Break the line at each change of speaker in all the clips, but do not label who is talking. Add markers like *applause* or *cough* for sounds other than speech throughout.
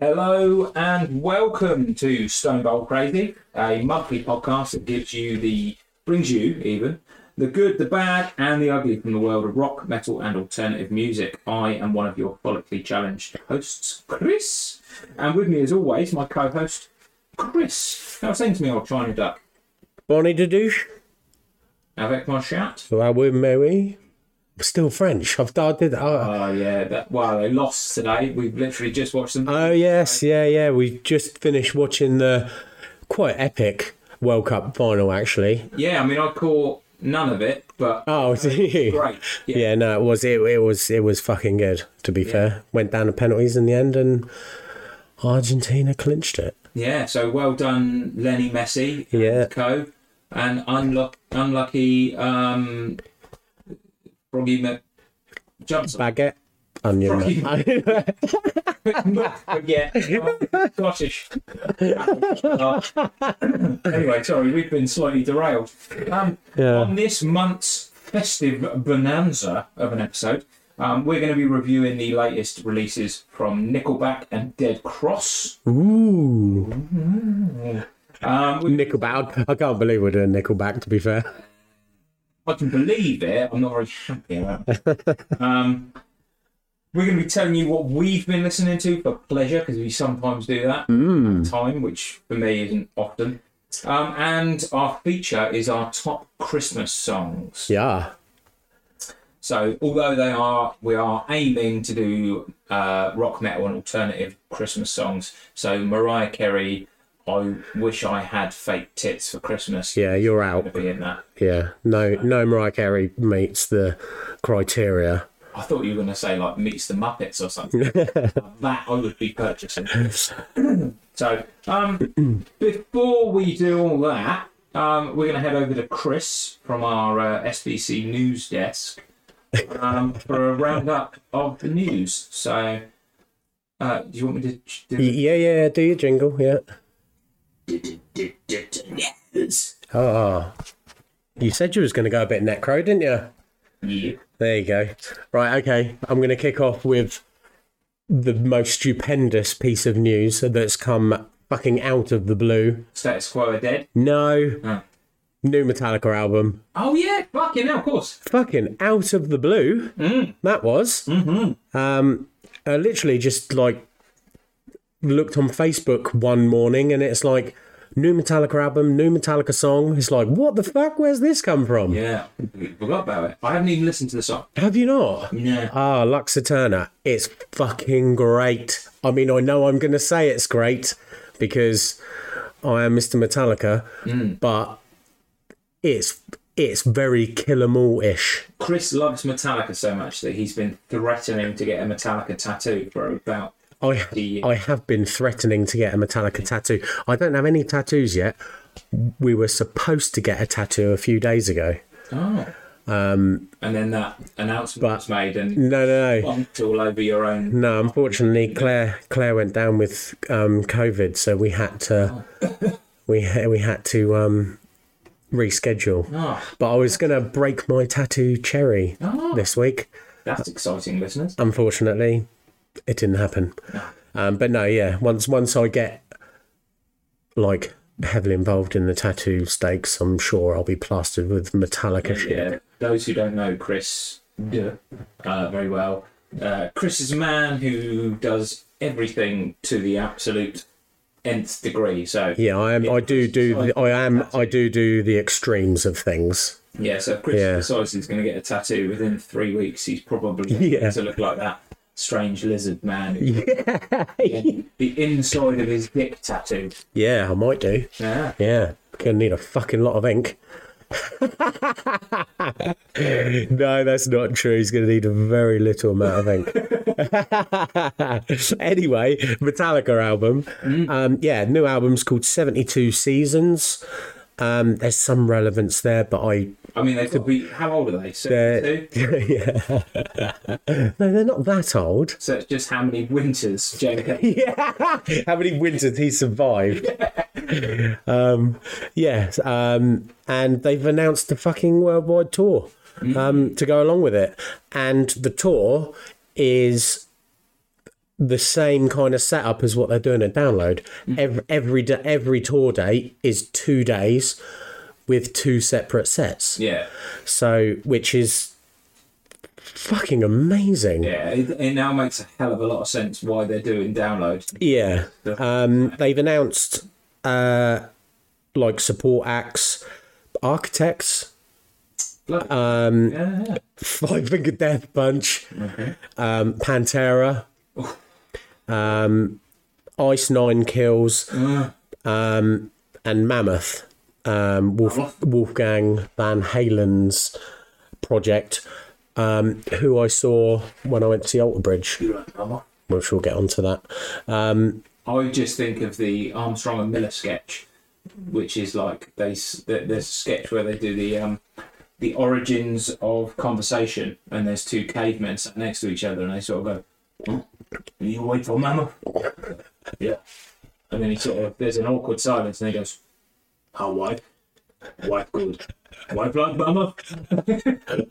Hello and welcome to Stone Bowl Crazy, a monthly podcast that gives you the brings you even the good, the bad, and the ugly from the world of rock, metal, and alternative music. I am one of your follically challenged hosts, Chris, and with me, as always, my co-host, Chris. Now, saying to me, I'll try and duck.
Bonnie de douche.
Avec mon chat.
Well, we're merry. I'm still French. I've uh, I did. I,
Oh yeah, that well, they lost today. We've literally just watched them.
oh yes, yeah, yeah. We just finished watching the quite epic World Cup final, actually.
yeah, I mean, I caught none of it, but
Oh, was it you?
great. Yeah.
Yeah. no, it was it, it was it was fucking good. To be fair, went down to penalties in the end, and Argentina clinched it.
Yeah, so well done, Lenny Messi. and
Yeah.
Co. And unluck, unlucky, um, Froggy Mc. Jumps
Baguette, onion.
*laughs* yeah, oh, Scottish. *laughs* anyway, sorry, we've been slightly derailed. Um,
Yeah.
On this month's festive bonanza of an episode, um, we're going to be reviewing the latest releases from Nickelback and Dead Cross.
*laughs* Ooh,
Um, we-
Nickelback. I can't believe we're doing Nickelback. To be fair,
I can believe it. I'm not very happy about it. um, we're going to be telling you what we've been listening to for pleasure because we sometimes do that at time, which for me isn't often. Um, and our feature is our top Christmas songs.
yeah.
So although they are, we are aiming to do uh, rock, metal, and alternative Christmas songs. So Mariah Carey, I wish I had fake tits for Christmas.
Yeah, you're out.
Gonna be in that.
Yeah, no, no. Mariah Carey meets the criteria.
I thought you were going to say like meets the Muppets or *laughs* something. that I would be purchasing. *clears throat* so um, *clears throat* before we do all that, um, we're going to head over to Chris from our uh, SBC news desk um, for a roundup of the news. So uh, do you want me to ch- do
Y- Yeah, yeah, yeah, do your jingle, yeah.
Yes.
Oh. You said you was going to go a bit necro, didn't you?
Yeah.
There you go. Right, okay. I'm going to kick off with the most stupendous piece of news that's come fucking out of the blue.
Status quo are dead.
No.
Huh.
New Metallica album.
Oh yeah, fucking hell, of course.
Fucking out of the blue. That was. Mm-hmm. Um, I literally just like looked on Facebook one morning and it's like, new Metallica album, new Metallica song. It's like, what the fuck? Where's this come from?
Yeah, I completely forgot about it. I haven't even listened to the song.
Have you not?
No.
Ah, Luxaturna. It's fucking great. I mean, I know I'm going to say it's great because I am Mr. Metallica, but it's it's very Killer Mall ish.
Chris loves Metallica so much that he's been threatening to get a Metallica tattoo for about.
I
Yeah.
I have been threatening to get a Metallica tattoo. I don't have any tattoos yet. We were supposed to get a tattoo a few days ago.
Oh. and then that announcement was made and
No, no, no.
bumped all over your own.
No, unfortunately, Claire Claire went down with um, COVID, so we had to we ha- we had to um, reschedule.
Oh,
But I was gonna break my tattoo cherry
Oh.
this week.
that's exciting, listeners.
Unfortunately, it didn't happen. Um, but no, yeah. Once once I get like heavily involved in the tattoo stakes, I'm sure I'll be plastered with Metallica shit.
Yeah. Those who don't know Chris duh, uh, very well, uh, Chris is a man who does everything to the absolute nth degree. So
Yeah, I am. I do do.
Sorry.
The, I am. I do do the extremes of things.
Yeah, so if Chris
Yeah.
decides he's going to get a tattoo within three weeks, he's probably
Yeah.
going to look like that strange lizard
*laughs*
man. The inside of his dick tattoo.
Yeah, I might do.
Yeah.
Yeah, gonna need a fucking lot of *laughs* ink. no, that's not true. He's gonna need a very little amount of ink. *laughs* anyway, Metallica album. Um, yeah, new album's called 72 Seasons. Um, there's some relevance there, but I. *laughs*
I mean, they could be. How old are they? So,
They're-
so-
yeah. *laughs* no, they're not that old.
so it's just how many winters Jamie
*laughs*
Kennedy
yeah. How many winters he survived. *laughs* um, yes. Um, and they've announced a fucking worldwide tour um, to go along with it. And the tour is the same kind of setup as what they're doing at Download. Every every da- every tour date is two days with two separate sets.
Yeah.
So, which is fucking amazing.
Yeah, it, it now makes a hell of a lot of sense why they're doing download.
Yeah. Um, they've announced uh, like support acts, architects, *laughs*
Bloody-
Um,
yeah, yeah.
Five Finger Death Punch, um, Pantera, um, Ice Nine Kills, um, and Mammoth, um, Wolf, Wolfgang Van Halen's project, um, who I saw when I went to the Alter Bridge,
You like drama?
which we'll get onto that. Um,
I just think of the Armstrong and Miller sketch, which is like they s- there- there's a sketch where they do the um the origins of conversation, and there's two cavemen sat next to each other, and they sort of go, "Hmm, "You wait for Mama." yeah, and then he sort of there's an awkward silence, and he goes, "How wife? Wife good? Wife like Mama?" *laughs*
*laughs*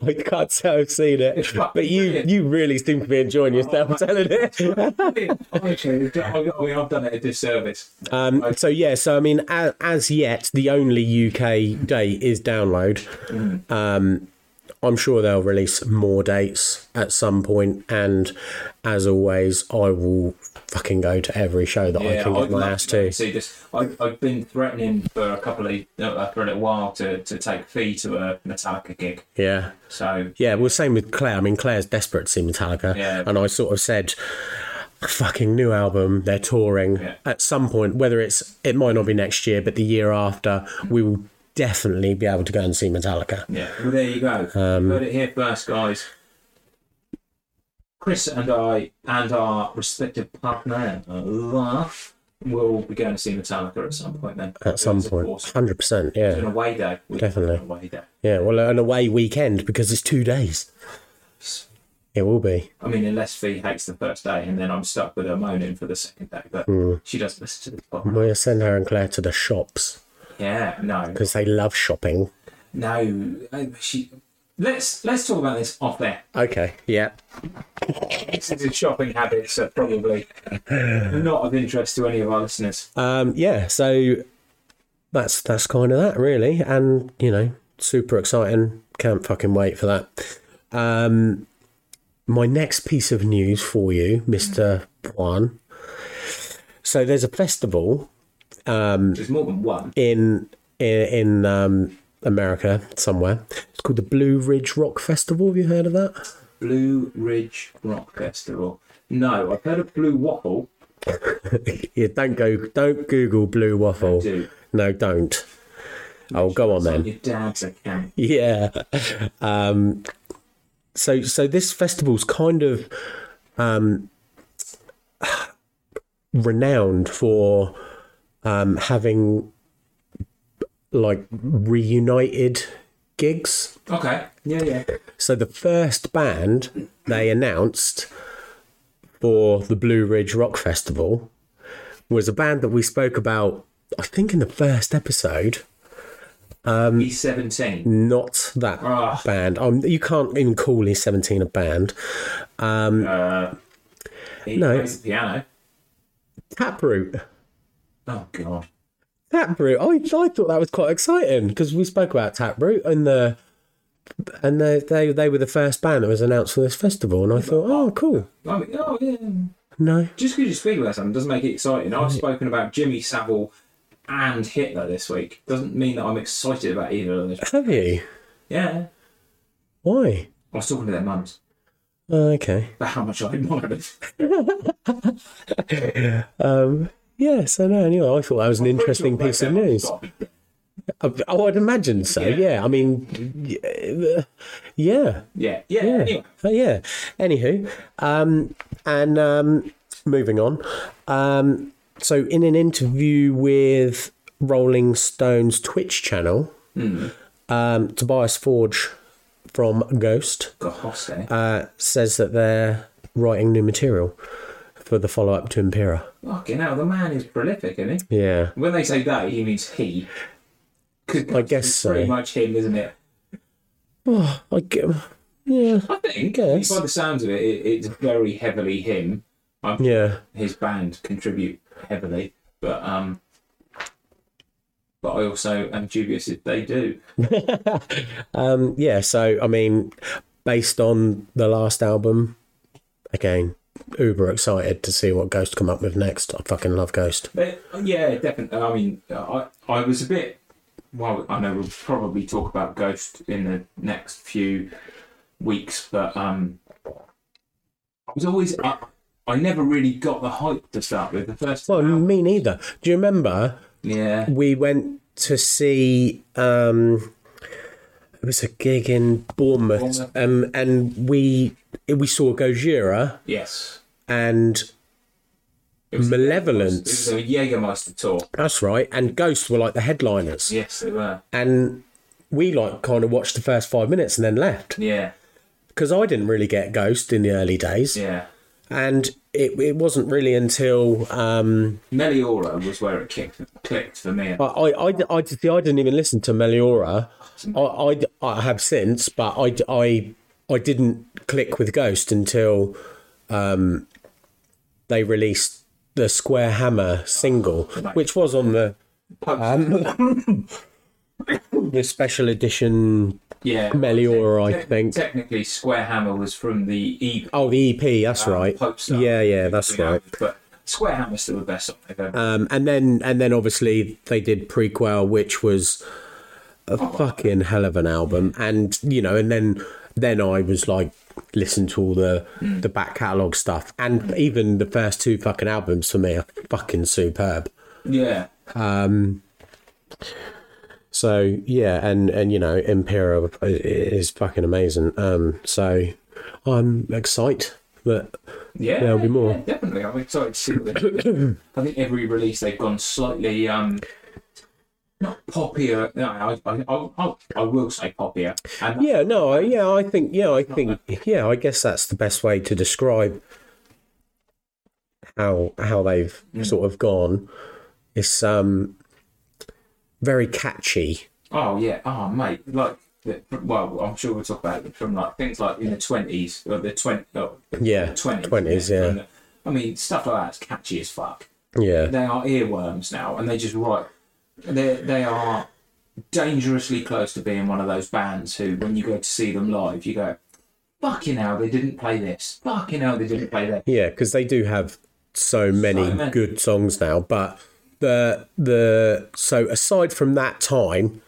I can't say I've seen it, but you
brilliant.
you really seem to be enjoying yourself telling
*laughs*
it.
Honestly, I mean, I've done it a disservice.
Um, so yeah, so I mean, as, as yet, the only UK date is download.
Mm.
Um, I'm sure they'll release more dates at some point, and as always, I will fucking go to every show that I
Yeah,
can get
I'd
my
love
ass
to go
to.
and See this? I, I've been threatening for a couple of uh, for a little while to, to take Fee to a Metallica gig.
Yeah,
So
yeah. Well, same with Claire. I mean, Claire's desperate to see Metallica,
Yeah.
and I sort of said, "Fucking new album, they're touring
Yeah.
at some point. Whether it's it might not be next year, but the year after, we will definitely be able to go and see Metallica."
yeah, well there you go.
Um,
Heard it here first, guys. Chris and I and our respective partner, uh, Laugh, will be going to see Metallica at some point. Then
at some
It's a
point.
force.
Hundred percent,
It's an
yeah,
away day. We've got an
Definitely.
away day.
yeah. Well, an away weekend because it's two days. It will be.
I mean, unless Fee hates the first day, and then I'm stuck with her moaning for the second day. But
Hmm.
she doesn't listen to this podcast.
We'll send her and Claire to the shops
Yeah, no,
because they love shopping.
No, uh, she. Let's let's talk about this off air.
Okay. Yeah.
Since his shopping habits are probably not of interest to any of our listeners.
Um. Yeah. So that's that's kind of that really, and you know, super exciting. Can't fucking wait for that. Um. My next piece of news for you, Mister Juan. So there's a festival
There's more than one.
in in, in um, America somewhere. It's called the Blue Ridge Rock Festival. Have you heard of that?
Blue Ridge Rock Festival. No, I've heard of Blue Waffle.
yeah, don't go. Don't Google Blue Waffle.
Do
No, don't. Oh, go on
on
then.
your dad's account.
Yeah. Um, so so this festival's kind of um, renowned for um, having like reunited gigs.
Okay. Yeah, yeah.
So the first band they announced for the Blue Ridge Rock Festival was a band that we spoke about, I think, in the first episode.
He's seventeen.
Not that
Ah.
band. Um, you can't even call He's 17 a band.
Uh, he
No.
plays the piano.
Taproot.
Oh God.
Taproot. I, I thought that was quite exciting because we spoke about Taproot and the. And they, they they were the first band that was announced for this festival, and I thought, oh, cool.
I mean, oh yeah.
No,
Just because you speak about something doesn't make it exciting. I've spoken about Jimmy Savile and Hitler this week. Doesn't mean that I'm excited about either of those.
have you?
Yeah.
Why?
I was talking to their mums
Oh, okay.
about how much I admire them.
Yeah, so no, anyway, I thought that was an interesting
Pretty
piece
sure
of
they've
news.
got me.
Oh, I'd imagine so, yeah.
Yeah.
I mean, y- uh, yeah,
Yeah. Yeah.
yeah,
Anyway,
Oh, yeah. Anywho, um, and um, moving on. Um, so, in an interview with Rolling Stone's Twitch channel, um, Tobias Forge from Ghost
got eh? Hoss there.
uh, says that they're writing new material for the follow up to Impera.
Fucking hell, the man is prolific, isn't he?
Yeah.
When they say that, he means he. 'Cause
I guess
it's
so.
Pretty much him, isn't it?
I get, yeah.
I think.
Guess.
By the sounds of it, it it's very heavily him. I'm
Yeah.
his band contribute heavily, but um, but I also am dubious if they do.
Um, yeah, so I mean, based on the last album, again, uber excited to see what Ghost come up with next. I fucking love Ghost.
But yeah, definitely. I mean, I I was a bit. Well, I know we'll probably talk about Ghost in the next few weeks, but um, I was always I, I never really got the hype to start with. The first
Well,
album-
me neither. Do you remember
yeah,
we went to see? Um, it was a gig in Bournemouth,
Bournemouth.
Um, and we we saw Gojira
yes,
and
It was- It
Malevolence.
was a Jägermeister tour.
That's right, and Ghost were like the headliners,
Yes, they were.
and we like kind of watched the first five minutes and then left.
Yeah,
because I didn't really get Ghost in the early days,
yeah.
and it, it wasn't really until um,
Meliora was where it kicked, clicked for me.
I, I, I, I, see, I didn't even listen to Meliora. I, I, I have since, but I, I, I didn't click with Ghost until um, they released the Square Hammer single, which was on the Um, the special edition
yeah,
Meliora, I
Te-
think.
Technically, Square Hammer was from the E EP.
Oh, the EP, that's right.
Um, Pope stuff.
Yeah, yeah, that's
You know,
right.
But Square Hammer's still the best song they've ever.
Um, and then and then obviously they did prequel, which was a fucking hell of an album. And you know, and then then I was like listened to all the the back catalogue stuff and even the first two fucking albums for me are fucking superb.
yeah,
So yeah, and and you know, Imperial i- is fucking amazing. Um, so I'm excited that
yeah.
there'll be more.
yeah, definitely. I'm excited to see what they do. I think every release they've gone slightly um. Not poppier. No, I, I, I, I'll- I will say poppier. And
Yeah, no, I- yeah, I think, yeah, I think, yeah, I guess that's the best way to describe how how they've sort of gone. It's um very catchy.
Oh yeah. Oh mate, like the, well, I'm sure we'll talk about it from like things like in the twenties or the twenty. Oh,
Yeah,
twenties.
20s, yeah.
I mean, stuff like that's catchy as fuck.
Yeah,
They are earworms now, and they just write. They they are dangerously close to being one of those bands who, when you go to see them live, you go, "Fucking hell, they didn't play this. Fucking hell, they didn't play that."
yeah, because they do have so many
So many.
good songs now. But the the so aside from that time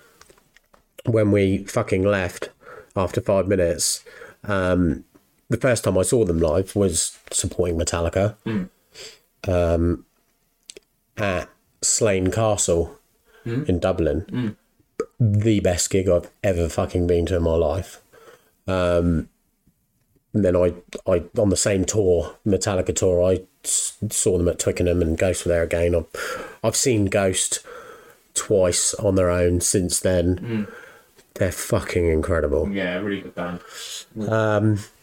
when we fucking left after five minutes, um, the first time I saw them live was supporting Metallica. um, at Slane Castle in Dublin. The best gig I've ever fucking been to in my life. Um, and then I, I on the same tour, Metallica tour, I s- saw them at Twickenham and Ghost were there again. I've, I've seen Ghost twice on their own since then. They're fucking incredible.
Yeah, really good band.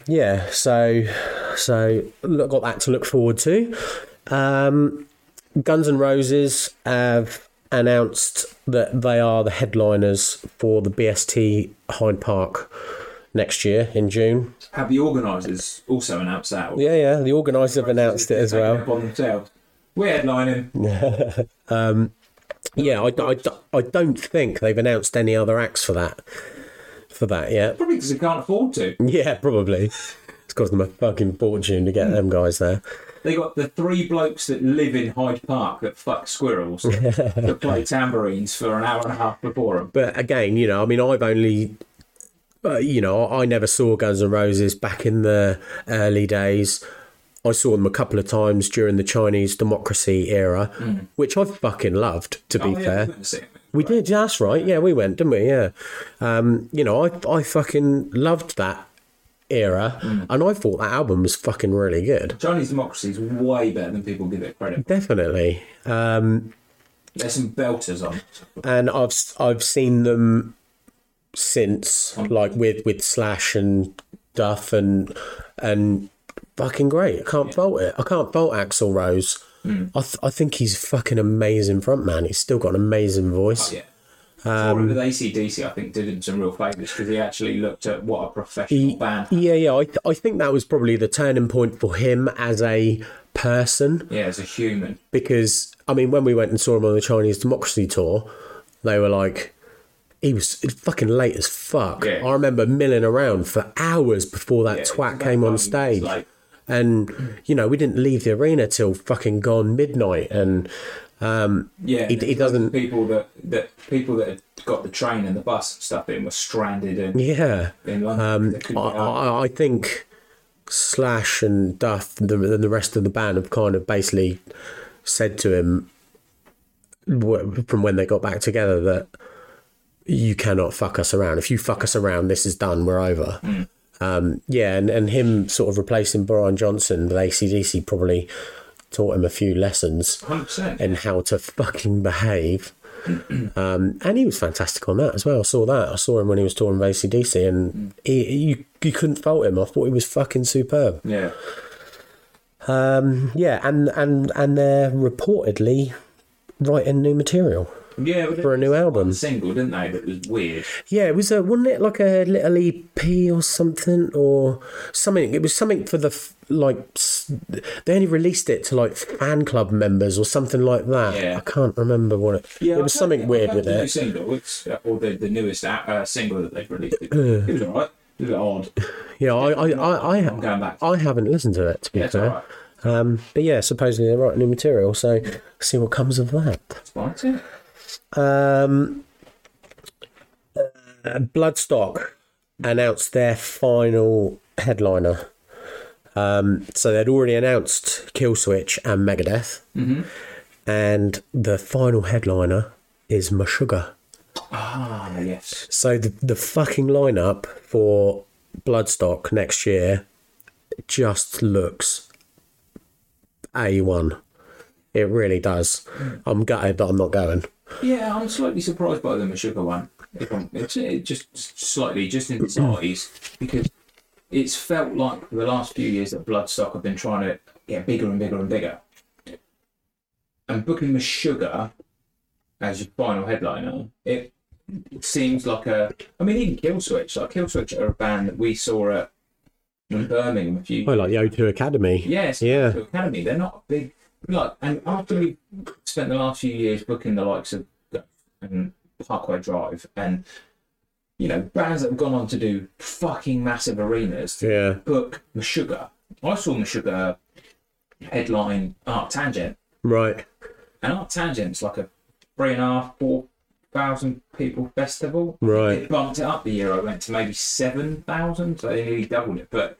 Yeah, so so look, got that to look forward to. Um, Guns N' Roses have announced that they are the headliners for the BST Hyde Park next year in June.
Have the organisers also announced that?
Yeah, yeah, the organisers have announced it as
Taking
well.
up on themselves. We're headlining.
Yeah, I, I, I don't think they've announced any other acts for that for that yet. *laughs*
Probably because they can't afford to.
Yeah, probably. It's cost them a fucking fortune to get them guys there.
They got the three blokes that live in Hyde Park that fuck
*laughs*
squirrels that play tambourines for an hour and a half before them.
But again, you know, I mean, I've only, uh, you know, I never saw Guns N' Roses back in the early days. I saw them a couple of times during the Chinese democracy era, which I fucking loved, to be
Mm. Oh, yeah,
fair.
we're gonna see 'em.
We did, that's right. Yeah, we went, didn't we? Yeah. Um, you know, I, I fucking loved that era,
Mm.
and I thought that album was fucking really good.
Chinese democracy is way better than people give it credit.
Definitely.
There's some belters on.
and I've I've seen them since, like with with Slash and Duff and and fucking great. I can't fault it. I can't fault Axel
Oh,
Rose. I th- I think he's a fucking amazing frontman. He's still got an amazing voice.
Yeah.
Um,
Problem with ACDC, I think, did him some real favours because he actually looked at what a professional band.
Yeah, yeah. I, th- I think that was probably the turning point for him as a person
Yeah, as a human.
because, I mean, when we went and saw him on the Chinese Democracy Tour, they were like, he was fucking late as fuck.
Yeah.
I remember milling around for hours before that
Yeah,
twat
that
came
guy
on
was
stage.
like-
and, you know, we didn't leave the arena till fucking gone midnight. And
Yeah,
He-
and
he
there's loads of
doesn't-
People that that people that had got the train and the bus and stuff in were stranded in,
yeah. Um,
in London. They
I,
couldn't get out.
I, I think Slash and Duff, the the rest of the band, have kind of basically said to him w- from when they got back together that you cannot fuck us around. If you fuck us around, this is done. We're over. Um, yeah, and, and him sort of replacing Brian Johnson with ACDC probably taught him a few lessons
100%.
in how to fucking behave. *clears throat* um, and he was fantastic on that as well. I saw that. I saw him when he was touring with ACDC, and he, you you couldn't fault him. I thought he was fucking superb.
yeah.
Um, yeah, and and and they're reportedly writing new material.
Yeah,
for a new album.
Single, didn't they? That was weird.
Yeah, it was a wasn't it like a little EP or something or something? It was something for the f- like s- they only released it to like fan club members or something like that.
Yeah.
I can't remember what it. it was
I
something
don't- I
weird
don't
with
think
it.
the Single, it's, or the, the newest uh, uh, single that they've
*clears throat*
released. It, it was alright. It was odd.
Yeah, I, I, I,
I'm going
I,
back.
I haven't listened to it to be
Yeah, it's
fair.
alright.
Um, but yeah, supposedly they're writing new material, so see what comes of that.
It's fine, isn't it?
Um, uh, Bloodstock announced their final headliner. Um, so they'd already announced Killswitch and Megadeth,
Mm-hmm.
and the final headliner is Meshuggah.
Ah, yes.
So the the fucking lineup for Bloodstock next year just looks a one. It really does. I'm gutted that I'm not going.
Yeah, I'm slightly surprised by the Meshuggah one. If I'm- It's it just slightly, just in size, because it's felt like the last few years that Bloodstock have been trying to get bigger and bigger and bigger. And booking Meshuggah as your final headliner, it seems like a. I mean, even Killswitch, like Killswitch are a band that we saw at in Birmingham a few
I Oh, like the O2 Academy.
Yes.
Yeah.
to Academy. They're not big. Like, and after we spent the last few years booking the likes of and Parkway Drive and you know bands that have gone on to do fucking massive arenas,
Yeah.
book Meshuggah. I saw Meshuggah headline Art Tangent,
Right.
and Art Tangent's like a three and a half, four thousand people festival.
Right.
They bumped it up the year I went to maybe seven thousand, so they nearly doubled it. But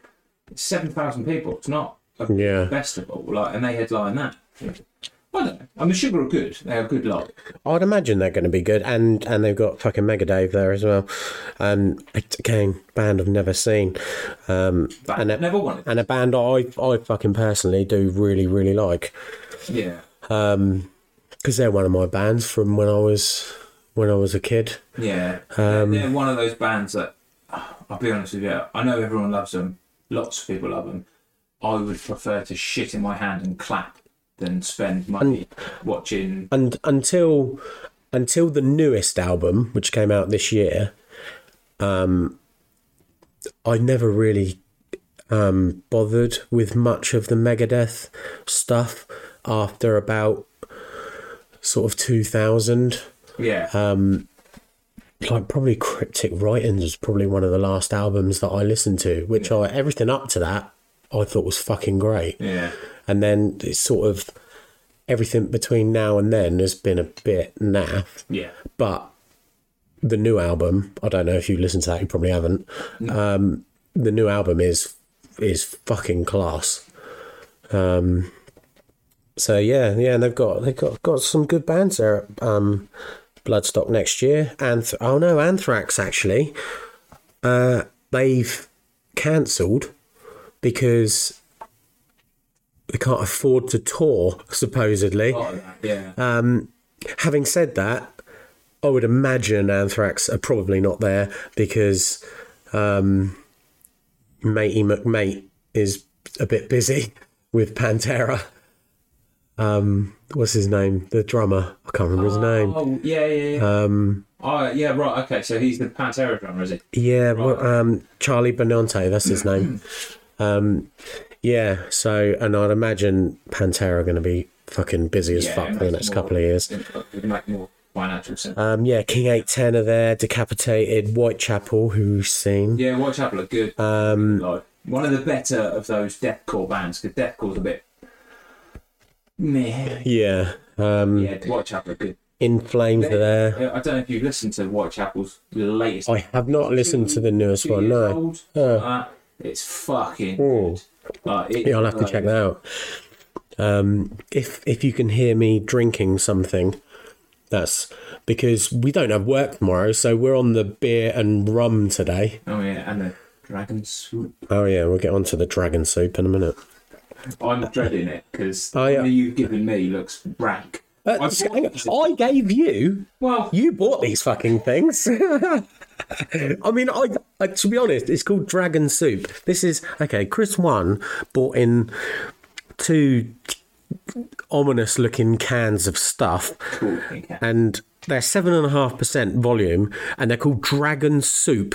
it's seven thousand people. It's not a
Yeah.
festival, like, and they headline that. I don't know. I mean, Sugar are good. They are good lot.
I'd imagine they're going to be good, and and they've got fucking Megadave there as well. Um, again, band I've never seen, um,
But
and a,
never won it.
and a band I I fucking personally do really really like.
Yeah,
um because they're one of my bands from when I was when I was a kid.
yeah.
Um,
They're one of those bands that I'll be honest with you. I know everyone loves them. Lots of people love them. I would prefer to shit in my hand and clap than spend money watching.
And until until the newest album, which came out this year, um, I never really um bothered with much of the Megadeth stuff after about sort of two thousand.
Yeah,
Uh, like probably cryptic writings was probably one of the last albums that i listened to which i everything up to that i thought was fucking great
yeah.
and then it's sort of everything between now and then has been a bit naff
Yeah,
but the new album i don't know if you listened to that you probably haven't um, the new album is is fucking class um so yeah yeah and they've got they've got got some good bands there at um bloodstock next year and oh no anthrax actually uh they've cancelled because they can't afford to tour supposedly
part of that. Yeah,
Having said that, I would imagine Anthrax are probably not there because um, Matey McMate is a bit busy with Pantera. um, what's his name? The drummer. I can't remember his name.
Oh, yeah, yeah, yeah.
Um,
oh, yeah, right, okay, so he's the Pantera drummer, is he?
yeah, well, um, Charlie Benante. That's
*clears throat*
his name. Um, yeah. So, and I'd imagine Pantera are going to be fucking busy as
Yeah,
fuck for the
makes
next
more-
couple of years.
It would make more financial sense.
Um, yeah, King Eight Ten are there. Decapitated, Whitechapel, who we've seen.
yeah, Whitechapel are good.
Um,
Like, one of the better of those deathcore bands, because deathcore's a bit. Meh.
yeah. Um,
Yeah, Whitechapel are good. Uh,
In Flames are there.
I don't know if you've listened to Whitechapel's latest.
I have not listened to the newest
two
one.
years
Oh, No.
old. Uh, it's fucking.
Mm.
Like, it-
Yeah, I'll have to
like,
check that out. Um, if if you can hear me drinking something, that's because we don't have work tomorrow, so we're on the beer and rum today.
Oh yeah, and the dragon swoop.
Oh yeah, we'll get onto the dragon soup in a minute.
I'm dreading it because
Oh,
the
yeah.
one you've given me looks rank. I
Uh, hang
bought these-
on, I gave you.
well,
You bought these fucking things. I mean, I, I to be honest, it's called dragon soup. This is okay. Chris one bought in two ominous looking cans of stuff
cool. okay.
and they're seven and a half percent volume, and they're called Dragon Soup,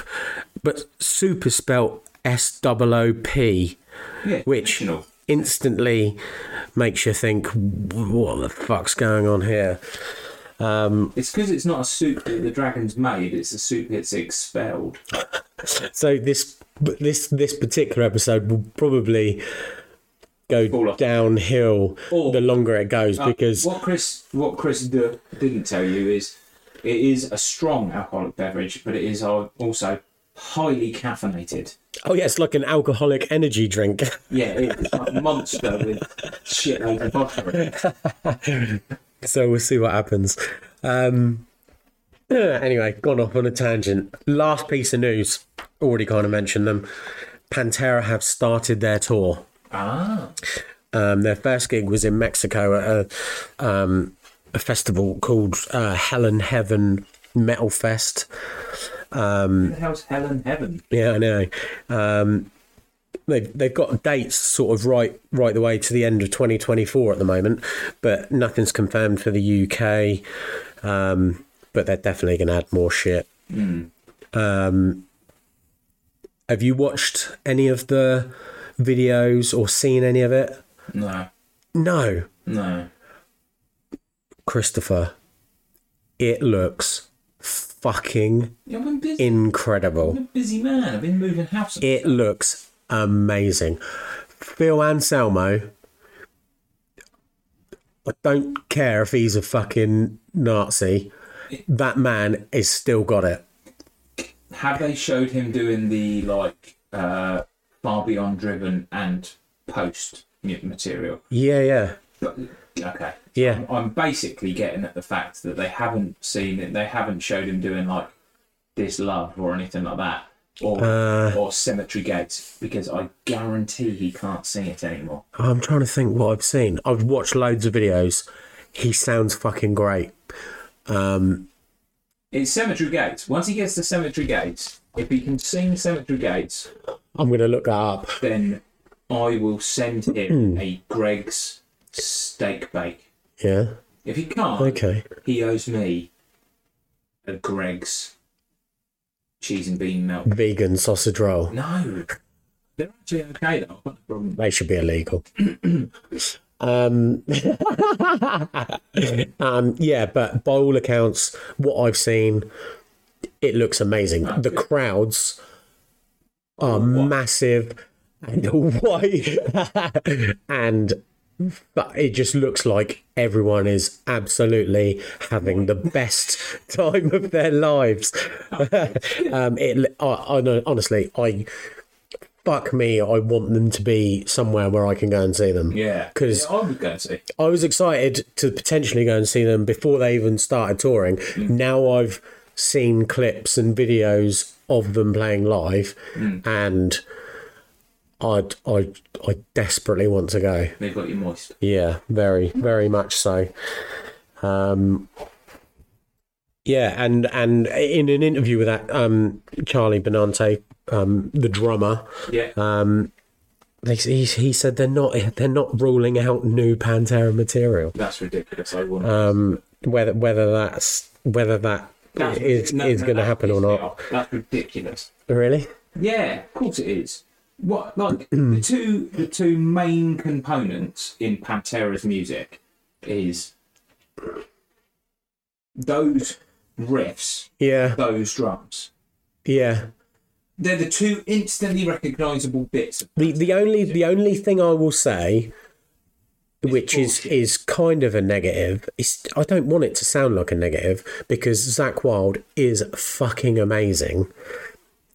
but soup is spelled S O O P,
Yeah,
which
original.
instantly makes you think, what the fuck's going on here?
It's because it's not a soup that the dragon's made. It's a soup that's expelled.
So this this this particular episode will probably
Fall
go
off.
downhill
Or- Uh,
the longer it goes because
what Chris what Chris d- didn't tell you is it is a strong alcoholic beverage, but it is al- also highly caffeinated.
oh yeah, it's like an alcoholic energy drink. *laughs*
Yeah, it's like monster with shitloads of vodka. in it.
so we'll see what happens. Um, *clears throat* uh, anyway, gone off on a tangent. Last piece of news. Already kind of mentioned them. Pantera have started their tour.
Ah,
Um, their first gig was in Mexico at a, um, a festival called uh, Hell and Heaven Metal Fest.
who the hell's Helen Heaven?
Yeah, I know. Um, they've they've got dates sort of right right the way to the end of 2024 at the moment, but nothing's confirmed for the UK. Um, but they're definitely going to add more shit. Um, have you watched any of the videos or seen any of it?
No,
No,
no.
Christopher. It looks fucking
Yeah, I've been busy.
incredible.
I'm a busy man. I've been moving house.
It looks amazing. Phil Anselmo. I don't care if he's a fucking Nazi. That man is still got it.
Have they showed him doing the like uh, far beyond driven and post mu- material?
Yeah, yeah,
But, okay.
yeah.
I'm basically getting at the fact that they haven't seen it. They haven't showed him doing like this love or anything like that, or or cemetery gates, because I guarantee he can't sing it anymore.
I'm trying to think what I've seen. I've watched loads of videos. He sounds fucking great. Um,
It's cemetery gates. Once he gets to cemetery gates, if he can sing cemetery gates,
I'm gonna look that up.
then I will send him a Greg's steak bake.
Yeah.
If he can't,
Okay.
he owes me a Greg's cheese and bean melt.
Vegan sausage roll.
No. They're actually okay though. I've got no problem with
They should be illegal. um, um, yeah, but by all accounts, what I've seen, it looks amazing. The crowds are massive and *laughs* white, and but it just looks like everyone is absolutely having the best time of their lives. um, it, I, I know, honestly, I fuck me, I want them to be somewhere where I can go and see them.
Yeah,
'Cause-
yeah, I would go see.
I was excited to potentially go and see them before they even started touring. Now I've seen clips and videos of them playing live, and I I I desperately want to go.
They've got you moist.
Yeah, very very much so. Um, yeah, and and in an interview with that um, Charlie Benante, um, the drummer,
Yeah,
um, They, he, he said they're not they're not ruling out new Pantera material.
That's ridiculous. I wouldn't.
Um, whether whether that's whether that
That's
is
ridiculous. No,
is
no,
going to
that
happen or
pisses me
not.
off. That's ridiculous.
Really?
Yeah, of course it is. What
*clears throat*
like the two the two main components in Pantera's music is those riffs,
Yeah,
those drums.
yeah.
They're the two instantly recognisable bits.
The the only the only thing I will say, which is is kind of a negative, is I don't want it to sound like a negative because Zach Wild is fucking amazing.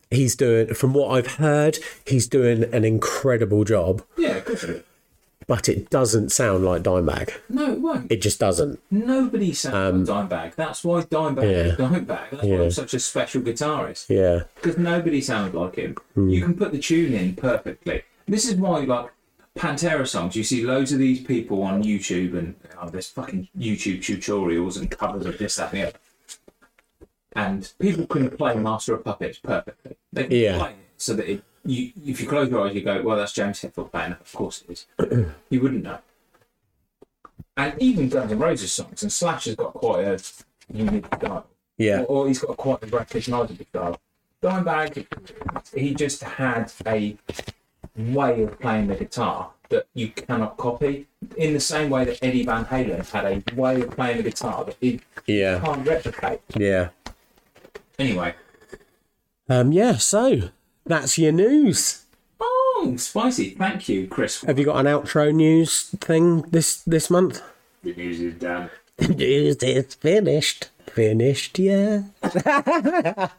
He's doing, from what I've heard, he's doing an incredible job.
Yeah, of course it is.
But it doesn't sound like Dimebag.
No, it won't.
It just doesn't.
Nobody sounds like Dimebag. That's why Dimebag is Dimebag. That's why
Um, Yeah.
he's such a special guitarist.
Yeah,
because nobody sounds like him. You can put the tune in perfectly. This is why, like Pantera songs, you see loads of these people on YouTube and oh, there's fucking YouTube tutorials and covers of this, that, and the other. And people can play Master of Puppets perfectly. They can
Yeah.
play it so that it, you, if you close your eyes, you go, "Well, that's James Hetfield playing." it." Of course it is. you wouldn't know. And even Guns N' Roses songs and Slash has got quite a unique style
yeah,
or, or he's got quite a recognisable style. Dimebag, he just had a way of playing the guitar that you cannot copy. In the same way that Eddie Van Halen had a way of playing the guitar that he
yeah,
can't replicate.
yeah.
Anyway,
Um, yeah. So that's your news.
oh, spicy! Thank you, Chris.
Have you got an outro news thing this this month?
The news is done.
*laughs* News is finished. Finished, yeah. *laughs*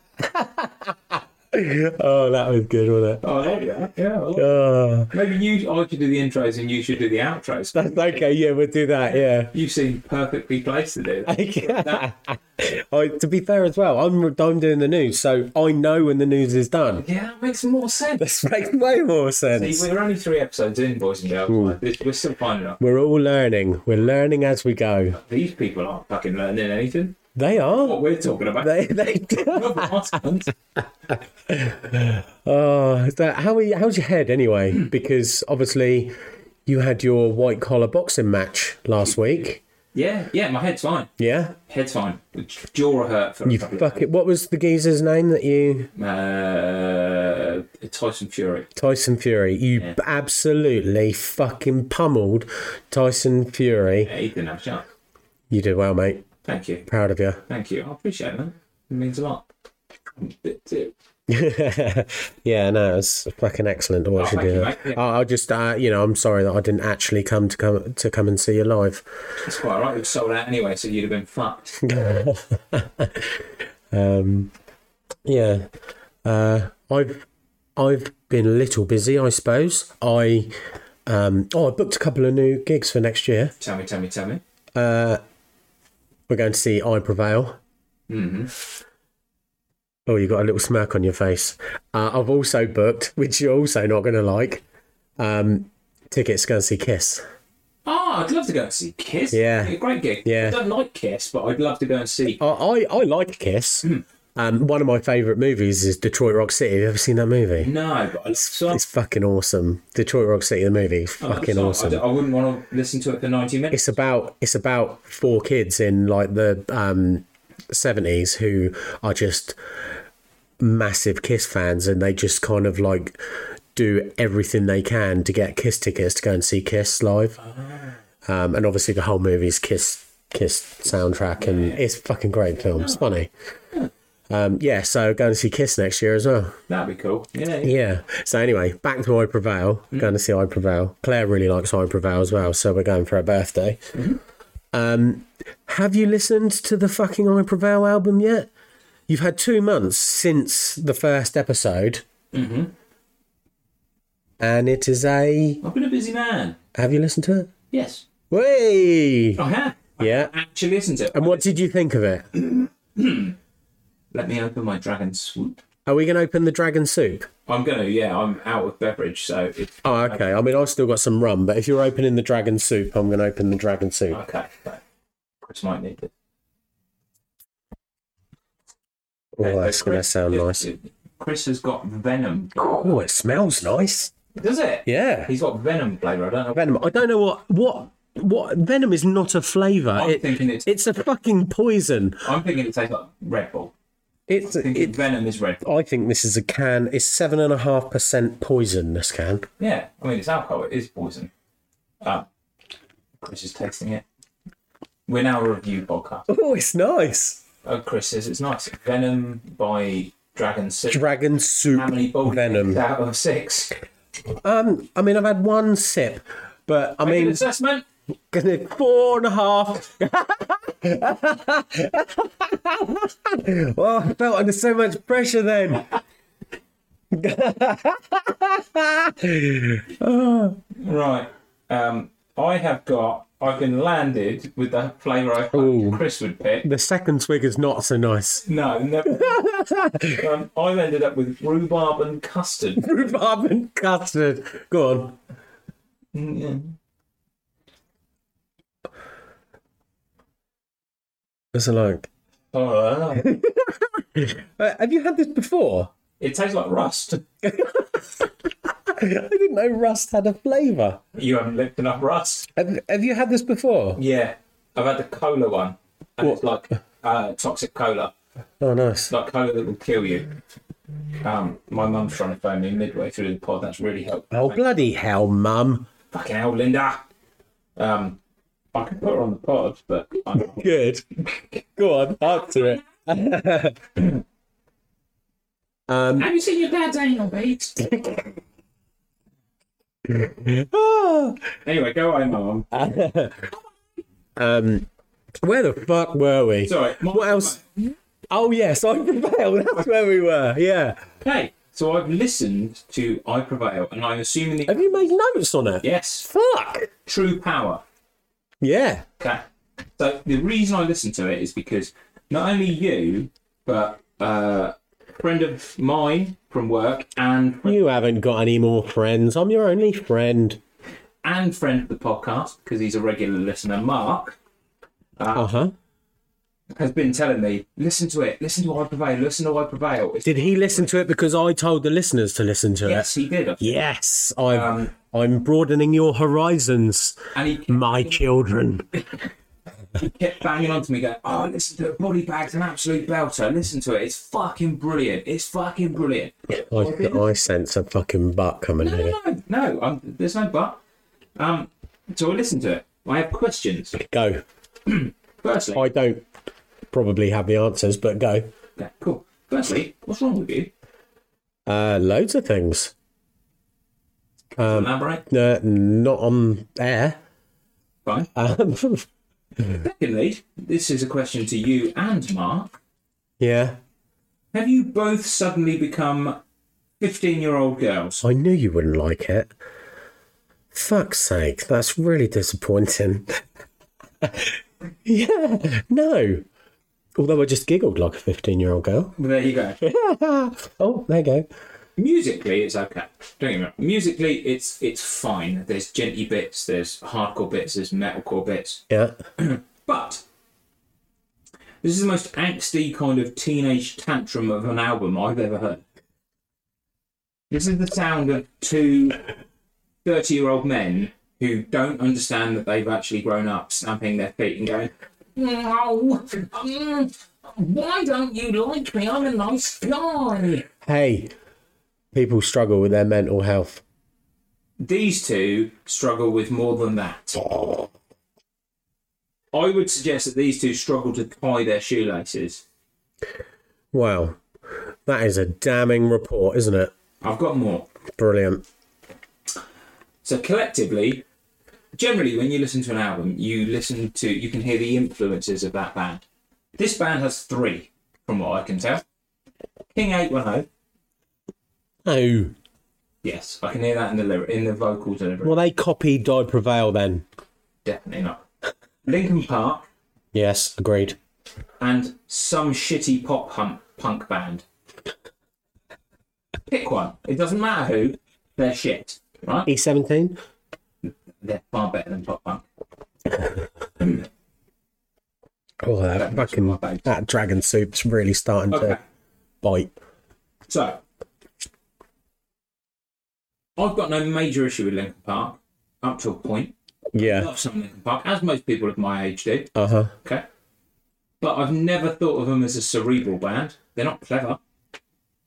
oh, that was good, wasn't it?
Oh, there you are. Yeah. I like it.
Oh.
Maybe you, I should do the intros and you should do the outros.
Okay, yeah, we'll do that, yeah.
You seem perfectly placed to do that.
I, to be fair as well, I'm, I'm doing the news, so I know when the news is done. *laughs*
Yeah, that makes more sense.
This makes way more sense.
We're only three episodes in, boys and girls. Like, this- We're still finding out.
We're all learning. We're learning as we go.
These people aren't fucking learning anything.
They
What
are.
we're talking about. *laughs*
They, they
Not us, cunts.
Oh, is that, how are you, how's your
*clears throat*
head anyway? Because obviously, you had your white collar boxing match last week.
yeah, yeah, my head's fine.
Yeah.
Head's fine. Jaw hurt for a
You
couple
fuck it. What was the geezer's name that you?
of uh, Tyson Fury.
Tyson Fury. You absolutely fucking pummeled Tyson Fury.
Yeah, he didn't have a chance.
You did well, mate.
Thank you.
Proud of you. *laughs*
Thank you. I appreciate that. It means a lot.
yeah, no, it's fucking excellent to watch
Oh,
you do
thank you,
that.
mate. Yeah.
I, I just, uh, you know, I'm sorry that I didn't actually come to come to come and see you live.
It's quite alright. It was sold out anyway, so you'd have been fucked.
Yeah. Uh, I've I've been a little busy, I suppose. I um, oh, I booked a couple of new gigs for next year. Uh,
tell me, tell me, tell me.
We're going to see I Prevail. Mm-hmm. Oh, you got a little smirk on your face. Uh, I've also booked, which you're also not going to like, um, tickets to go and see Kiss.
Oh, I'd love to go and see Kiss.
Yeah.
It'd be a great gig.
Yeah.
I don't like Kiss, but I'd love to go and see.
I I, I like Kiss. Um, one of my favourite movies is Detroit Rock City. Have you ever seen that movie?
No, but I so,
It's fucking awesome. Detroit Rock City, the movie, fucking
so I
awesome.
d- I, wouldn't want to listen to it for ninety minutes.
it's about it's about four kids in like the um 70s who are just massive kiss fans and they just kind of like do everything they can to get kiss tickets to go and see kiss live um and obviously the whole movie is kiss kiss soundtrack and it's a fucking great film it's funny um yeah so go and see kiss next year as well
That'd be cool. Yeah. yeah.
yeah. So anyway, back to I Prevail. Going to see I Prevail. Claire really likes I Prevail as well, so we're going for her birthday. Um, have you listened to the fucking I Prevail album yet? You've had two months since the first episode, and it is a.
I've been a busy man.
Have you listened to it?
Yes.
Way.
I have.
Yeah.
Actually, listen to it.
And what did you think of it?
Let me open my dragon swoop.
Are we going to open the dragon soup?
I'm gonna. Yeah, I'm out of beverage, so it's
Oh, okay. I mean, I've still got some rum, but if you're opening the dragon soup, I'm going to open the dragon soup.
okay. so Chris might need it.
Oh, that's going to
Chris-
Oh, sound
it-
nice.
it- Chris has got venom.
Oh, it smells nice.
Does it?
Yeah.
He's got Venom flavour. I don't know.
Venom. I don't know what what what Venom is not a flavor.
I'm thinking it's-
a fucking poison.
I'm thinking it tastes like Red Bull.
It's
I'm thinking
it,
Venom is Red Bull.
I think this is a can. It's seven and a half percent poison. This can.
Yeah. I mean, it's alcohol. It is poison. Um, Chris is tasting it. We're now a review podcast.
Oh, it's nice.
Oh, Chris says it's nice. Venom by Dragon Soup.
Dragon soup
How many bowls
venom.
out of Oh, six?
Um, I mean, I've had one sip, but I
An
mean,
assessment.
*laughs* gonna four and a half. *laughs* oh, I felt under so much pressure then.
Right. Um, I have got. I've been landed with the flavour I hoped Chris would pick.
The second twig is not so nice. *laughs*
No, never. um, I've ended up with rhubarb and custard.
Rhubarb and custard. Go on. It's like.
Oh,
Uh, have you had this before?
it tastes like rust.
I didn't know rust had a flavour.
You haven't lived enough rust.
Have, have you had this before?
Yeah, I've had the cola one, and it's like uh, toxic cola,
Oh, nice.
like cola that will kill you. Um, my mum's trying to phone me midway through the pod. That's really helpful.
Oh, bloody hell, mum.
Fucking hell, Linda. Um, I could put her on the pod, but I'm,
Good. Go on, answer it. *laughs* um,
have you seen your dad's anal beads?
ah.
anyway, go away, mum.
um, where the fuck were we?
Sorry. my-
What else? Oh, yes, I prevailed. *laughs* That's where we were. Yeah.
Okay, so I've listened to "I Prevail," and I'm assuming the
Have you made notes on it?
yes,
Fuck.
true power.
Yeah.
Okay. So the reason I listen to it is because not only you, but uh, a friend of mine from work and
You haven't got any more friends. I'm your only friend.
and friend of the podcast because he's a regular listener, Mark,
Uh huh.
has been telling me listen to it, listen to I Prevail, listen to I Prevail. It's-
Did he listen to it because I told the listeners to listen to
yes, he did.
it? Um, Yes. I've, I'm broadening your horizons,
And he
my children. *laughs*
kept banging onto me, going, "Oh, listen to it. Body Bag's an absolute belter. Listen to it. It's fucking brilliant. It's fucking brilliant."
I, I sense a fucking butt coming
No,
here.
no, no, no. Um, there's no but. Um, so I listened to it. I have questions.
Go.
Firstly,
I don't probably have the answers, but go.
Okay, cool. Firstly, what's wrong with you?
Uh, loads of things.
Elaborate.
Uh, not on air. *laughs*
Fine.
Um,
Secondly, this is a question to you and Mark.
yeah.
Have you both suddenly become 15 year old girls?
I knew you wouldn't like it. Fuck's sake, that's really disappointing. *laughs* yeah, no. Although I just giggled like a 15 year old girl.
Well, there you go.
oh, there you go.
Musically, it's okay. Don't get me wrong. Musically, it's it's fine. There's gently bits, there's hardcore bits, there's metalcore bits.
Yeah.
But this is the most angsty kind of teenage tantrum of an album I've ever heard. This is the sound of two 30 year old men who don't understand that they've actually grown up, stamping their feet and going, No, mm, why don't you like me? I'm a nice guy.
Hey, people struggle with their mental health.
These two struggle with more than that. I would suggest that these two struggle to tie their shoelaces.
Wow. That is a damning report, isn't it?
I've got more.
Brilliant.
So collectively, generally, when you listen to an album, you listen to you can hear the influences of that band. This band has three, from what I can tell. King Eight One O.
Oh,
Yes, I can hear that in the lyric, in the vocal delivery.
well, they copied I Prevail then.
Definitely not. Linkin Park
Yes, agreed.
and some shitty pop hump, punk band. Pick one. It doesn't matter who. They're shit, right?
E E17?
They're far better than pop punk.
Oh, that
my
fucking
bag.
that dragon soup's really starting
Okay.
to bite.
So, I've got no major issue with Linkin Park up to a point.
Yeah.
Love some Linkin Park, as most people of my age do.
Uh huh.
Okay. But I've never thought of them as a cerebral band. They're not clever.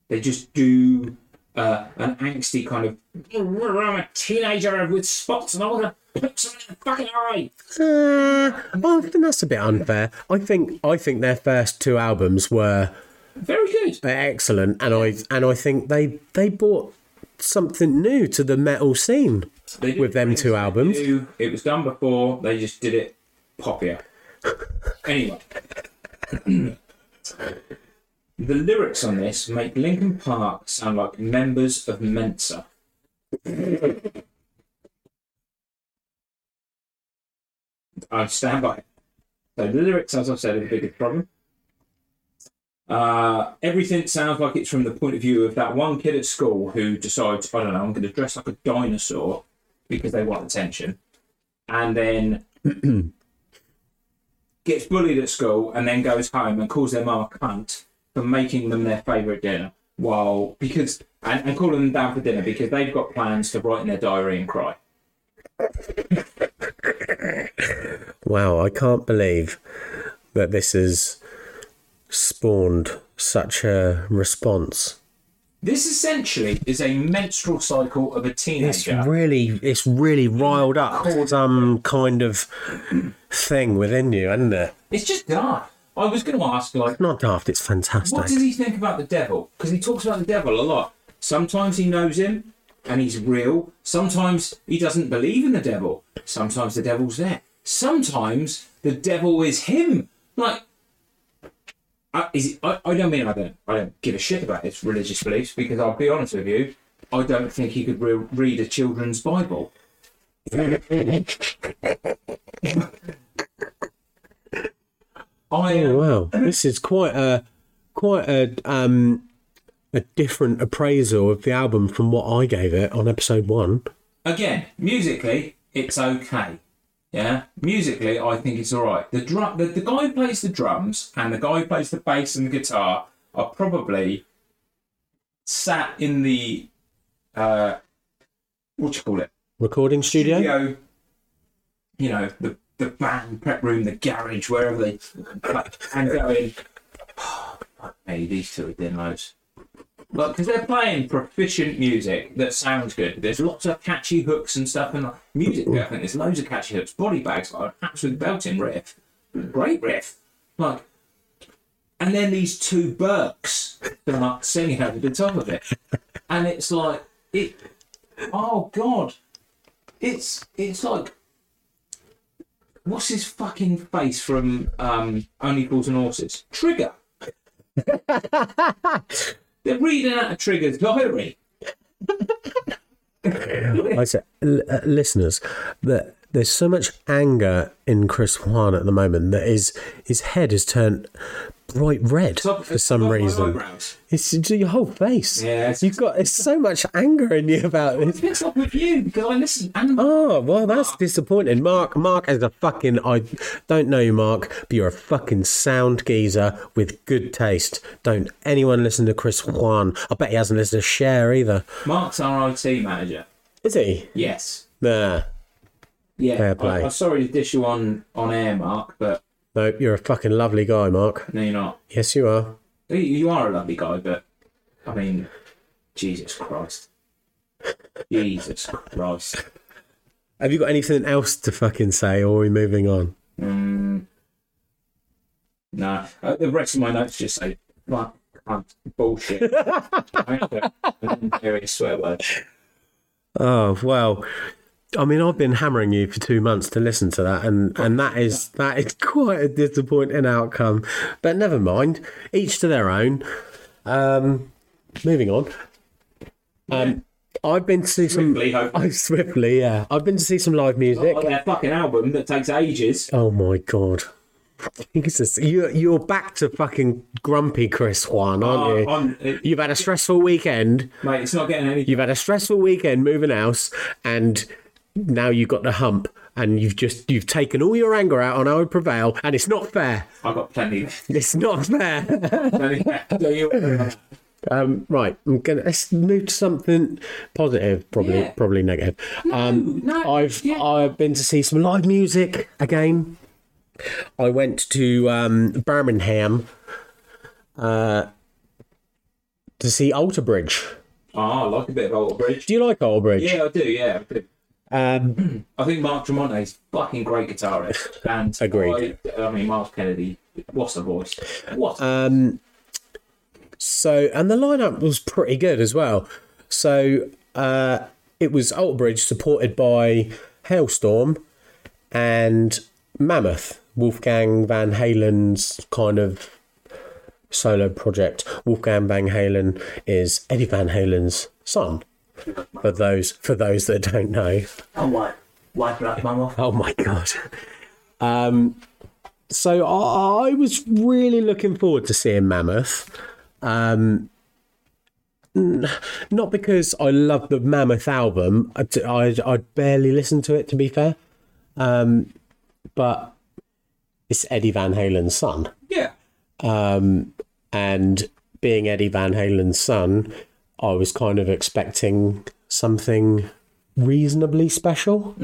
They just do uh, an angsty kind of. I'm a teenager with spots and I want to put someone in the fucking eye.
Uh, I think that's a bit unfair. I think I think their first two albums were
Very good.
excellent, and I and I think they they brought something new to the metal scene
They did
with them
things
two
they
albums.
knew It was done before. They just did it
*laughs*
poppier. anyway, *clears throat* the lyrics on this make Linkin Park sound like members of Mensa. I stand by it. So the lyrics, as I've said, are the biggest problem. Uh, everything sounds like it's from the point of view of that one kid at school who decides, I don't know, I'm going to dress like a dinosaur because they want attention, and then *clears throat* gets bullied at school, and then goes home and calls their mum a cunt for making them their favourite dinner. While because and, and calling them down for dinner because they've got plans to write in their diary and cry.
Wow, I can't believe that this has spawned such a response.
This essentially is a menstrual cycle of a
It's
teenager.
really, it's really riled up some kind of thing within you, isn't it?
It's just daft. I was going to ask, like,
Not daft. It's
What does
fantastic.
he think about the devil? Because he talks about the devil a lot. Sometimes he knows him and he's real. Sometimes he doesn't believe in the devil. Sometimes the devil's there. Sometimes the devil is him. Like, I, is, I, I don't mean I don't, I don't give a shit about his religious beliefs because I'll be honest with you, I don't think he could re- read a children's Bible. I am
Oh, Wow, this is quite a quite a um a different appraisal of the album from what I gave it on episode one.
again, musically, it's okay. Yeah, musically, I think it's all right. The drum, the, the guy who plays the drums and the guy who plays the bass and the guitar are probably sat in the uh, what you call it
Recording studio.
studio. You know the the band prep room, the garage, wherever they and going. *sighs* Oh, hey, these two are dinnos. Like, because they're playing proficient music that sounds good. There's lots of catchy hooks and stuff, and like, music. I think there's loads of catchy hooks. Body bags are an absolute belting riff. Great riff. Like, and then these two Burks that are like singing over the top of it, and it's like it. Oh God, it's it's like what's his fucking face from um, Only Fools and Horses?
*laughs*
Trigger. They're reading out of Trigger's diary.
I said, l- uh, listeners, that there's so much anger in Chris Juan at the moment that his his head has turned bright red
Top-
for some
top my
reason.
eyebrows.
It's it's your whole face.
Yeah, it's-
you've got there's so much anger in you about this.
It's up with you because I listen and
Oh well, that's disappointing. Mark, Mark is a fucking I don't know you, Mark, but you're a fucking sound geezer with good taste. Don't anyone listen to Chris Juan. I bet he hasn't listened to Cher either.
Mark's our IT manager.
Is he?
Yes.
Nah.
Yeah.
Fair play.
I, am sorry to dish you on on air, Mark, but
Nope, you're a fucking lovely guy, Mark.
no, you're not.
Yes, you are.
You- You are a lovely guy, but I mean, Jesus Christ. Jesus Christ.
Have you got anything else to fucking say, or are we moving on?
Mm, no, uh, the rest of my notes just say "fuck, cunt, bullshit." Very swear word.
Oh well, I mean, I've been hammering you for two months to listen to that, and and that is that is *laughs* quite a disappointing outcome. But never mind, each to their own. Um, moving on. Um, I've been to see some.
Quickly, hopefully. Oh,
Oh, swiftly, yeah. I've been to see some live music.
Like their fucking album that takes ages.
Oh my god. *laughs* Jesus, you're you're back to fucking grumpy Chris Juan, aren't
Oh,
you?
I'm- it-
You've had a stressful weekend.
mate, it's not getting any.
You've had a stressful weekend moving house, and now you've got the hump, and you've just you've taken all your anger out on our prevail, and it's not fair.
I've got plenty.
*laughs*
It's not fair. *laughs*
uh,
plenty- don't you-
Um, right, I'm gonna let's move to something positive, probably
Yeah.
probably negative. um,
no,
I've
yeah.
I've been to see some live music again. I went to um, Birmingham uh, to see Alter Bridge.
Ah, I like a bit of Old Bridge.
Do you like Alter Bridge?
Yeah, I do. Yeah, I do.
Um,
I think Mark Tremonte's fucking great guitarist. And
Agreed.
I, I mean, Mark Kennedy. What's a voice? What? a
Um, so, and the lineup was pretty good as well. So, uh, it was Altbridge supported by Hailstorm and Mammoth, Wolfgang Van Halen's kind of solo project. Wolfgang Van Halen is Eddie Van Halen's son. For those for those that don't know,
oh, white, white black mum off.
*laughs* Oh my god. Um, so I, I was really looking forward to seeing Mammoth. Um, n- not because I love the Mammoth album. I, d- I, I barely listened to it, to be fair. Um, but it's Eddie Van Halen's son.
Yeah.
Um, and being Eddie Van Halen's son, I was kind of expecting something reasonably special.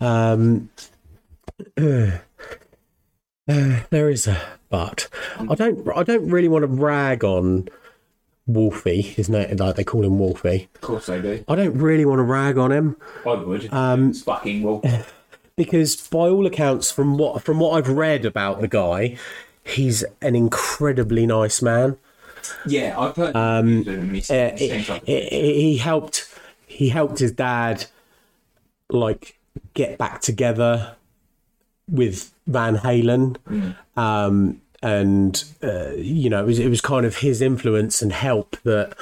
Um, *clears throat* uh, there is a but. I don't. I don't really want to rag on Wolfie, isn't it? Like they call him Wolfie.
Of course they do.
I don't really want to rag on him
I would. Um, it's fucking well.
because by all accounts from what from what I've read about the guy, he's an incredibly nice man.
Yeah, I've heard. Um, he seems
Uh,
like a-
he, he- he helped he helped his dad like get back together with Van Halen um and uh, you know it was it was kind of his influence and help that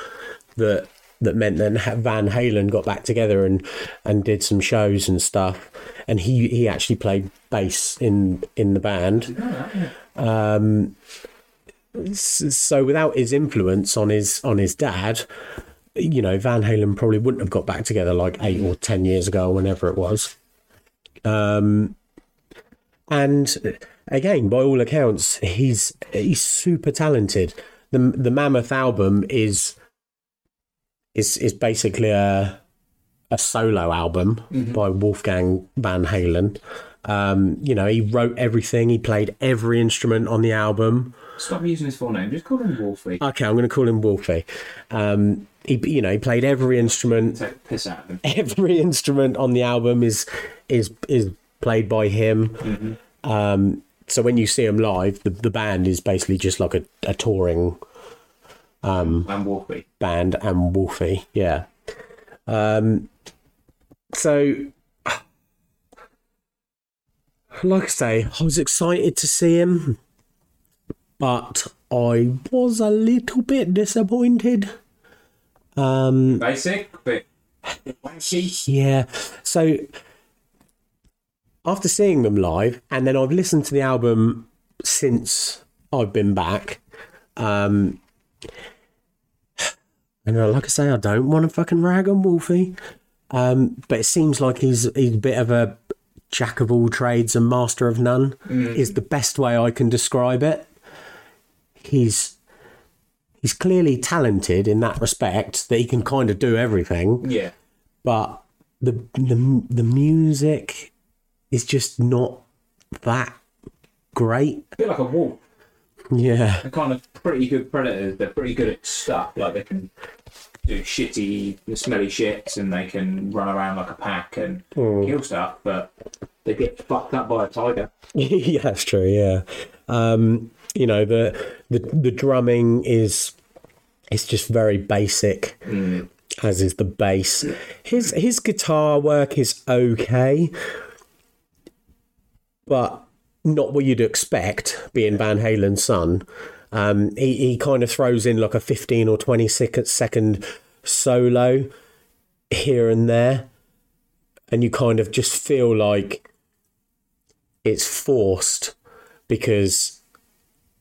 that that meant that Van Halen got back together and and did some shows and stuff and he he actually played bass in in the band Um, s- so without his influence on his on his dad you know van halen probably wouldn't have got back together like eight or ten years ago or whenever it was um and again by all accounts he's he's super talented the the mammoth album is is is basically a a solo album by wolfgang van halen um you know he wrote everything he played every instrument on the album
Stop using his full name. Just call him Wolfie.
Okay, I'm going to call him Wolfie. Um, he, you know, he played every instrument.
Take the piss out of him.
Every instrument on the album is is is played by him. Um, so when you see him live, the, the band is basically just like a, a touring
I'm Wolfie.
band and Wolfie. Yeah. Um, so, like I say, I was excited to see him, but I was a little bit disappointed. Um,
Basic, but wanky.
yeah. So after seeing them live, and then I've listened to the album since I've been back. Um, and uh, like I say, I don't want to fucking rag on Wolfie, um, but it seems like he's he's a bit of a jack of all trades and master of none. Is the best way I can describe it. He's he's clearly talented in that respect that he can kind of do everything
Yeah.
but the the the music is just not that great.
A bit like a wolf.
Yeah,
They're kind of pretty good predators. They're pretty good at stuff. Like they can do shitty, smelly shits, and they can run around like a pack and
Mm.
kill stuff. But they get fucked up by a tiger.
*laughs* yeah, that's true. Yeah, um, you know the the the drumming is it's just very basic. As is the bass. His his guitar work is okay, but not what you'd expect being Van Halen's son. Um, he, he kind of throws in like a 15 or 20 sec- second solo here and there, and you kind of just feel like it's forced because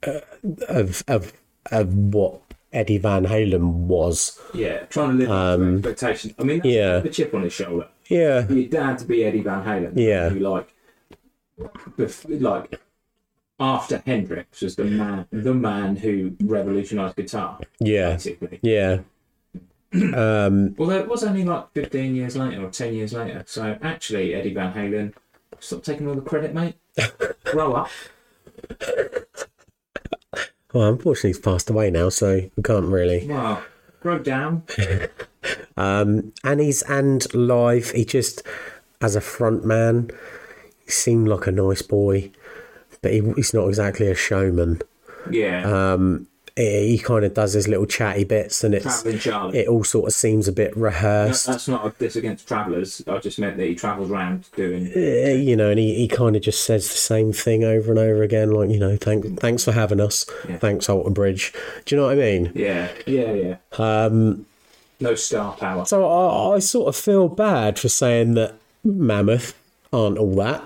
uh, of, of, of what Eddie Van Halen was.
Yeah, trying to live up to expectation. I mean, that's
Um, yeah.
the chip on his shoulder.
Yeah.
Your dad to be Eddie Van Halen.
Yeah.
You like, bef- like.
after Hendrix was the man, the man who revolutionised guitar,
Yeah.
basically.
Yeah.
Although it was only like 15 years later or 10 years later. So actually, Eddie Van Halen, stop taking all the credit, mate. Grow up.
Well, unfortunately, he's passed away now, so we can't really.
Well, grow down.
And he's and live. He just, as a front man, he seemed like a nice boy, but he, he's not exactly a showman. Uh, Um,
Yeah.
He, he kind of does his little chatty bits, and it's
Travelling Charlie.
it all sort of seems a bit rehearsed.
That's not a diss against travellers. I just meant that he travelled round doing.
*laughs* Uh, you know, and he, he kind of just says the same thing over and over again, like, you know, thank, thanks for having us. Thanks, Alter Bridge. Do you know what I mean?
Yeah, yeah, yeah. Um, no star power.
So I, I sort of feel bad for saying that Mammoth aren't all that.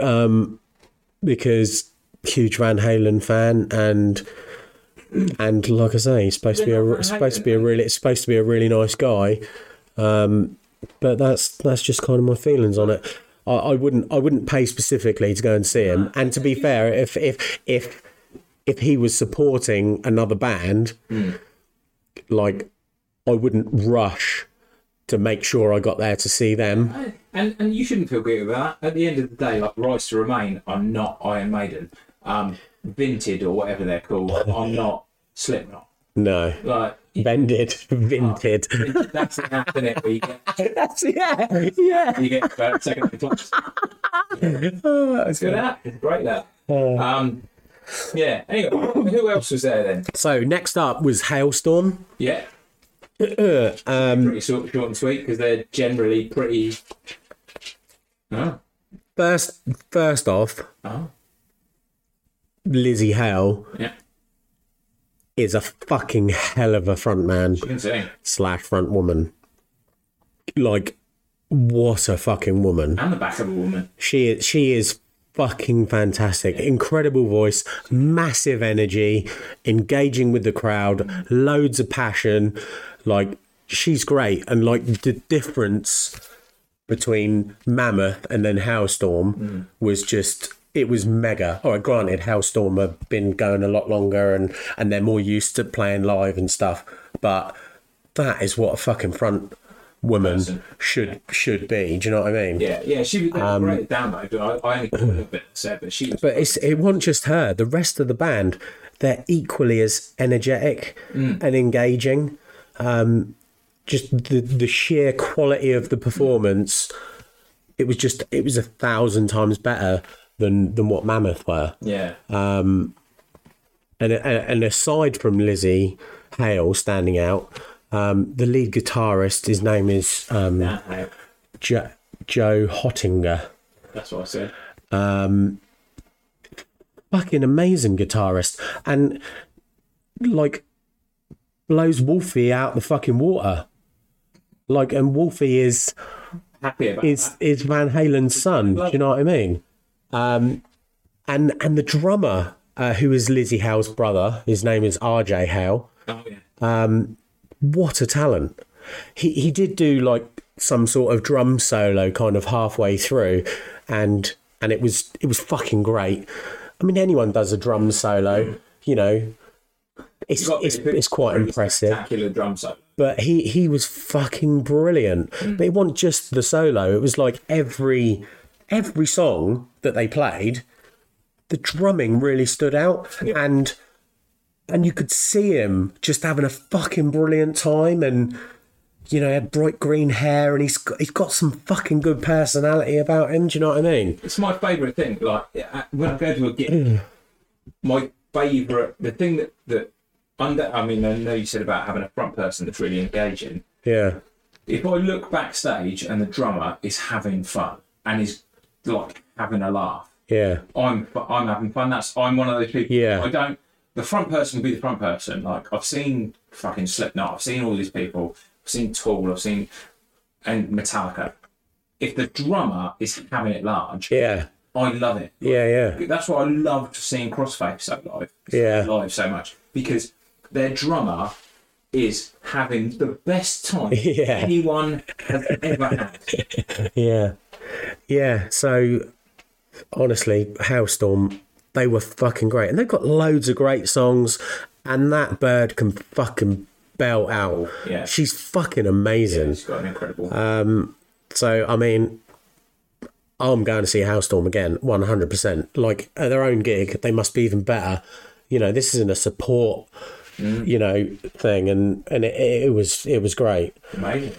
Um, because huge Van Halen fan and and like I say, he's supposed to be a
They're not Van
supposed to be a
Halen.
really it's supposed to be a really nice guy. Um, but that's that's just kind of my feelings on it. I, I wouldn't I wouldn't pay specifically to go and see him. And to be fair, if if if if he was supporting another band,
Hmm.
like I wouldn't rush to make sure I got there to see them.
And and you shouldn't feel guilty about that. At the end of the day, like Rise to Remain, I'm not Iron Maiden, um, Vinted or whatever they're called. I'm not Slipknot.
No,
Like
*laughs* bended, vinted.
that's the app in it where you get
That's yeah, yeah.
you get uh, second class.
Oh, that's
Good
good.
app, great app.
Uh.
Um, yeah. Anyway, who else was there then?
So next up was Hailstorm.
Yeah. pretty short, short and sweet because they're generally pretty. Oh,
First, first off,
oh,
Lizzie Hale
yeah.
is a fucking hell of a frontman
You can see.
slash front woman. Like, what a fucking woman.
And the back of a woman.
She is she is fucking fantastic. Incredible voice, massive energy, engaging with the crowd, loads of passion. Like she's great, and like the difference between Mammoth and then Howlstorm was just it was mega. All right, granted, Howlstorm have been going a lot longer, and and they're more used to playing live and stuff, but. That is what a fucking front woman
Person.
should should be. Do you know what I mean?
Yeah, yeah. She was
Um,
great download. I, I only caught a little bit said, but she was.
*coughs* But it's it wasn't just her. The rest of the band, they're equally as energetic and engaging. Um, just the the sheer quality of the performance, it was just it was a thousand times better than than what Mammoth were.
yeah,
And and and aside from Lizzie Hale standing out, um, the lead guitarist, his name is um,
that hale.
jo- Joe Hottinger.
That's what I said.
fucking amazing guitarist and like blows Wolfie out the fucking water. Like and Wolfie is
Happy about
is is Van Halen's son. Do you know what I mean? Um and and the drummer, uh, who is Lizzie Howe's brother, his name is RJ Howe
that. Oh yeah.
what a talent. He he did do like some sort of drum solo kind of halfway through and and it was it was fucking great. I mean anyone does a drum solo, you know. It's
Got
it's,
pretty-
it's quite
pretty
impressive
Spectacular drum solo.
but he he was fucking brilliant. But it wasn't just the solo; it was like every every song that they played, the drumming really stood out, and and you could see him just having a fucking brilliant time, and you know, he had bright green hair, and he's got, he's got some fucking good personality about him. Do you know what I mean?
It's my favourite thing. Like uh, when I go to a gig,
Mm.
my favourite, the thing that that under. I mean, I know you said about having a front person that's really engaging.
Yeah,
if I look backstage and the drummer is having fun and is like having a laugh,
yeah,
I'm I'm having fun. That's I'm one of those people.
Yeah.
I don't. The front person will be the front person. Like I've seen fucking Slipknot. I've seen all these people. I've seen Tool. I've seen and Metallica. If the drummer is having it large,
yeah,
I love it.
yeah, yeah,
That's why I loved seeing Crossface so live.
Yeah.
Live so much because their drummer is having the best time
*laughs* Yeah.
anyone has ever had.
yeah, yeah. So honestly, Hailstorm They were fucking great. And they've got loads of great songs. And that bird can fucking belt out.
Yeah.
She's fucking amazing. Um,
It's got an incredible.
Uh, So I mean, I'm going to see Howlstorm again, 100. percent Like at their own gig, they must be even better. You know, this isn't a support, you know, thing, and and it, it was it was great.
amazing.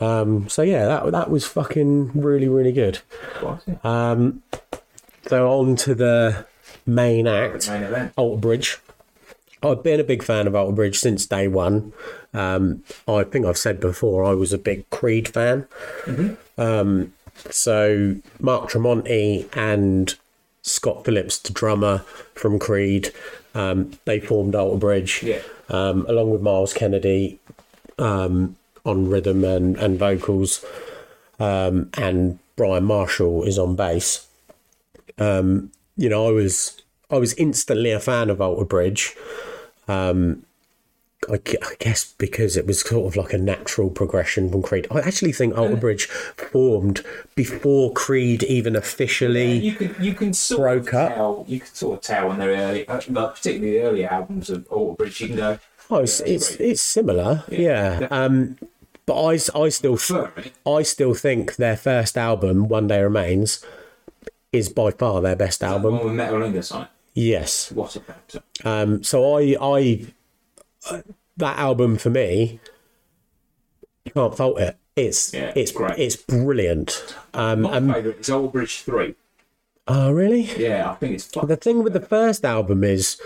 Um, so yeah, that that was fucking really really good.
What's it?
uh, So on to the main act.
Main event.
Alter Bridge. I've been a big fan of Alter Bridge since day one. Um, I think I've said before I was a big Creed fan. Um, so Mark Tremonti and Scott Phillips, the drummer from Creed, um, they formed Alter Bridge
Yeah.
um, along with Miles Kennedy um, on rhythm and, and vocals, um, and Brian Marshall is on bass Um, you know, I was I was instantly a fan of Alter Bridge. Um, I, gu- I guess because it was sort of like a natural progression from Creed. I actually think Alter Bridge formed before Creed even officially.
You can you can sort
Broke
of
up.
tell you can sort of tell on their early, uh, like particularly the early albums of Alter Bridge. You can go,
Oh, it's it's, it's similar, yeah. Um, but I, s- I still
Fair, right?
I still think their first album, One Day Remains, is by far their best
the
album.
one with Metalingus on it.
Yes.
What a factor.
Um, so I, I, uh, that album for me, you can't fault it. It's
Yeah,
it's
great.
it's brilliant. Um,
My favourite is Old Bridge Three.
oh really?
Yeah, I think it's fucking
The thing with the first album is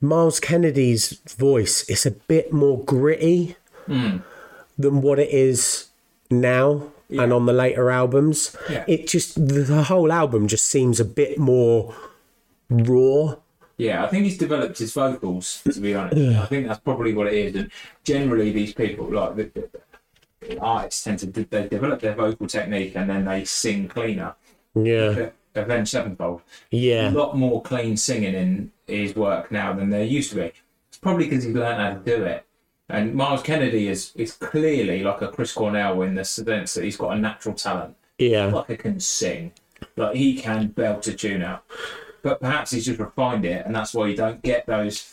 Miles Kennedy's voice. It's a bit more gritty
Hmm.
than what it is now. And on the later albums,
Yeah.
it just the, the whole album just seems a bit more raw.
Yeah, I think he's developed his vocals. To be honest, I think that's probably what it is. And generally, these people, like the, the- the artists, tend to de- they develop their vocal technique and then they sing cleaner.
Yeah,
But Avenged Sevenfold, a
yeah,
lot more clean singing in his work now than there used to be. It's probably because he's learned how to do it. And Miles Kennedy is is clearly like a Chris Cornell in the sense that he's got a natural talent.
yeah.
Like he can sing, like he can belt a tune out. But perhaps he's just refined it, and that's why you don't get those.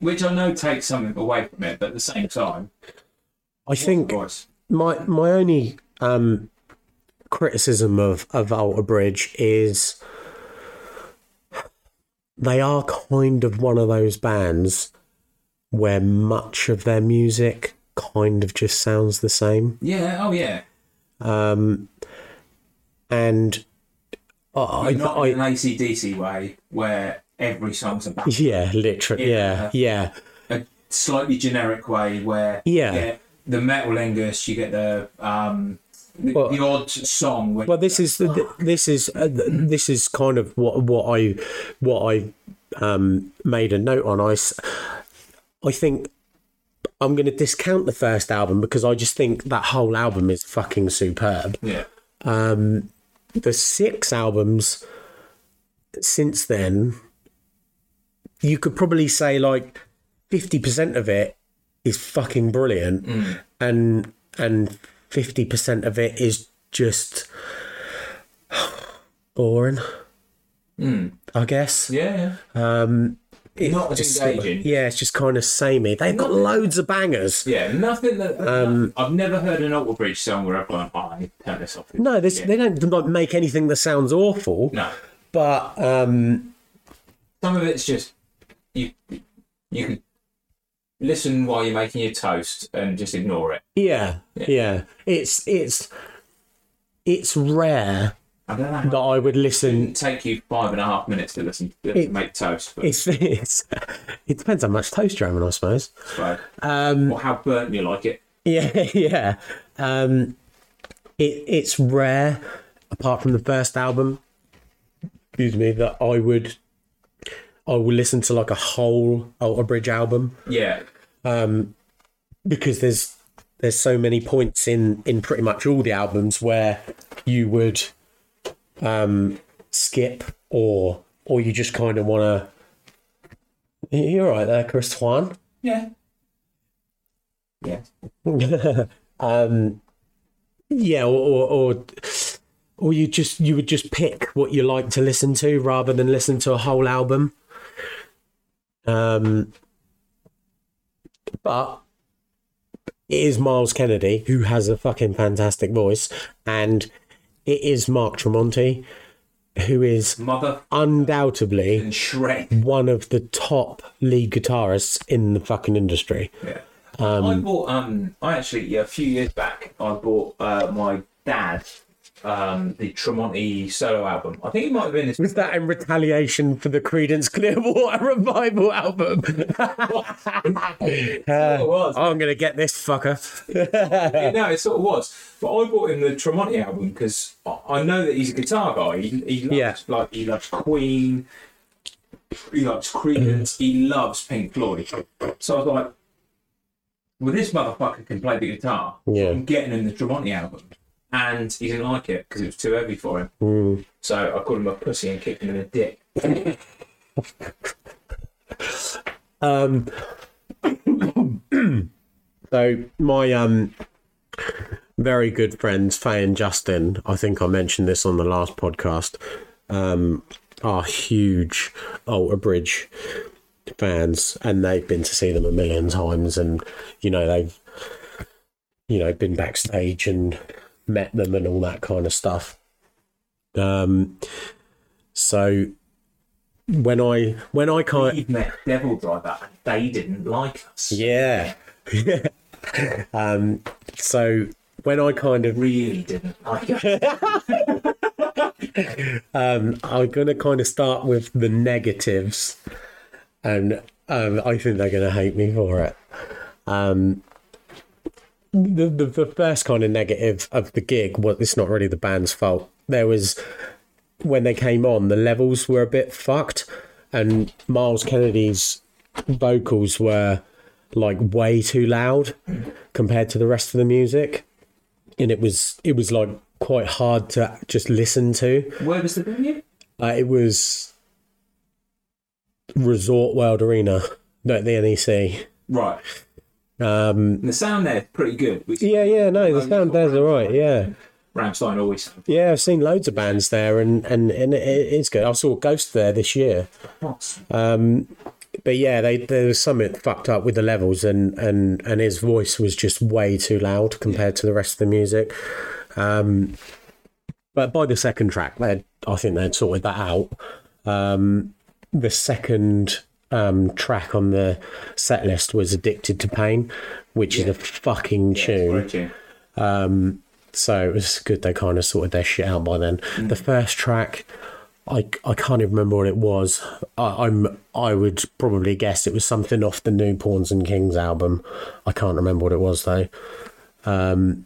Which I know takes something away from it, but at the same time,
I think
voice.
my my only um criticism of of Alter Bridge is they are kind of one of those bands where much of their music kind of just sounds the same Um,
Yeah, oh yeah.
and uh, I, I,
Not
I
in an ACDC way where every song's about
yeah literally yeah yeah
a slightly generic way where
Yeah.
you get the metal lingus, you get the um the, the odd song. Where,
Well, this is th- th- this is uh, th- this is kind of what what I what I um, made a note on. I s- I think I'm going to discount the first album because I just think that whole album is fucking superb.
yeah,
The six albums since then, you could probably say like fifty percent of it is fucking brilliant,
Mm.
and and fifty percent of it is just boring. I guess.
yeah, yeah. Um, Mm. not as engaging.
Yeah, it's just kind of samey. They've got loads of bangers.
Yeah, nothing that
Um,
I've never heard an Alter Bridge song where I've gone, oh, I turn this off.
No, this, they don't like, make anything that sounds awful.
no.
But um,
Some of it's just you. You can listen while you're making your toast and just ignore it.
yeah, yeah, it's it's it's rare
I don't know. how-
that I would listen. *laughs*
It take you five and a half minutes to listen to make toast, but
It's, it's it depends how much toast you're having, I suppose. *laughs*
it's fine.
um,
or how burnt you like it.
Yeah, yeah. Um, it it's rare, apart from the first album. Excuse me, that I would, I will listen to like a whole Alter Bridge album
Yeah,
because there's there's so many points in in pretty much all the albums where you would um, skip or or you just kind of want to. You're right there, Chris Twan.
yeah, yeah.
*laughs* um, yeah, or, or, or or you just you would just pick what you like to listen to rather than listen to a whole album. Um, but it is Miles Kennedy who has a fucking fantastic voice, and it is Mark Tremonti who is
Mother
undoubtedly
and Shrek.
one of the top lead guitarists in the fucking industry.
Yeah. I bought um I actually a few years back I bought uh, my dad um the Tremonti solo album. I think it might have *laughs* been his
Was that in retaliation for the Credence Clearwater *laughs* Revival album? *laughs*
it was.
I'm gonna get this fucker.
*laughs* no, it sort of was. But I bought him the Tremonti album because I I know that he's a guitar guy. He, he loves
Yeah.
like he loves Queen, he loves Creedence,
Mm-hmm.
he loves Pink Floyd. So I was like, well, this motherfucker can play the guitar.
Yeah.
I'm getting him the Tremonti album, and he didn't like it because it was too heavy for him.
Mm.
So I called him a pussy and kicked him in the dick.
Um, so my um very good friends Faye and Justin, I think I mentioned this on the last podcast, um, are huge Alter Bridge fans, and they've been to see them a million times, and you know they've you know been backstage and met them and all that kind of stuff. Um, so when I when I kind
He met Devil Driver, and they didn't like us.
yeah. *laughs* um, so when I kind of
Really didn't like us.
*laughs* I'm gonna kind of start with the negatives, and um, I think they're gonna hate me for it. Um, the, the the first kind of negative of the gig was it's not really the band's fault. There was when they came on, the levels were a bit fucked, and Miles Kennedy's vocals were like way too loud compared to the rest of the music, and it was it was like quite hard to just listen to.
Where was the venue?
Uh, it was Resort World Arena, no, the NEC.
Right.
Um,
And the sound there's pretty good. Which
yeah, yeah, no, the sound there's all right. Yeah,
Ramstein always sound.
yeah, I've seen loads of bands there, and and and it, it is good. I saw Ghost there this year, but yeah, they there was something fucked up with the levels, and and and his voice was just way too loud compared to the rest of the music. Um, but by the second track, they I think they'd sorted that out. Um, the second um, track on the set list was "Addicted to Pain," which is a fucking tune.
Great tune.
So it was good they kind of sorted their shit out by then. The first track, I, I can't even remember what it was. I, I'm I would probably guess it was something off the new Pawns and Kings album. I can't remember what it was though. Um,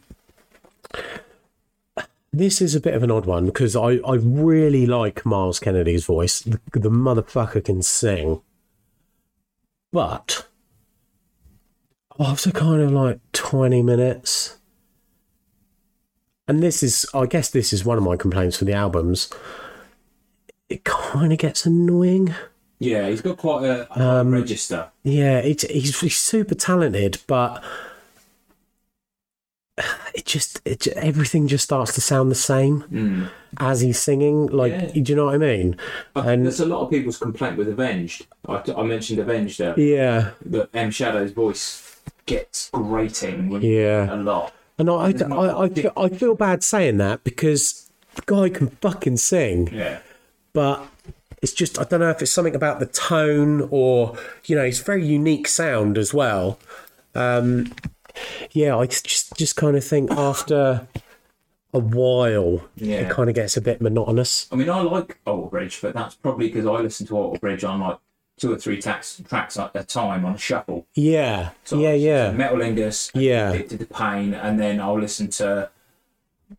this is a bit of an odd one because I, I really like Miles Kennedy's voice. The, the motherfucker can sing, but after kind of like twenty minutes and this is i guess this is one of my complaints for the albums it kind of gets annoying
Yeah, he's got quite a a
Um,
register.
yeah it, he's, he's super talented but *sighs* it just it, ju- everything just starts to sound the same as he's singing like
Yeah.
do you know what i mean
And there's a lot of people's complaint with Avenged. I, I mentioned Avenged there.
yeah
That M Shadow's voice gets grating when-
Yeah.
a lot.
and I, I, I, I, feel, I feel bad saying that because the guy can fucking sing
Yeah.
but it's just I don't know if it's something about the tone or you know it's very unique sound as well. Um, yeah, I just just kind of think after a while
Yeah.
it kind of gets a bit monotonous.
I mean, I like Old Bridge, but that's probably because I listen to Old Bridge on like two or three tax, tracks at a time on shuffle.
Yeah,
So
yeah,
it's
yeah,
Metalingus,
Yeah.
Addicted to Pain, and then I'll listen to,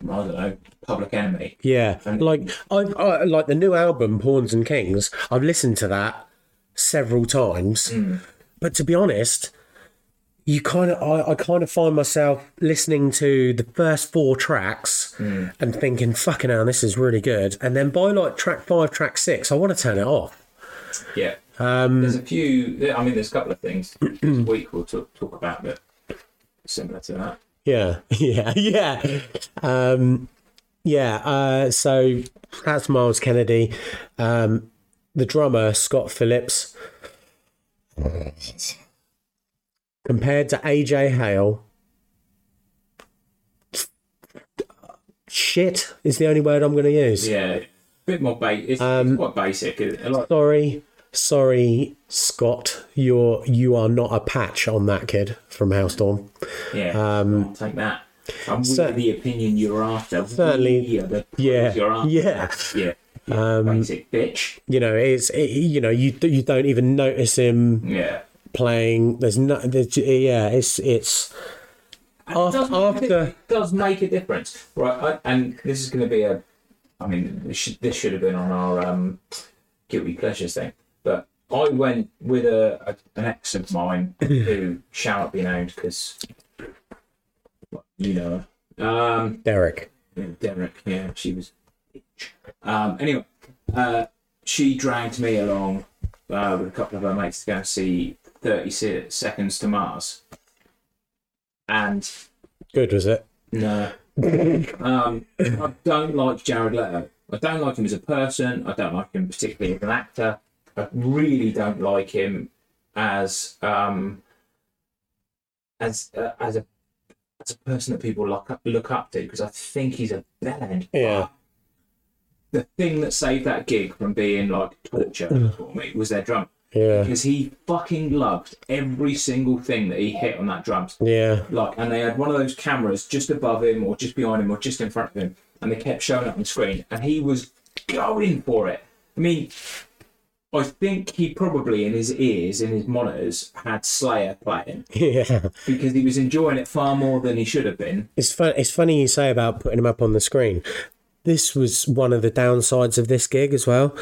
I don't know, Public Enemy.
yeah. Like I, I like the new album Pawns and Kings. I've listened to that several times, but to be honest. You kind of, I, I kind of find myself listening to the first four tracks and thinking, fucking hell, this is really good. And then by like track five, track six, I want to turn it off.
Yeah. Um, there's a few. I mean, there's a couple of things
*clears throat*
this week we'll talk, talk about
*laughs*
that are similar to that.
Yeah, yeah, yeah. Um, Yeah, uh, so that's Miles Kennedy. Um, the drummer, Scott Phillips, compared to AJ Hale, shit is the only word I'm going to use.
Yeah, bit more basic. It's,
Um,
it's quite basic. It- I like-
Sorry, sorry, Scott, you're you are not a patch on that kid from Hailstorm.
yeah, I'll take that. I'm
um, cer-
with the opinion you're after.
Certainly-
We are the praise you're
Yeah, Um,
after.
yeah.
yeah. basic bitch.
You know, it's it, you know you you don't even notice him
Yeah.
playing. There's no, there's, yeah, it's it's
It does
after,
make a-
after
it does make a difference, right? I, and this is going to be a, I mean, this should, this should have been on our um, guilty pleasures thing, but I went with a, a an ex of
*coughs*
mine who shall not be named because you know, her. um,
Derek.
Derek. Yeah, she was. a bitch. Um, anyway, uh, she dragged me along uh, with a couple of her mates to go and see Thirty Se- Seconds to Mars, and.
Good was it?
No. um, I don't like Jared Leto. I don't like him as a person. I don't like him particularly as an actor. I really don't like him as um, as uh, as a as a person that people look up, look up to because I think he's a bellend.
Yeah.
The thing that saved that gig from being like torture for me was their drum
Yeah,
because he fucking loved every single thing that he hit on that drums
yeah, *laughs*
like and they had one of those cameras just above him or just behind him or just in front of him and they kept showing up on the screen and he was going for it i mean i think he probably in his ears in his monitors had slayer playing
yeah.
because he was enjoying it far more than he should have been
It's fun. It's funny you say about putting him up on the screen. This was one of the downsides of this gig as well.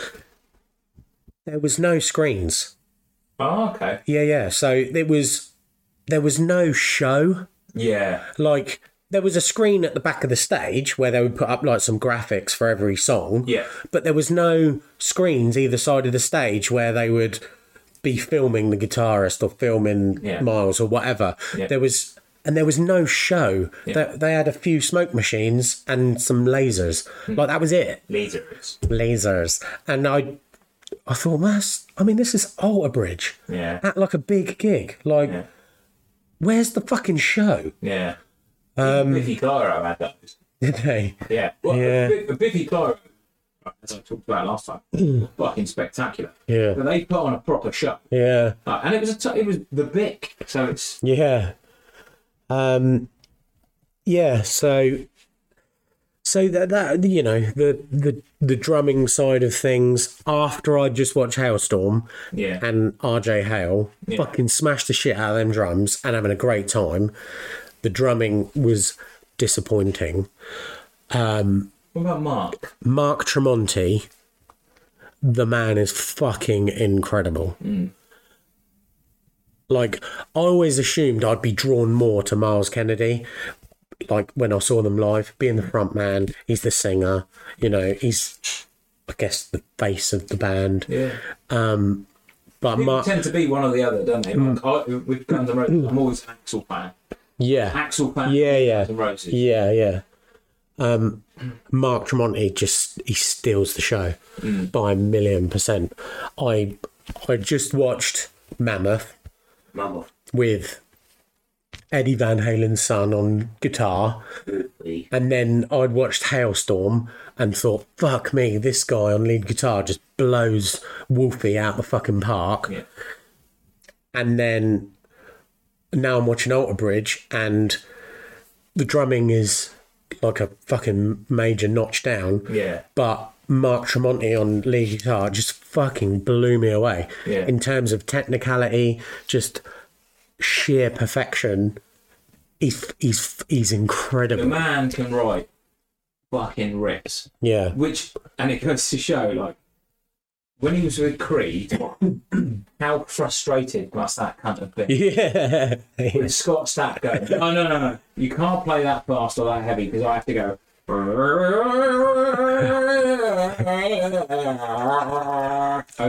There was no screens.
oh okay
Yeah, yeah. So it was. There was no show.
yeah
Like there was a screen at the back of the stage where they would put up like some graphics for every song.
yeah
But there was no screens either side of the stage where they would be filming the guitarist or filming
Yeah.
Miles or whatever.
Yeah.
There was and there was no show. They, they had a few smoke machines and some lasers.
Hmm.
Like that was it.
lasers
Lasers. And I I thought, "Well, that's I mean, this is Alter Bridge.
yeah
At like a big gig. Like
Yeah.
where's the fucking show? *laughs*
yeah um biffy clyro had those
Did they?
yeah well,
Yeah.
Biff- biffy clyro as i talked about last time was fucking spectacular
Yeah.
but they put on a proper show
Yeah.
Uh, and it was a t- it was the Bic, so it's
Yeah. Um yeah, so so that that you know, the the the drumming side of things after I just watched Hailstorm
yeah,
and RJ Hale fucking smashed the shit out of them drums and having a great time. The drumming was disappointing.
What about Mark?
Mark Tremonti, the man is fucking incredible. Like, I always assumed I'd be drawn more to Miles Kennedy. Like, when I saw them live, being the front man, he's the singer, you know, he's, I guess, the face of the band.
Yeah,
But
people
Mark, Mm.
tend to be one or the other, don't they? Mark, I, with Guns N' Roses, I'm always an Axel fan.
yeah,
Axel fan.
yeah, yeah,
Guns N' Roses.
yeah, yeah. Um, Mark Tremonti just, he steals the show by a million percent. I, I just watched Mammoth.
Mama.
with Eddie Van Halen's son on guitar.
Lee.
And then I'd watched Hailstorm and thought, fuck me, this guy on lead guitar just blows Wolfie out the fucking park.
Yeah.
And then now I'm watching Alter Bridge and the drumming is like a fucking major notch down.
Yeah.
But Mark Tremonti on lead guitar just fucking blew me away
Yeah.
in terms of technicality, just sheer perfection. He's he's he's
The
incredible.
man can write fucking rips,
yeah, *laughs*
which and it goes to show like when he was with Creed, how frustrated must that cunt have been? *laughs*
yeah,
with Scott Stapp going, no, no, no, no, you can't play that fast or that heavy because I have to go. Over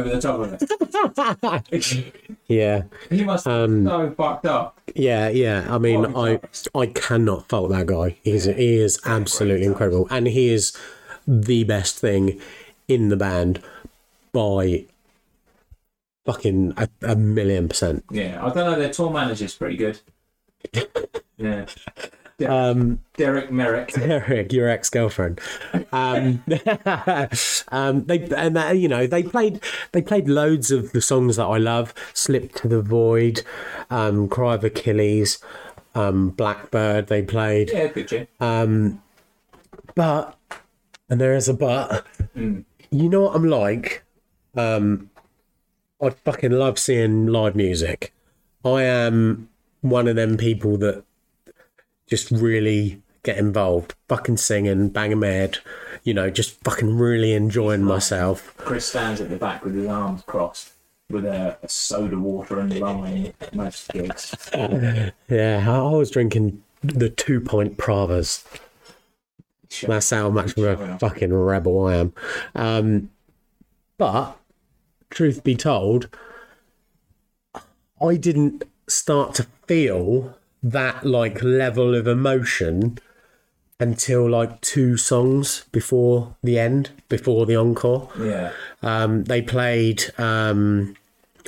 the top of it.
yeah.
he must have been so fucked up.
Yeah, yeah. I mean,
Oh,
I
he's
I cannot fault that guy. He's he is absolutely incredible, and he is the best thing in the band by fucking a, a million percent. *laughs*
Yeah, I don't know. Their tour manager's pretty good. yeah. De- Derek Merrick.
Eric, your ex girlfriend. Um, *laughs* um, they and that, you know they played they played loads of the songs that I love: "Slip to the Void," um, "Cry of Achilles," um, "Blackbird." They played.
Yeah, good tune.
but and there is a but you know what i'm like um i fucking love seeing live music i am one of them people that just really get involved fucking singing banging my head you know just fucking really enjoying myself
Chris stands at the back with his arms crossed, with a, a soda water and lime. at Most gigs.
yeah i I was drinking the two pint pravas
Sure.
That's how much of a
enough.
fucking rebel I am. Um, but truth be told, I didn't start to feel that like level of emotion until like two songs before the end, before the encore.
Yeah,
Um, they played um,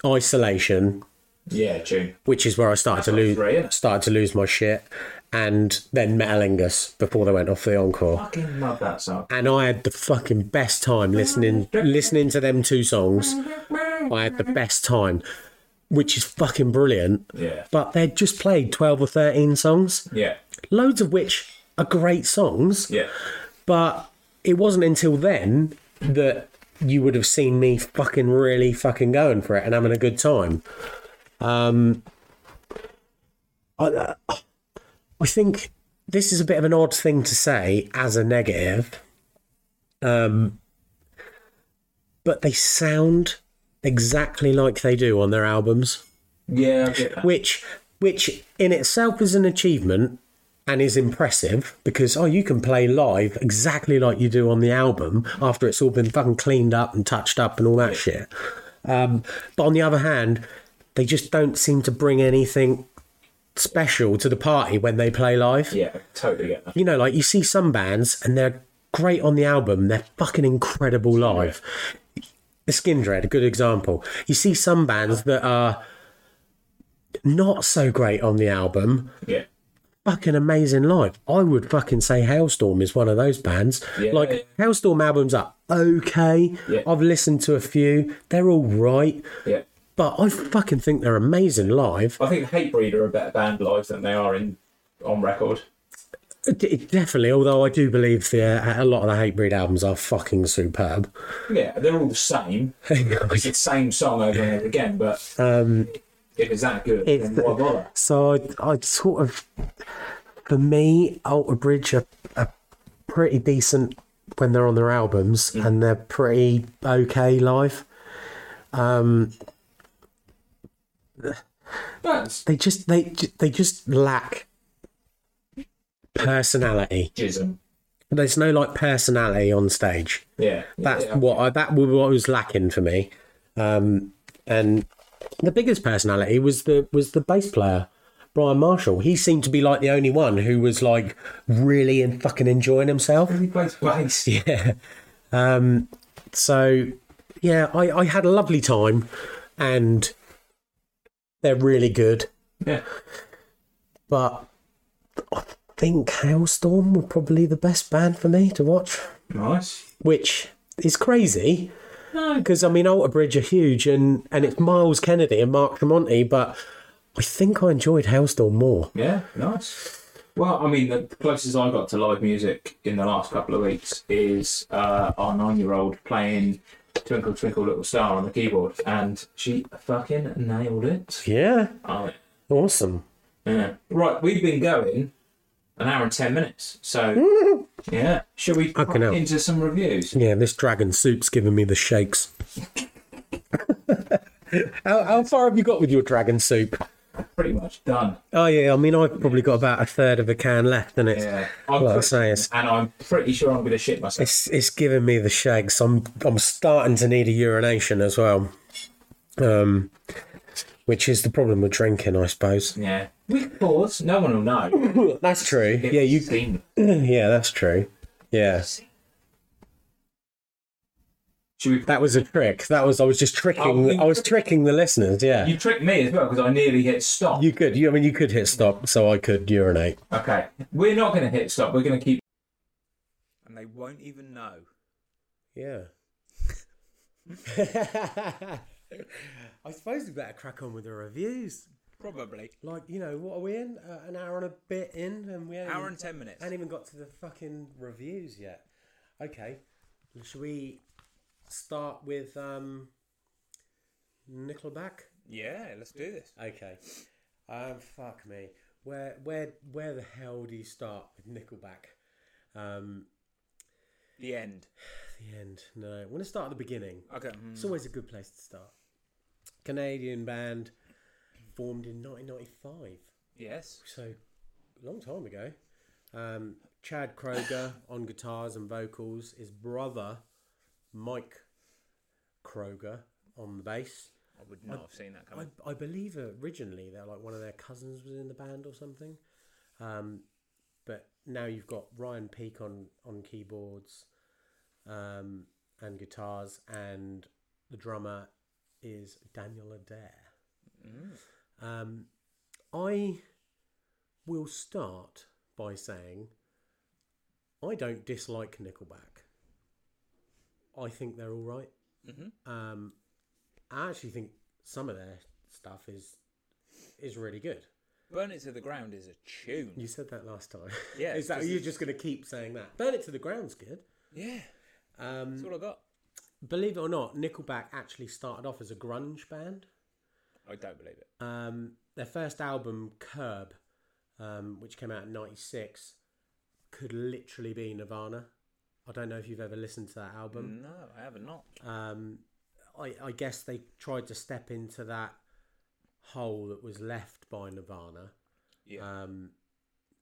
Isolation,
yeah, tune.
which is where I started to
That's
lose
three, innit?
started to lose my shit, and then Metalingus before they went off the encore
Fucking love that song.
and I had the fucking best time listening listening to them two songs. I had the best time, which is fucking brilliant.
Yeah,
But they'd just played twelve or thirteen songs,
yeah,
loads of which are great songs.
yeah.
But it wasn't until then that you would have seen me fucking really fucking going for it and having a good time. Um, I, I think this is a bit of an odd thing to say as a negative. Um, but they sound exactly like they do on their albums
Yeah, I get that.
*laughs* which which in itself is an achievement and is impressive because oh you can play live exactly like you do on the album after it's all been fucking cleaned up and touched up and all that shit um, but on the other hand they just don't seem to bring anything special to the party when they play live
Yeah, I totally get that.
you know, like you see some bands and they're great on the album, they're fucking incredible live. The Skin Dread, a good example. You see some bands that are not so great on the album,
Yeah,
fucking amazing live. I would fucking say Hailstorm is one of those bands.
Yeah.
Like Hailstorm albums are okay.
Yeah.
I've listened to a few. They're all right,
yeah.
but I fucking think they're amazing live.
I think Hatebreed are a better band live than they are in on record.
D- Definitely, although I do believe the, uh, a lot of the Hatebreed albums are fucking superb.
Yeah, they're all the
*laughs*
same. It's the same song over and over again, but if it's that good,
Um, it's
then
the-
why bother?
So I, I sort of, for me, Alter Bridge are, are pretty decent when they're on their albums, and they're pretty okay live.
That's *laughs*
They just they ju- they just lack personality.
jism.
There's no like personality on stage.
Yeah,
That's
yeah,
what I, that was what was lacking for me. Um, and the biggest personality was the was the bass player, Brian Marshall. He seemed to be like the only one who was like really and fucking enjoying himself.
He plays bass.
*laughs* Um, So yeah, I, I had a lovely time, and they're really good.
Yeah.
But I think Hailstorm were probably the best band for me to watch,
Nice.
which is crazy because I mean, Alter Bridge are huge, and and it's Miles Kennedy and Mark Tremonti, but I think I enjoyed Hailstorm more.
Yeah, nice. Well, I mean, the closest I got to live music in the last couple of weeks is uh, our nine-year-old playing "Twinkle Twinkle Little Star" on the keyboard, and she fucking nailed it.
Yeah,
Oh,
awesome.
yeah. Right, we've been going an hour and ten minutes, so *laughs* yeah. Shall we crack
hell.
into some reviews?
Yeah, this dragon soup's giving me the shakes. *laughs* how, how far have you got with your dragon soup?
Pretty much done.
Oh yeah, I mean, I've probably got about a third of a can left, and it's
Yeah, I'm
Well, I
pretty-
say it's-
and I'm pretty sure I'm going to shit myself.
it's it's giving me the shakes. I'm I'm starting to need a urination as well. Um, which is the problem with drinking, I suppose.
Yeah. We can pause. No one will know.
*laughs* That's true. *laughs* Yeah, you. *clears throat*
Seen.
Yeah, that's true. Yeah,
Should we?
that was a trick. That was I was just
Oh,
tricking.
you-
I was tricking the listeners. Yeah,
You tricked me as well because I nearly hit stop.
you could. You, I mean, you could hit stop, so I could urinate.
Okay. We're not going to hit stop. We're going to keep. And they won't even know.
*laughs* Yeah. I suppose we better crack on with the reviews.
Probably.
Like, you know, what are we in? Uh, an hour and a bit in, and we haven't,
Hour and 10 minutes.
haven't even got to the fucking reviews yet. Okay, should we start with um, Nickelback?
Yeah, let's do this.
Okay. Um, fuck me. Where where where the hell do you start with Nickelback? Um,
The end.
the end. No, I want to start at the beginning.
Okay.
mm,
It's always a good place to start. Canadian band formed in 1995,
Yes.
so a long time ago. Um, Chad Kroger on guitars and vocals, his brother Mike Kroger on the bass.
I would not have seen that
I, I believe originally they're like one of their cousins was in the band or something, um, but now you've got Ryan Peak on on keyboards, um, and guitars, and the drummer is Daniel Adair. Um, I will start by saying I don't dislike Nickelback. I think they're all right. Um, I actually think some of their stuff is is really good.
Burn It to the Ground is a tune.
You said that last *laughs* time.
Yeah,
is that
because
you're just going to keep saying that? Burn it to the ground's good.
Yeah,
Um,
that's all I got.
believe it or not, Nickelback actually started off as a grunge band.
I don't believe it.
Um, their first album, Curb, um, which came out in '96, could literally be Nirvana. I don't know if you've ever listened to that album.
No, I have not.
um, I, I guess they tried to step into that hole that was left by Nirvana.
Yeah.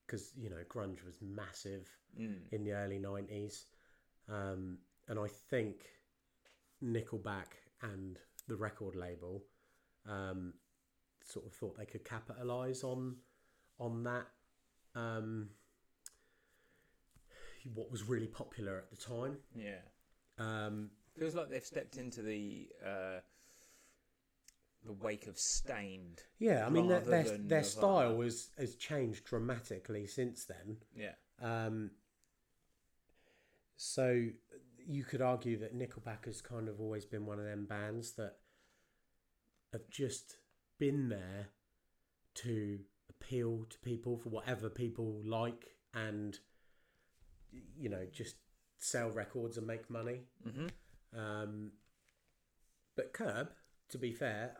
Because, you know, grunge was massive in the early 90s. Um, and I think Nickelback and the record label um, sort of thought they could capitalize on on that. Um, what was really popular at the time.
Yeah.
Um,
Feels like they've stepped into the uh, the wake of Stained.
Yeah, I mean their
rather
their,
than
their
Nirvana.
style has has changed dramatically since then.
Yeah.
Um, so you could argue that Nickelback has kind of always been one of them bands that have just been there to appeal to people for whatever people like and you know just sell records and make money. Um, but Curb, to be fair,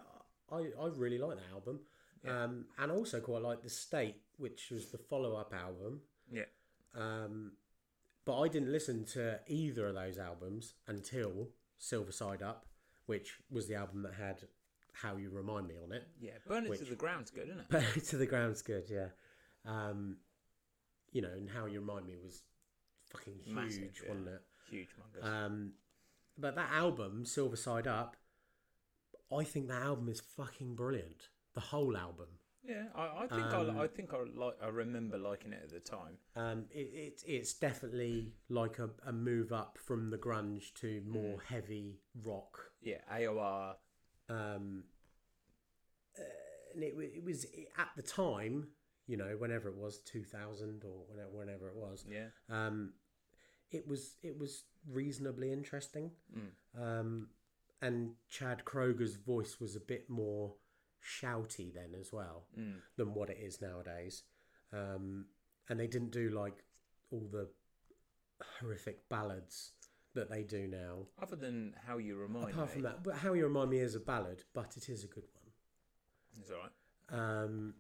I, I really like that album. Um, and I also quite like The State, which was the follow up album.
Yeah.
Um, but I didn't listen to either of those albums until Silver Side Up, which was the album that had How You Remind Me on it. *laughs*
Yeah. Burn It to
Which-
the Ground's good, isn't it?
But to the ground's good, yeah. Um, you know, and How You Remind Me was fucking huge,
Massive, yeah.
wasn't it?
Huge mongers.
Um, but that album, Silver Side Up, I think that album is fucking brilliant. The whole album.
yeah. I, I think I, I think I like. I remember liking it at the time.
Um, it, it, it's definitely like a, a move up from the grunge to more heavy rock.
Yeah. AOR.
Um, uh, and it, wa- it was at the time, you know, whenever it was, 2000 or whenever, whenever it was,
Yeah.
um, it was it was reasonably interesting. Um, and Chad Kroger's voice was a bit more shouty then as well than what it is nowadays. Um, and they didn't do like all the horrific ballads that they do now.
Other than how you remind
Apart
me,
from that, but How You Remind Me is a ballad, but it is a good one.
it's all right.
Um,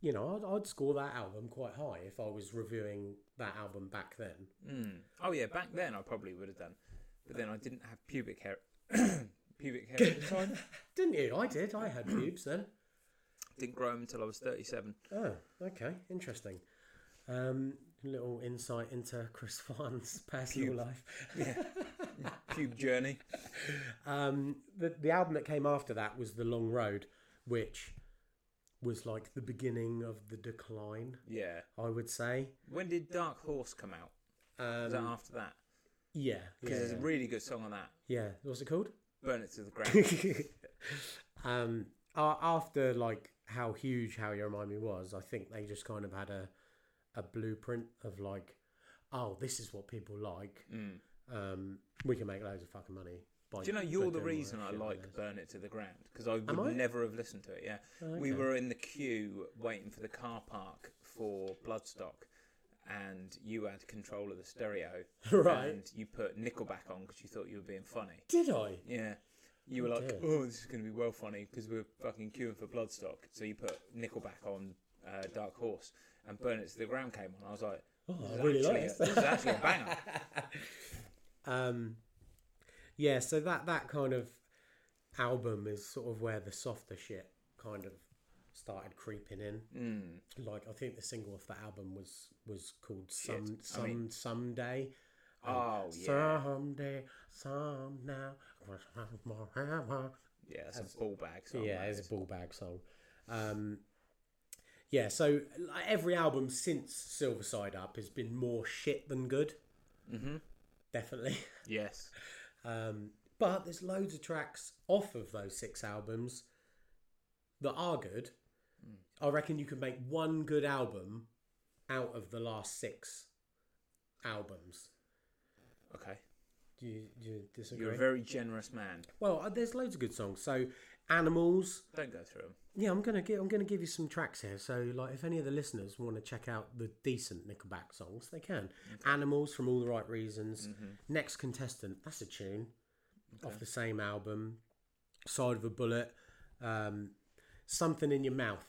you know, I'd, I'd score that album quite high if I was reviewing that album back then.
Mm. Oh yeah, back then I probably would have done, but then I didn't have pubic hair. *coughs* pubic hair at the
*laughs*
time.
Didn't you? I did. I had pubes then.
Didn't grow them until I was thirty-seven.
Oh, okay, interesting. Um, little insight into *laughs* Chris Farn's personal life.
*laughs* Pube journey.
Um, the the album that came after that was The Long Road, which was like the beginning of the decline,
Yeah.
I would say. Um,
When did Dark Horse come out? was that after that?
Yeah.
Because
Yeah.
there's a really good song on that.
yeah. What's it called?
Burn it to the
*laughs*
ground.
um, a- after like how huge How You Remind Me was, I think they just kind of had a a blueprint of like, oh, this is what people like. Um, we can make loads of fucking money. By,
Mm. Do you know
by
you're the
doing all
reason
this
I
shit like
like
this.
Burn It to the Ground because I would
I? Oh,
never have listened to it. Yeah, we
okay.
were in the queue waiting for the car park for Bloodstock, and you had control of the stereo,
*laughs* Right.
And you put Nickelback on because you thought you were being funny.
Did I?
Yeah, you were like,
dear.
"Oh, this is going to be well funny because we're fucking queuing for Bloodstock." So you put Nickelback on uh, Dark Horse, and Burn It to the Ground came on. I was like,
Oh,
"This
I
is
really
actually
like
a- this is actually a
*laughs*
banger."
Um, yeah, so that that kind of album is sort of where the softer shit kind of started creeping in. Mm. Like I think the single off that album was was called "Some
Shit, I
Some
mean-
Someday."
Oh yeah,
Someday, some now, forever.
yeah, that's a ball bag. Song,
Yeah,
that
it's
is.
a ball bag song. Um, yeah, so like, every album since Silver Side Up has been more shit than good. Mm-hmm. Definitely. *laughs*
yes.
Um, but there's loads of tracks off of those six albums that are good. I reckon you can make one good album out of the last six albums.
Okay.
Do you, do you disagree?
You're a very generous man.
Well, uh, there's loads of good songs. So, Animals.
Don't go through them.
Yeah, I'm gonna give I'm gonna give you some tracks here. So, like, if any of the listeners want to check out the decent Nickelback songs, they can. Animals from All the Right Reasons. Next contestant. That's a tune off the same album. Side of a Bullet. Um, Something in Your Mouth,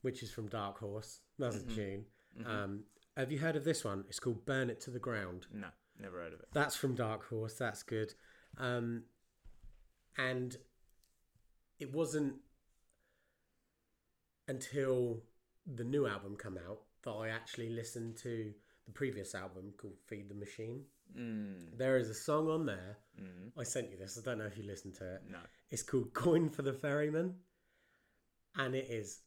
which is from Dark Horse. That's a tune. Um, have you heard of this one? It's called Burn It to the Ground.
No, never heard of it.
That's from Dark Horse. That's good. Um, and it wasn't until the new album come out that I actually listened to the previous album called Feed the Machine. Mm. There is a song on there. I sent you this. I don't know if you listened to it.
No.
It's called Coin for the Ferryman. And it is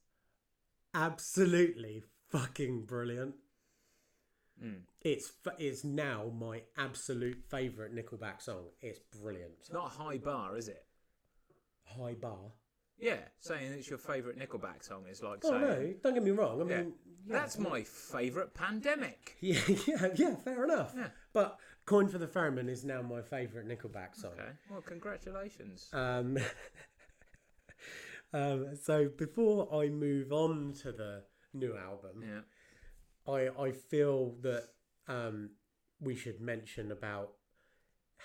absolutely fucking brilliant.
Hmm.
It's f- it's now my absolute favourite Nickelback song. It's brilliant.
It's not a high bar, is it?
High bar.
Yeah, saying it's your favourite Nickelback song is like
Oh
saying,
no, don't get me wrong. I
yeah,
mean,
that's my favourite pandemic.
yeah, *laughs* yeah, yeah, fair enough.
Yeah.
But Coin for the Ferryman is now my favourite Nickelback song.
Okay, well, congratulations.
Um, um, so before I move on to the new album,
yeah,
I I feel that um, we should mention about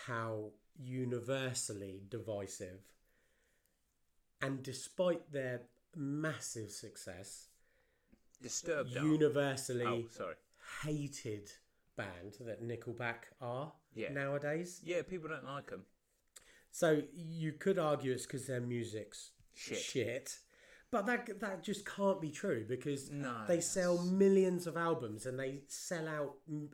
how universally divisive, and despite their massive success,
disturbed. Art.
universally
oh, sorry.
hated band that Nickelback are
Yeah.
nowadays.
Yeah, people don't like them.
So you could argue it's because their music's
Shit.
But that that just can't be true because
No.
they sell millions of albums and they sell out mm,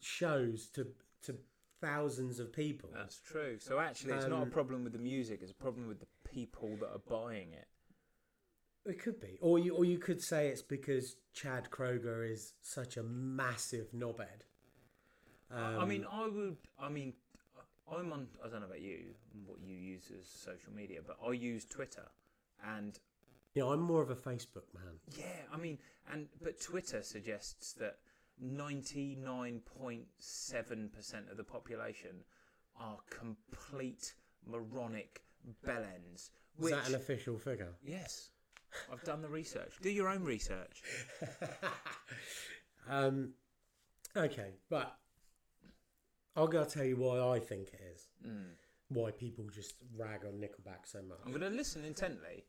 shows to to thousands of people.
That's true. So actually, it's
Um,
not a problem with the music; it's a problem with the people that are buying it.
It could be, or you or you could say it's because Chad Kroger is such a massive knobhead.
I mean,
Um,
I would. I mean, I'm on. I don't know about you, and what you use as social media, but I use Twitter, and
You know, I'm more of a Facebook man.
yeah, I mean, and but Twitter suggests that 99.7 percent of the population are complete moronic bellends.
Is
Which
that an official figure?
yes, I've done the research. Do your own research.
Um, okay, but I'll go tell you why I think it is. Why people just rag on Nickelback so much.
I'm going to listen intently,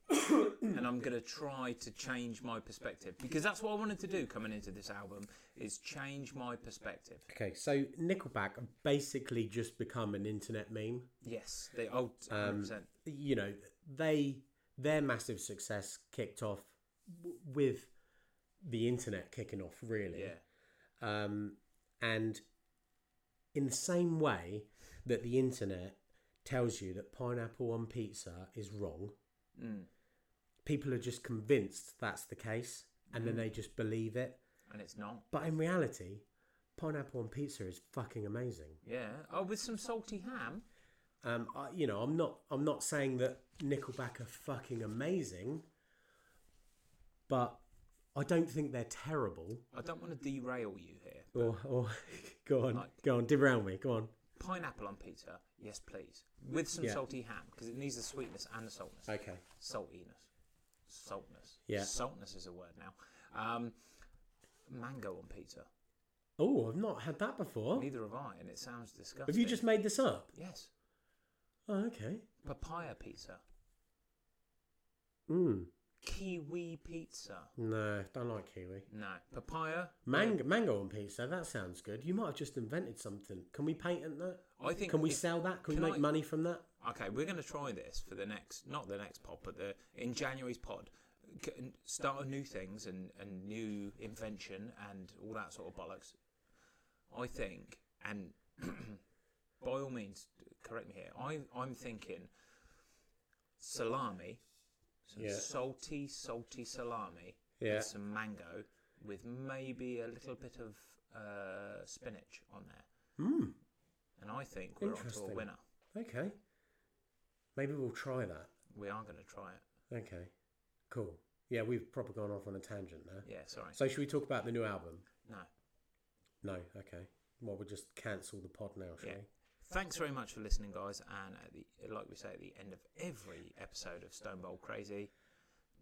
and I'm going to try to change my perspective because that's what I wanted to do coming into this album is change my perspective.
Okay, so Nickelback have basically just become an internet meme.
Yes, they oh,
Um,
100%.
You know, they their massive success kicked off w- with the internet kicking off, really.
yeah.
Um, and in the same way that the internet tells you that pineapple on pizza is wrong, people are just convinced that's the case and then they just believe it.
and it's not.
But in reality, pineapple on pizza is fucking amazing.
Yeah. Oh, with some salty ham.
Um, I, you know, I'm not I'm not saying that Nickelback are fucking amazing, but I don't think they're terrible.
I don't want to derail you here.
Or, or *laughs* go on,
Like-
go on, derail me, go on.
Pineapple on pizza, yes, please. With some
Yeah.
salty ham because it needs the sweetness and the saltness.
Okay.
Saltiness, saltness.
Yeah.
Saltness is a word now. Um, mango on pizza.
Oh, I've not had that before.
Neither have I, and it sounds disgusting.
Have you just made this up?
Yes.
Oh, okay.
Papaya pizza.
Mm.
Kiwi pizza.
No, don't like kiwi.
No. Papaya.
Mango, mango on pizza. That sounds good. You might have just invented something. Can we patent that?
I think.
Can we
if-
sell that? Can,
can
we make
I-
money from that?
Okay, we're going to try this for the next, not the next pod, but the in January's pod. C- Start on new things and, and new invention and all that sort of bollocks. I think, and *clears throat* by all means, correct me here. I I'm thinking salami, some
Yeah.
salty salty salami,
Yeah.
with some mango, with maybe a little bit of uh, spinach on there. And I think we're onto a
Interesting.
winner.
Hmm. Okay. Maybe we'll try that.
We are going to try it.
Okay. Cool. Yeah, we've probably gone off on a tangent there.
Yeah, sorry.
So, should we talk about the new album?
no.
No. Okay. Well, we'll just cancel the pod now, shall
Yeah. Thanks very much for listening, guys. And at the, like we say at the end of every episode of Stone Bowl Crazy,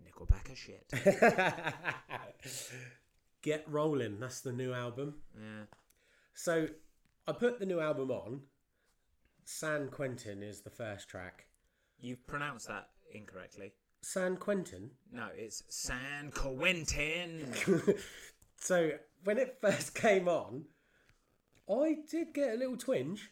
Nickelback are shit.
we? *laughs* Get Rolling. That's the new album.
yeah.
So, I put the new album on. San Quentin is the first track.
You've pronounced that incorrectly.
San Quentin? *laughs*
No, it's San Quentin.
So when it first *laughs* came on, I did get a little twinge,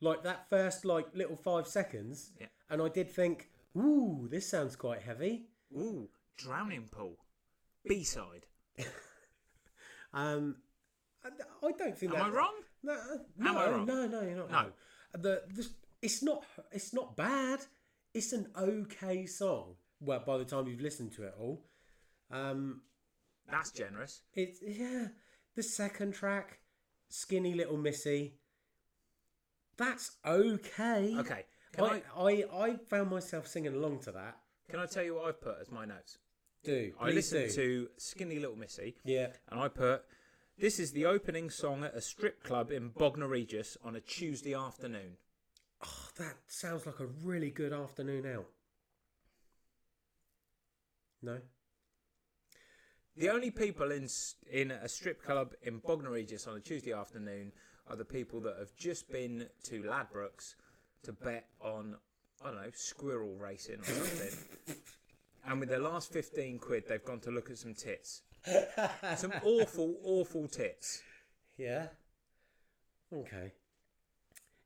like that first like little five seconds,
Yeah.
and I did think, "Ooh, this sounds quite heavy."
Ooh, Drowning Pool. B side.
Um, and I don't think.
Am
that,
I wrong?
No,
Am
no,
I wrong?
no, no, you're not.
No.
wrong. The, the it's not it's not bad. It's an okay song. Well, by the time you've listened to it all, Um,
That's generous.
It's yeah. The second track, Skinny Little Missy. That's okay.
Okay, can
I, I, I found myself singing along to that.
Can I tell you what I've put as my notes?
Do
I
please
listened
do.
to Skinny Little Missy.
Yeah.
And I put, this is the opening song at a strip club in Bognor Regis on a Tuesday afternoon.
Oh, that sounds like a really good afternoon out. No.
The only people in s- in a strip club in Bognor Regis on a Tuesday afternoon are the people that have just been to Ladbrokes to bet on I don't know squirrel racing or
*laughs*
something, and with their last fifteen quid, they've gone to look at some tits, some awful awful tits.
Yeah. Okay.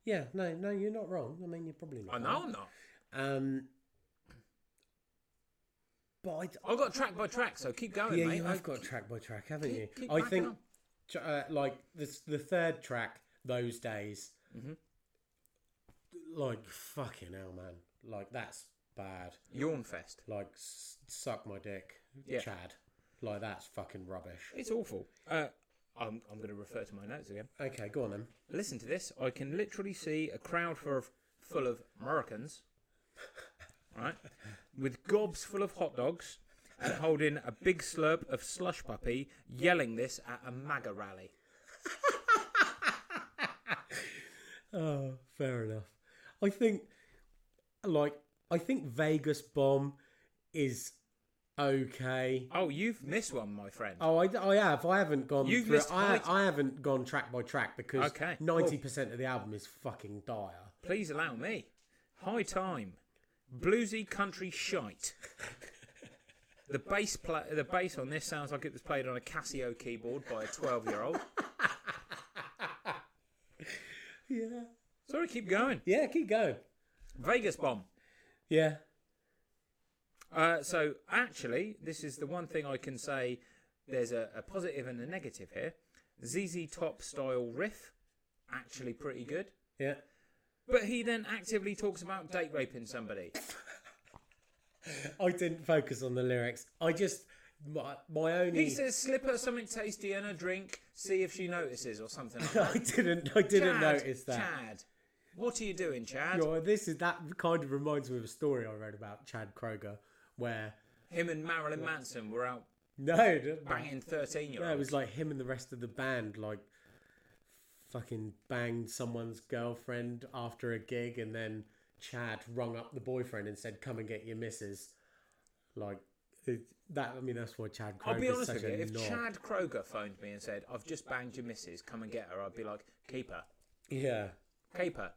Yeah. No. No. You're not wrong. I mean, you're probably not.
I know I'm not.
Um. But I,
I got track by track, so keep going,
Yeah,
mate.
you
I-
have got track by track, haven't you?
keep
I
backing
think,
up.
tr- uh, like this, the third track, those days,
Mm-hmm.
like fucking hell, man, like that's bad.
yawn fest.
Like s- suck my dick,
Yeah.
Chad. Like that's fucking rubbish.
It's awful. Uh, I'm I'm going to refer to my notes again.
Okay, go on then.
Listen to this. I can literally see a crowd full of, full of Americans, right, with gobs full of hot dogs and holding a big slurp of slush puppy, yelling this at a MAGA rally.
Oh, fair enough. I think, like, I think Vegas Bomb is okay.
Oh, you've missed one, my friend.
Oh, I, I have. I haven't gone.
You've
through,
missed
I,
quite-
I haven't gone track by track because
Okay,
ninety percent of the album is fucking dire.
Please allow me. High time. Bluesy country shite. The bass pla- the bass on this sounds like it was played on a Casio keyboard by a 12-year-old.
Yeah.
Sorry, keep going.
Yeah. Keep going.
Vegas bomb.
Yeah.
Uh, so actually, this is the one thing I can say. There's a, a positive and a negative here. ZZ Top style riff, actually pretty good.
Yeah.
But he then actively talks about date raping somebody.
I didn't focus on the lyrics. I just my, my only.
He says, slip her something tasty and a drink, see if she notices or something like that.
*laughs* *laughs* I didn't. I didn't
Chad,
notice that.
Chad, what are you doing, Chad?
Yeah, well, this is that kind of reminds me of a story I read about Chad Kroger, where
Him and Marilyn Manson were out
no, that-
banging 13 year
no, it
olds.
was like him and the rest of the band like fucking banged someone's girlfriend after a gig, and then Chad rung up the boyfriend and said, "Come and get your missus." Like it, that. I mean, that's why Chad. Kroger's
I'll be honest
such
with you,
a
if
knob.
Chad Kroger phoned me and said, I've just banged your missus, come and get her, I'd be like, keep her.
yeah.
Keep her.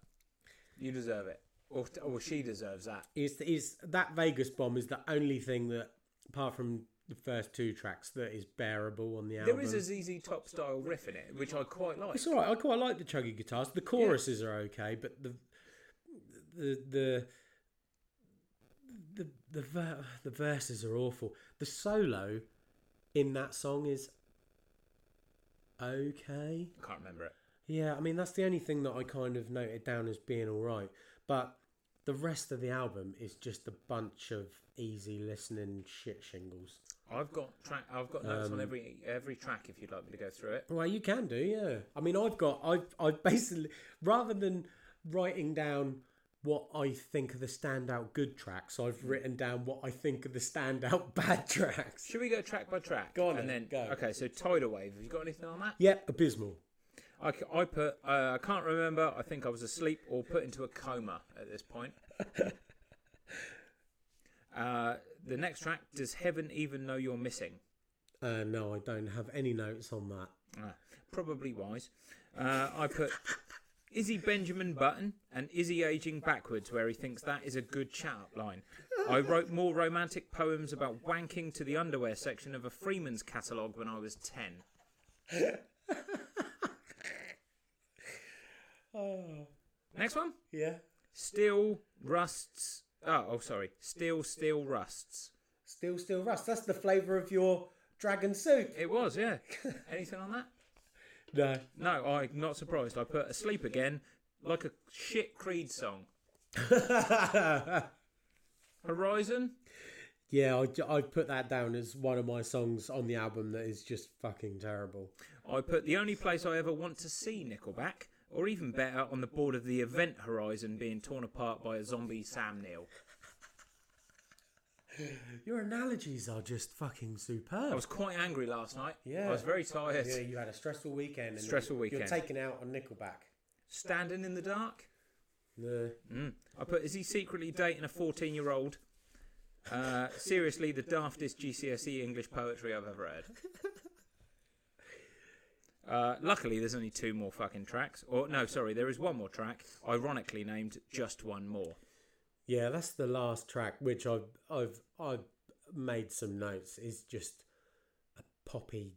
You deserve it. Or, or she deserves that.
is is that Vegas bomb is the only thing that apart from the first two tracks that is bearable on the album.
There is a ZZ Top style riff in it, which I quite like.
It's all right. I quite like the chuggy guitars. The choruses are okay, but the the the the the, ver- the verses are awful. The solo in that song is okay.
I can't remember it.
Yeah, I mean that's the only thing that I kind of noted down as being all right. But the rest of the album is just a bunch of easy listening shit shingles.
I've got track. I've got notes
Um,
on every every track. If you'd like me to go through it,
Well, you can do, yeah. I mean, I've got, I've, I've *laughs* basically, rather than writing down what I think are the standout good tracks, I've written down what I think are the standout *laughs* bad tracks.
should we go track by track?
Go on
and
then,
then
go.
okay. So tidal wave. Have you got anything on that?
Yep, abysmal.
I, c- I put. Uh, I can't remember. I think I was asleep or put into a coma at this
*laughs*
point. uh, the next track. Does heaven even know you're missing?
Uh, no, I don't have any notes on that.
Ah, probably wise. Uh, I put. Is he Benjamin Button and is he aging backwards where he thinks that is a good chat line? I wrote more romantic poems about wanking to the underwear section of a Freeman's catalogue when I was 10. Next one.
Yeah.
Steel rusts. Oh, oh, sorry. Steel, steel rusts.
Still, still rust. That's the flavour of your dragon soup.
It was, yeah. Anything on that?
No.
No, I'm not surprised. I put asleep again, like a shit Creed
*laughs*
song. Horizon.
Yeah, I, I put that down as one of my songs on the album that is just fucking terrible.
I put the only place I ever want to see Nickelback, or even better, on the board of the event Horizon being torn apart by a zombie Sam Neill.
Your analogies are just fucking superb.
I was quite angry last night.
Yeah.
I was very tired.
Yeah, you had a stressful weekend. And
Stressful
you're, You're
weekend.
taken out on Nickelback.
Standing in the dark.
No.
I put, is he secretly dating a 14 year old? Uh, seriously, the daftest GCSE E English poetry I've ever read. Uh, luckily, there's only two more fucking tracks. Or, no, sorry, there is one more track, ironically named Just One More.
Yeah, that's the last track, which I've I've I've made some notes. Is just a poppy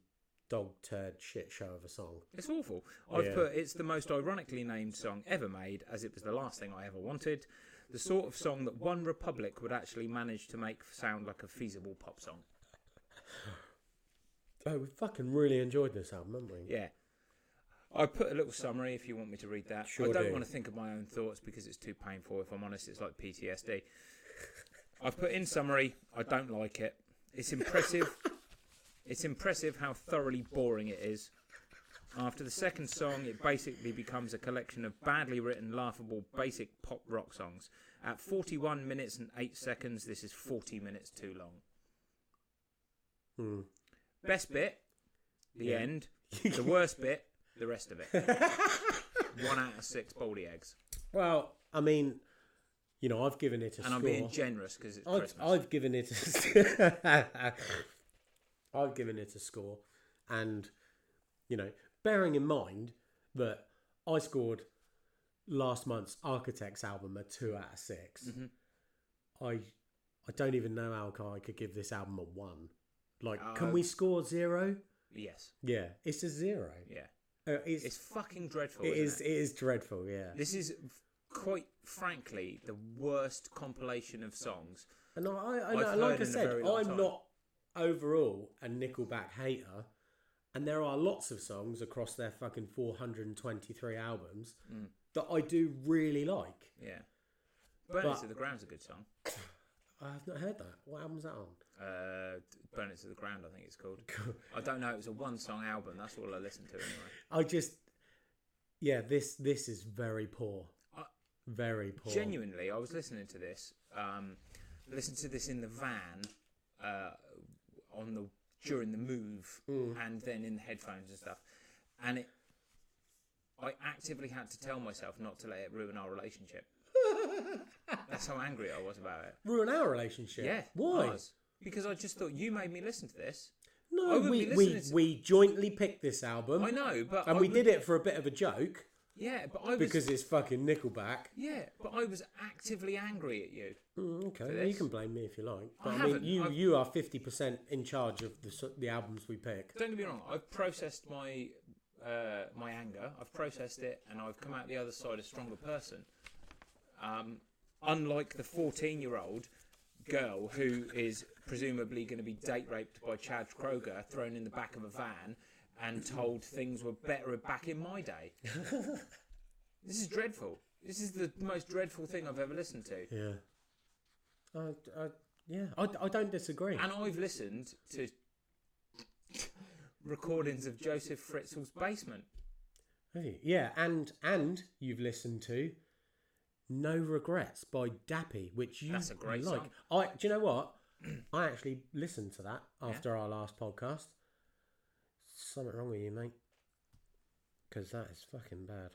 dog turd shit show of a song.
It's awful. I've
Yeah.
put it's the most ironically named song ever made, as it was the last thing I ever wanted. The sort of song that One Republic would actually manage to make sound like a feasible pop song.
Oh, we fucking really enjoyed this album, haven't we?
Yeah. I put a little summary if you want me to read that.
Sure
I don't
do.
want to think of my own thoughts because it's too painful. If I'm honest, it's like PTSD. I've put in summary. I don't like it. It's impressive. it's impressive how thoroughly boring it is. After the second song, it basically becomes a collection of badly written, laughable, basic pop rock songs. At 41 minutes and 8 seconds, this is 40 minutes too long.
Hmm.
Best bit, the end.
*laughs*
The worst bit, the rest of it. One out of six baldy eggs.
Well, I mean, you know, I've given it a
And I'm
score.
being generous because it's
I've,
Christmas.
I've given it a *laughs* I've given it a score and you know bearing in mind that I scored last month's Architects album a 2 out of 6
Mm-hmm.
I I don't even know how I could give this album a 1 like
Uh,
can we score 0
yes.
yeah it's a 0
Yeah.
Uh, it's,
It's fucking dreadful.
it
isn't
is
it?
it is dreadful yeah
This is f- quite frankly the worst compilation of songs.
And I, I, I
I've
like
heard
I
in a
said,
very long
I'm
time.
not overall a Nickelback hater, and there are lots of songs across their fucking 423 albums
Mm.
that I do really like.
Yeah. Burning
But-
to the Ground's a good song.
I have not heard that. What album's that on?
Uh, Burn It to the Ground, I think it's
*laughs*
called. I don't know. It was a one song album. That's all I listened to anyway.
I just, yeah, this this is very poor,
I-
very poor.
Genuinely, I was listening to this. Um, listened to this in the van uh, on the during the move,
Mm.
and then in the headphones and stuff. And it, I actively had to tell myself not to let it ruin our
*laughs*
relationship. That's how angry I was about it.
ruin our relationship.
Yeah.
why?
I was. Because I just thought you made me listen to this. I
No,
wouldn't
we
be
we,
listening to-
we jointly picked this album.
I know, but
and
I
we
would-
did it for a bit of a joke
Yeah, but I was
because it's fucking Nickelback.
yeah, but I was actively angry at you.
Mm, okay, well,
this.
you can blame me if you like, but I, mean,
haven't.
you
I've-
you are fifty percent in charge of the s- the albums we pick.
Don't get me wrong. I've processed my uh, my anger. I've processed it, and I've come out the other side a stronger person. Um, unlike the fourteen-year-old girl who is presumably going to be date raped by Chad Kroger, thrown in the back of a van, and told things were better back in my *laughs* day. this is dreadful. This is the most dreadful thing I've ever listened to.
Yeah. I, I, yeah, I, I don't disagree.
And I've listened to recordings of Joseph Fritzl's basement.
Have you? Yeah, and and you've listened to No Regrets by Dappy, which you
That's a great
like.
song.
I do you know what? I actually listened to that after our last podcast. Something wrong with you, mate. Cause that is fucking bad.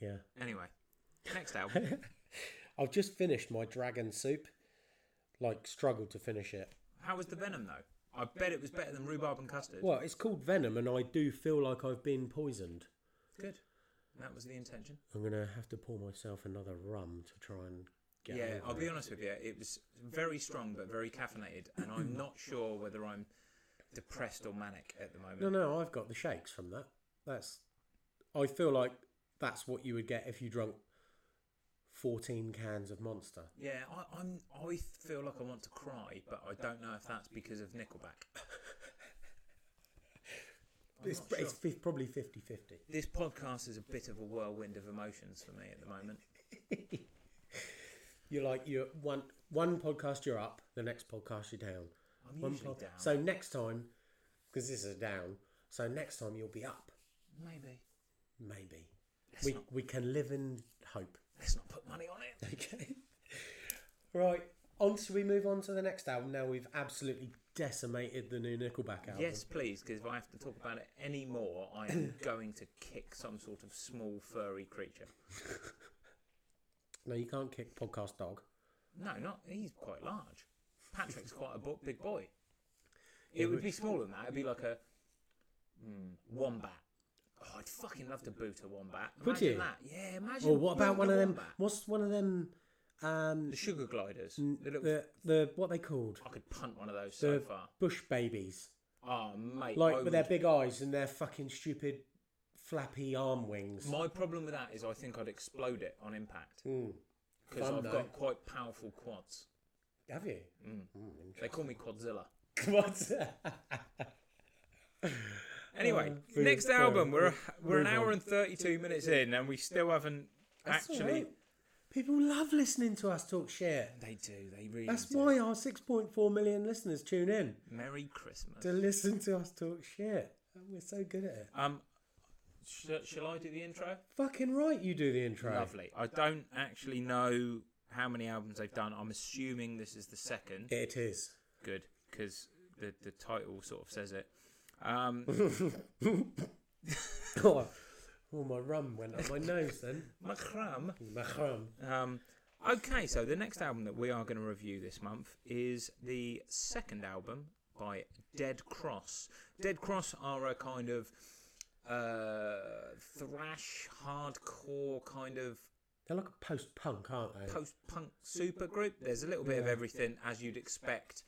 Yeah.
Anyway, next
*laughs*
album.
I've just finished my dragon soup. Like struggled to finish it.
How was the Venom though? I bet it was better than rhubarb and custard.
Well, it's called Venom and I do feel like I've been poisoned.
Good. That was the intention.
I'm gonna have to pour myself another rum to try and get
yeah,
over
I'll
it.
be honest with you. It was very strong but very caffeinated, and
*laughs*
I'm not sure whether I'm depressed or manic at the moment.
No, no, I've got the shakes from that. That's. I feel like that's what you would get if you drunk 14 cans of Monster.
Yeah, I, I'm. I feel like I want to cry, but I don't know if that's because of Nickelback.
It's, it's fi- probably 50 50.
This podcast is a bit of a whirlwind of emotions for me at the moment.
You're like, you're one, one podcast you're up, the next podcast you're down.
I'm
One
usually
pod-
down.
So next time, because this is a down, so next time you'll be up,
Maybe.
maybe. We, we can live in hope. *laughs*
Let's not put money on it.
Okay. right. On, should we move on to the next album? Now we've absolutely decimated the new Nickelback album.
Yes, please, because if I have to talk about it any more, I
*coughs*
am going to kick some sort of small furry creature.
No, you can't kick podcast dog.
No, not he's quite large. Patrick's quite a bo- big boy. It would be smaller than that. It'd be like a mm, wombat. Oh, I'd fucking love to boot a wombat. Imagine
you?
That. Yeah, imagine.
Or what about
booting
one
a
of them?
wombat.
What's one of them? Um,
The sugar gliders. The little,
the the what they called
I could punt one of those Oh, so
the
far.
bush babies,
Oh, mate.
like
I
with
would-
their big eyes and their fucking stupid flappy arm wings.
My problem with that is I think I'd explode it on impact. Because
Hmm. Fun,
I've
though.
got quite powerful quads.
Have you? *laughs*
They call me Quadzilla.
What?
Anyway,
fair-
next
fair.
album. We're we're an
Move
hour
on.
and thirty-two minutes in, and we still haven't
That's all
actually.
right. people love listening to us talk shit.
They do. They really.
That's
do.
why our 6.4 million listeners tune in
Merry Christmas.
to listen to us talk shit. We're so good at it.
um, sh- shall I do the intro?
Fucking right, you do the intro.
Lovely. I don't actually know how many albums they've done. I'm assuming this is the second.
It is. *laughs*
Good, because the the title sort of says it.
*laughs*
Um,
Oh, oh, my rum went up my nose then.
Macram.
My rum.
Um, okay, so the next album that we are going to review this month is the second album by Dead Cross. Dead Cross are a kind of uh, thrash, hardcore, kind of
They're like a post punk, aren't they?
post punk supergroup. There's a little bit of everything, as you'd expect,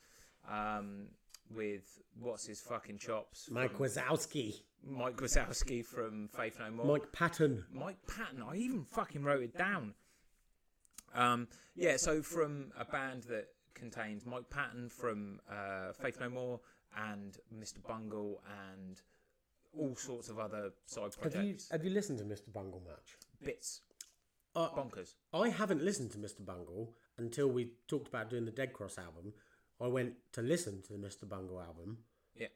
um, with what's his fucking chops?
Mike Wazowski.
Mike Wazowski from Faith No More.
Mike Patton.
Mike Patton. I even fucking wrote it down. Um, yeah, so from a band that contains Mike Patton from uh, Faith No More and Mr. Bungle and all sorts of other side
Have you,
projects.
have you listened to Mr. Bungle much?
Bits. bonkers.
I haven't listened to Mr. Bungle until we talked about doing the Dead Cross album. I went to listen to the Mr. Bungle album.
Yeah,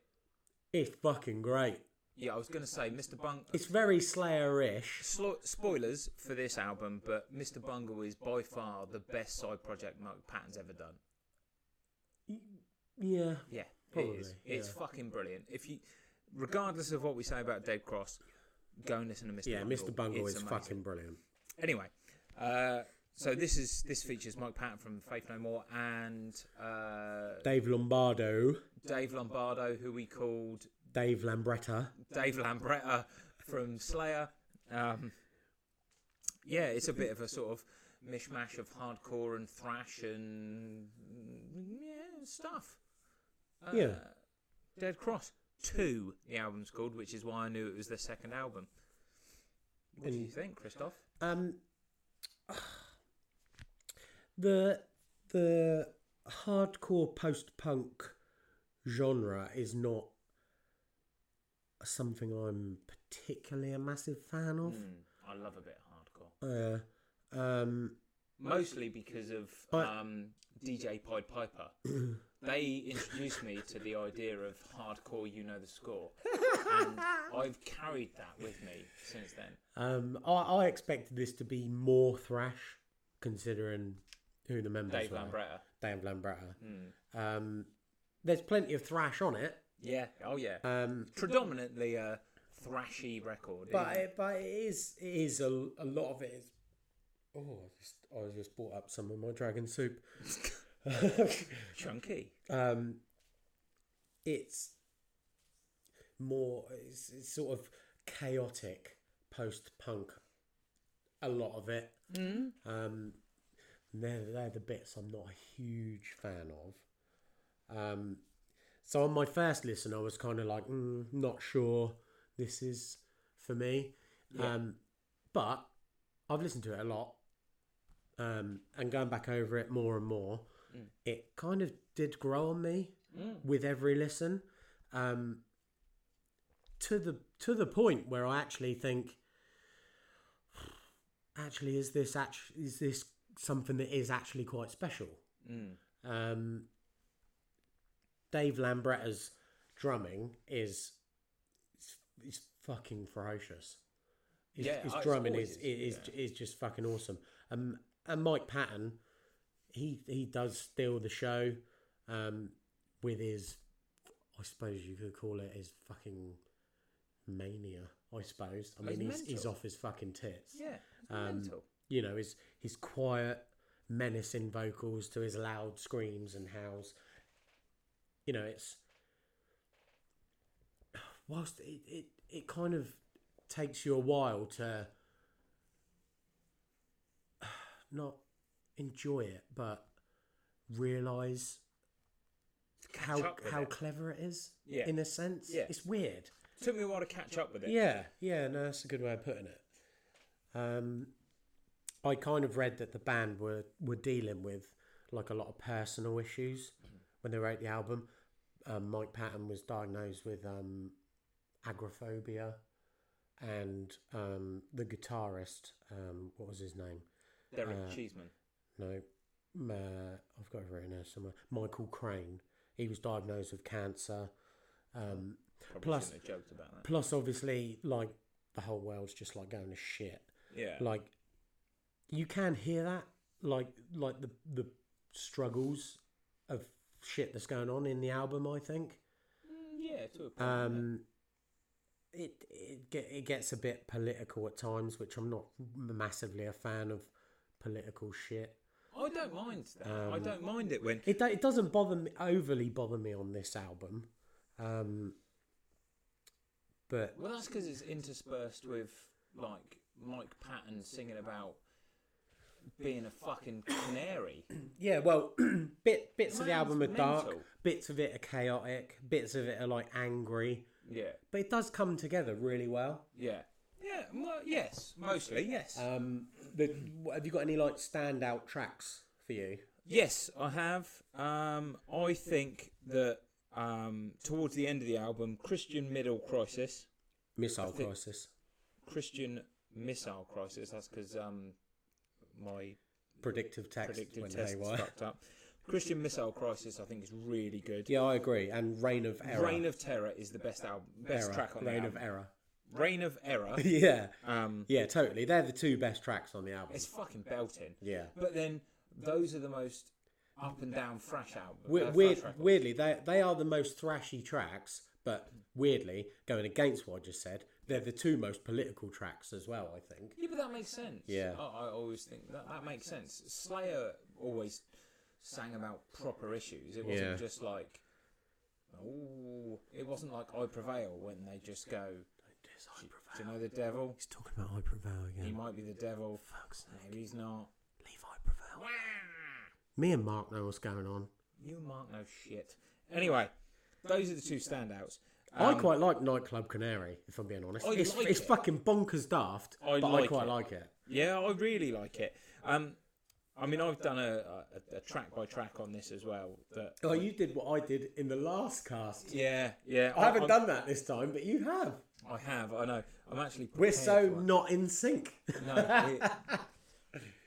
It's fucking great.
yeah. I was going to say, Mr. Bung.
It's very Slayer-ish.
Slo- spoilers for this album, but Mr. Bungle is by far the best side project Mark Patton's ever done.
Yeah.
Yeah,
Probably,
it is. It's
yeah.
fucking brilliant. If you, regardless of what we say about Dead Cross, go and listen to Mr.
Yeah,
Bungle.
Mr. Bungle
It's
is
amazing.
fucking brilliant.
Anyway, uh, so this is this features Mike Patton from Faith No More and uh,
Dave Lombardo,
Dave Lombardo, who we called
Dave Lambretta.
Dave Lambretta from Slayer. Um, yeah, it's a bit of a sort of mishmash of hardcore and thrash and mm, yeah stuff. Uh,
Yeah.
Dead Cross Two, the album's called, which is why I knew it was their second album. What do you think, Christoph?
Um, *sighs* the the hardcore post punk genre is not something I'm particularly a massive fan of.
Mm, I love a bit of hardcore.
Uh, um,
mostly because of um, DJ Pied *coughs* Piper. they introduced me to the idea of hardcore, you know the *laughs* score. And I've carried that with me since then.
um, I, I expected this to be more thrash, considering who the members
Dave
were.
Lambretta. Hmm.
Dave Lambretta. Um, there's plenty of thrash on it.
Yeah, oh yeah.
Um,
Predominantly a thrashy record.
But
isn't
it, but it is it is a, a lot of it is. Oh, I just I just bought up some of my
*laughs*
dragon soup. *laughs*
it? chunky.
Um, it's more it's, it's sort of chaotic post punk. A lot of it. Um, and they're they're the bits I'm not a huge fan of. Um, so on my first listen, I was kind of like, mm, not sure this is for me. Um, but I've listened to it a lot, um, and going back over it more and more, it kind of did grow on me with every listen, um, to the to the point where I actually think, actually, is this actually is this something that is actually quite special?
Mm.
Um, Dave Lambretta's drumming is is, is fucking ferocious. His,
Yeah, oh,
his
it's
drumming
always
is
is,
is, is just fucking awesome. Um, and Mike Patton, he he does steal the show, um, with his, I suppose you could call it his fucking mania. I suppose. I mean, he's, he's
mental.
off his fucking tits
Yeah, it's mental.
you know his his quiet menacing vocals to his loud screams and howls you know it's whilst it it, it kind of takes you a while to *sighs* not enjoy it but realize how
up with
how
it.
clever it is
Yeah.
in a sense
Yeah.
it's weird
Took me a while to catch up with it.
yeah, yeah, no, that's a good way of putting it. Um, I kind of read that the band were were dealing with like a lot of personal issues when they wrote the album. Um, Mike Patton was diagnosed with um, agoraphobia, and um, the guitarist, um, what was his name?
Derek Cheeseman.
No, m- uh, I've got it written here somewhere. Michael Crane. He was diagnosed with cancer. Um,
Probably
plus-
shouldn't have joked about that.
plus, obviously, like the whole world's just like going to shit
Yeah.
like you can hear that like like the the struggles of shit that's going on in the album i think
yeah, to a point.
um it it, get, it gets a bit political at times which i'm not massively a fan of political shit
I don't mind that. I don't mind it when
it, do- it doesn't bother me overly bother me on this album um but
Well, that's because it's interspersed with like Mike Patton singing about being a fucking canary.
Yeah, well, *clears throat* bit, bits of the
Man's
album are dark,
mental.
bits of it are chaotic, bits of it are like angry,
yeah,
but it does come together really well.
yeah, yeah. Well, yes, mostly yes.
Um, the, what- have you got any like standout tracks for you?
yes, I have. Um, I think that um, towards the end of the album, Christian Middle Crisis,
Missile Crisis.
Christian Missile Crisis. That's because um, my
Predictive text
predictive
went
test
haywire.
fucked up. Christian Missile Crisis, I think, is really good.
Yeah, I agree. And Reign of Error.
Reign of Terror is the best album, best
Error.
track on
Reign
the
of
album.
Error. *laughs*
Reign of Error.
Yeah.
Um,
yeah, totally. They're the two best tracks on the album.
it's fucking belting.
Yeah.
But then those are the most up and down thrash album. uh,
We-
thrash
Weird,
record.
weirdly, they, they are the most thrashy tracks, but weirdly, going against what I just said, they're the two most political tracks as well, I think.
Yeah, but that makes sense.
Yeah.
I, I always think that that makes sense. Slayer always sang about proper issues. It wasn't
Yeah.
just like, oh, it wasn't like I prevail when they just go, do you know the devil?
He's talking about I Prevail
He
again.
might be the devil. Maybe he's not.
Leave I Prevail. Me and Mark know what's going on.
You mark no shit. Anyway, those are the two standouts.
I quite like Nightclub Canary, if I'm being honest.
Um, I
it's
like
it's
it.
fucking bonkers daft,
I
but I
like
quite
it.
like it.
Yeah, I really like it. Um, I mean, I've done a, a, a track by track on this as well. That
Oh, you did what I did in the last cast.
yeah, yeah.
I haven't
I'm-
done that this time, but you have.
I have. I know. I'm actually.
We're
prepared
so
for it.
not
*laughs*
in sync.
No, it-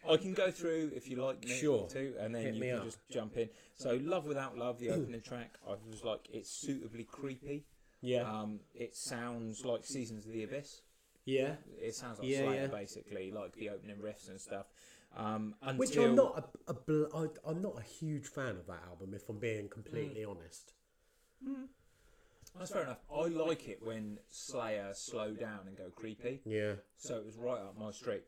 I can go through if you like me
Sure.
to, and then
Hit
you
me
can
up.
just jump in. So, "Love Without Love," the opening track, I was like, it's suitably creepy.
Yeah.
Um, it sounds like Seasons of the Abyss.
*laughs* yeah.
It sounds like
Yeah,
Slayer,
yeah.
basically, like the opening riffs and stuff. Um, until
Which I'm not a, a bl- I, am not a huge fan of that album, if I'm being completely
Mm.
honest.
that's fair enough. I like it when Slayer slow down and go creepy.
Yeah.
So it was right up my street.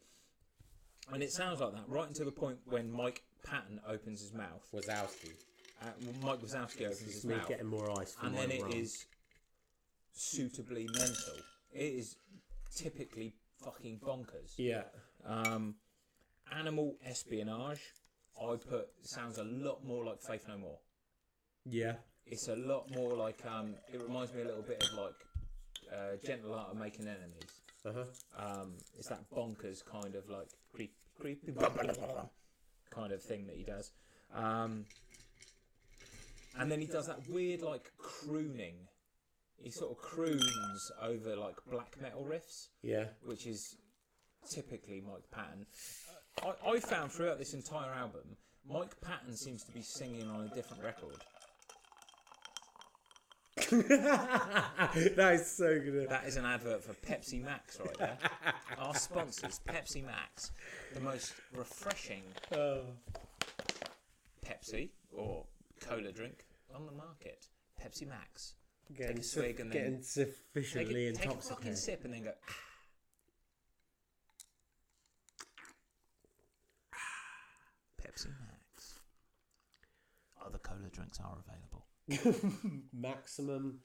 And it sounds like that right until the point when Mike Patton opens his mouth.
Wazowski.
Uh, Mike Wazowski opens his
It's me
mouth.
getting more ice. For
and then
my
it
rum.
is suitably mental. It is typically fucking bonkers.
Yeah.
Um, animal espionage, I put sounds a lot more like Faith No More.
Yeah.
It's a lot more like um, it reminds me a little bit of like uh, Gentle Art of Making Enemies.
Uh huh.
Um, it's that bonkers kind of like creep, creepy kind of thing that he does. Um, and then he does that weird like crooning. He sort of croons over like black metal riffs,
Yeah. *laughs*
which is typically Mike Patton. Uh, I, I found throughout this entire album, Mike Patton seems to be singing on a different record.
that is so
*laughs*
good.
That is an advert for Pepsi Max right there. Our sponsors, Pepsi Max, the most refreshing Oh. Pepsi or cola drink on the market. Pepsi Max.
Getting,
a swig and then-
getting
Take,
sufficiently
a- take a fucking
intoxicated.
sip and then go. "Ah." Pepsi Max. Other cola drinks are available.
Maximum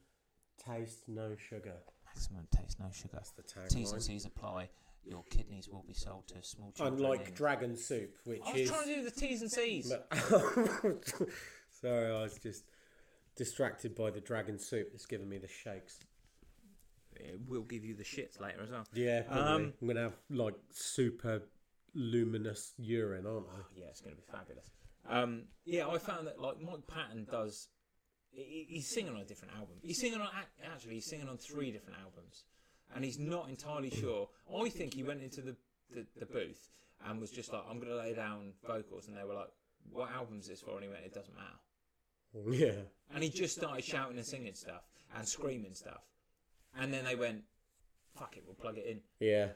taste, no sugar.
Maximum taste, no sugar.
The tagline.
T's and C's apply. Your kidneys will be sold to small children.
Unlike
in-
Dragon Soup, which
I was
is.
trying to do the T's and C's.
*laughs* Sorry, I was just distracted by the Dragon Soup. It's giving me the shakes.
It will give you the shits later as well.
Yeah, probably.
Um,
I'm gonna have like super luminous urine, aren't I? *laughs*
Yeah, it's going to be fabulous. Um, yeah, I found that like Mike Patton does. he- he- He's singing on a different album. He's singing on ac- actually. He's singing on three different albums, and he's not entirely sure. I think he went into the the, the booth and was just like, "I'm going to lay down vocals," and they were like, "What album's this for?" And he went, "It doesn't matter."
Yeah,
And he just started shouting and singing stuff and screaming stuff, and then they went, "Fuck it, we'll plug it in."
yeah,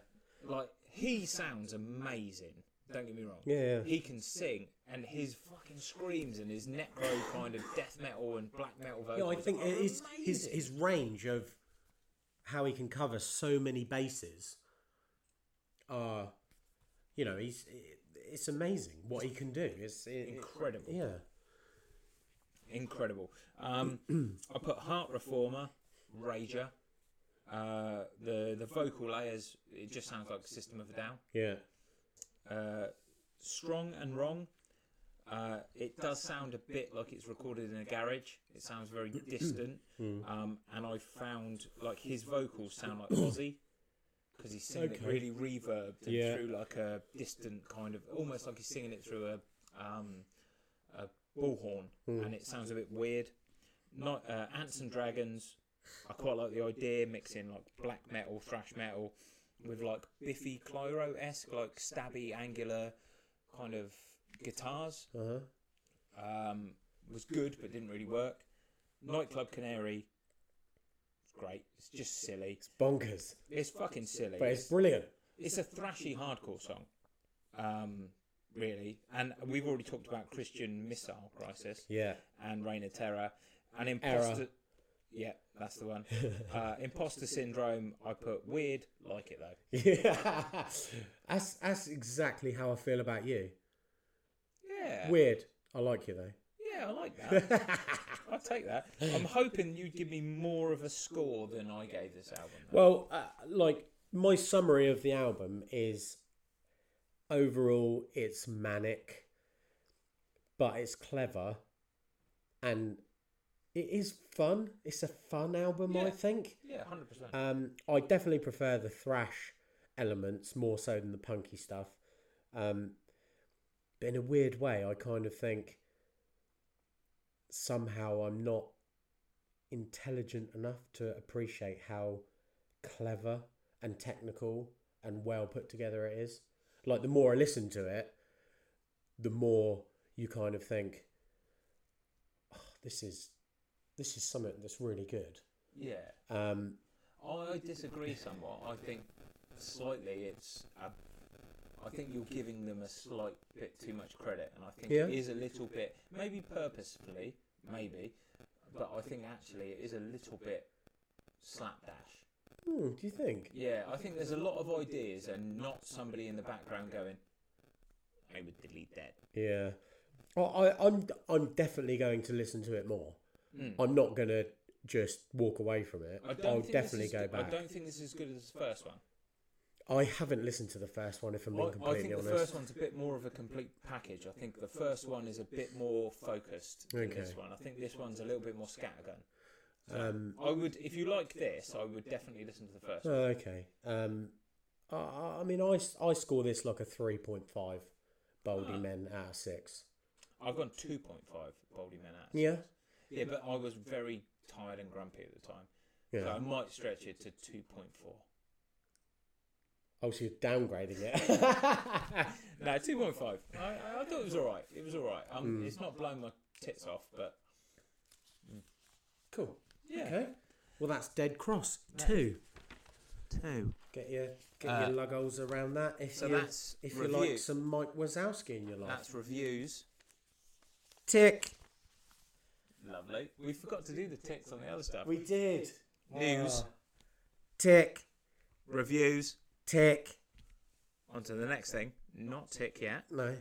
Like he sounds amazing. Don't get me wrong.
Yeah, yeah.
He can sing, and his fucking screams and his necro kind of death metal and black metal vocals.
yeah. I think
are
it is
amazing.
his his range of how he can cover so many bases. Uh you know, he's it's amazing what he can do. It's it,
incredible,
yeah,
incredible. Um, *clears throat* I put Heart Reformer, Rager. Uh, the the vocal layers. It just sounds like System of a Down.
yeah,
Uh, strong and wrong. Uh, it does sound a bit like it's recorded in a garage. It sounds very
*clears throat*
distant,
Hmm.
um, and I found like his vocals sound like Ozzy because he's singing
Okay.
it really reverbed and
Yeah.
through like a distant kind of, almost like he's singing it through a um, a bullhorn,
Hmm.
and it sounds a bit weird. Not uh, Ants and Dragons. I quite like the idea mixing like black metal, thrash metal, with like Biffy Clyro esque, like stabby, angular kind of guitars.
Uh-huh.
Um, was good, but didn't really work. Nightclub Canary, it's great. It's just silly.
Bonkers.
It's fucking silly.
But it's brilliant.
It's a thrashy hardcore song, um, really. And we've already talked about Christian Missile Crisis
Yeah.
and Reign of Terror and
Error.
Imposter. Yeah, that's the one. Uh, Imposter Syndrome. I put weird. Like it though.
Yeah. *laughs* that's, that's exactly how I feel about you.
Yeah.
Weird. I like you though. *laughs*
Yeah, I like that. I'll take that. I'm hoping you give me more of a score than I gave this album.
Well, uh, like my summary of the album is overall it's manic, but it's clever and it is fun. It's a fun album, I
Yeah.
think.
Yeah, 100%.
Um, I definitely prefer the thrash elements more so than the punky stuff. Um, but in a weird way, I kind of think somehow I'm not intelligent enough to appreciate how clever and technical and well put together it is. Like the more I listen to it, the more you kind of think, oh, "This is this is something that's really good."
yeah.
Um,
I disagree somewhat. I think slightly it's. A, I think you're giving them a slight bit too much credit, and I think
Yeah.
it is a little bit, maybe purposefully, maybe, but I think actually it is a little bit slapdash.
hmm, do you think?
Yeah, I think there's a lot of ideas and not somebody in the background going, I would delete that.
Yeah, I, I, I'm I'm definitely going to listen to it more. I'm not gonna just walk away from it.
Hmm. I don't
I'll
think this
definitely
is
go
good-
back.
I
I,
don't think this is as good as the first one.
haven't listened to the first one, if I'm
I,
being
I
completely
think the
honest.
first one's a bit more of a complete package. I think the first one is a bit more focused than this
Okay.
one. I think this one's a little bit more scattergun. Um, I would, if you like this, I would definitely listen to the first one.
Oh, okay. Um, I- I, I mean, I, s- I score this like a three point five,
Ah.
Baldy Men out of six.
I've gone two point five Baldy Men out.
Yeah,
yeah, but I was very tired and grumpy at the time,
yeah.
so I might stretch it to two point four. *laughs*
oh, so you're downgrading it. *laughs*
No, two point five. I, I I thought it was all right. It was all right.
Hmm.
Um, It's not blowing my tits off, but
cool.
yeah.
Okay. Well, that's Dead Cross two.
Two.
Get your get your lug holes around that. If
Uh, so
you
that's
if you
review.
like some Mike Wazowski in your life.
That's reviews.
Tick.
Lovely. We forgot to do the ticks on the other stuff.
We did. Ah.
News,
Tick,
reviews.
tick.
On to the next thing. Not tick yet.
No.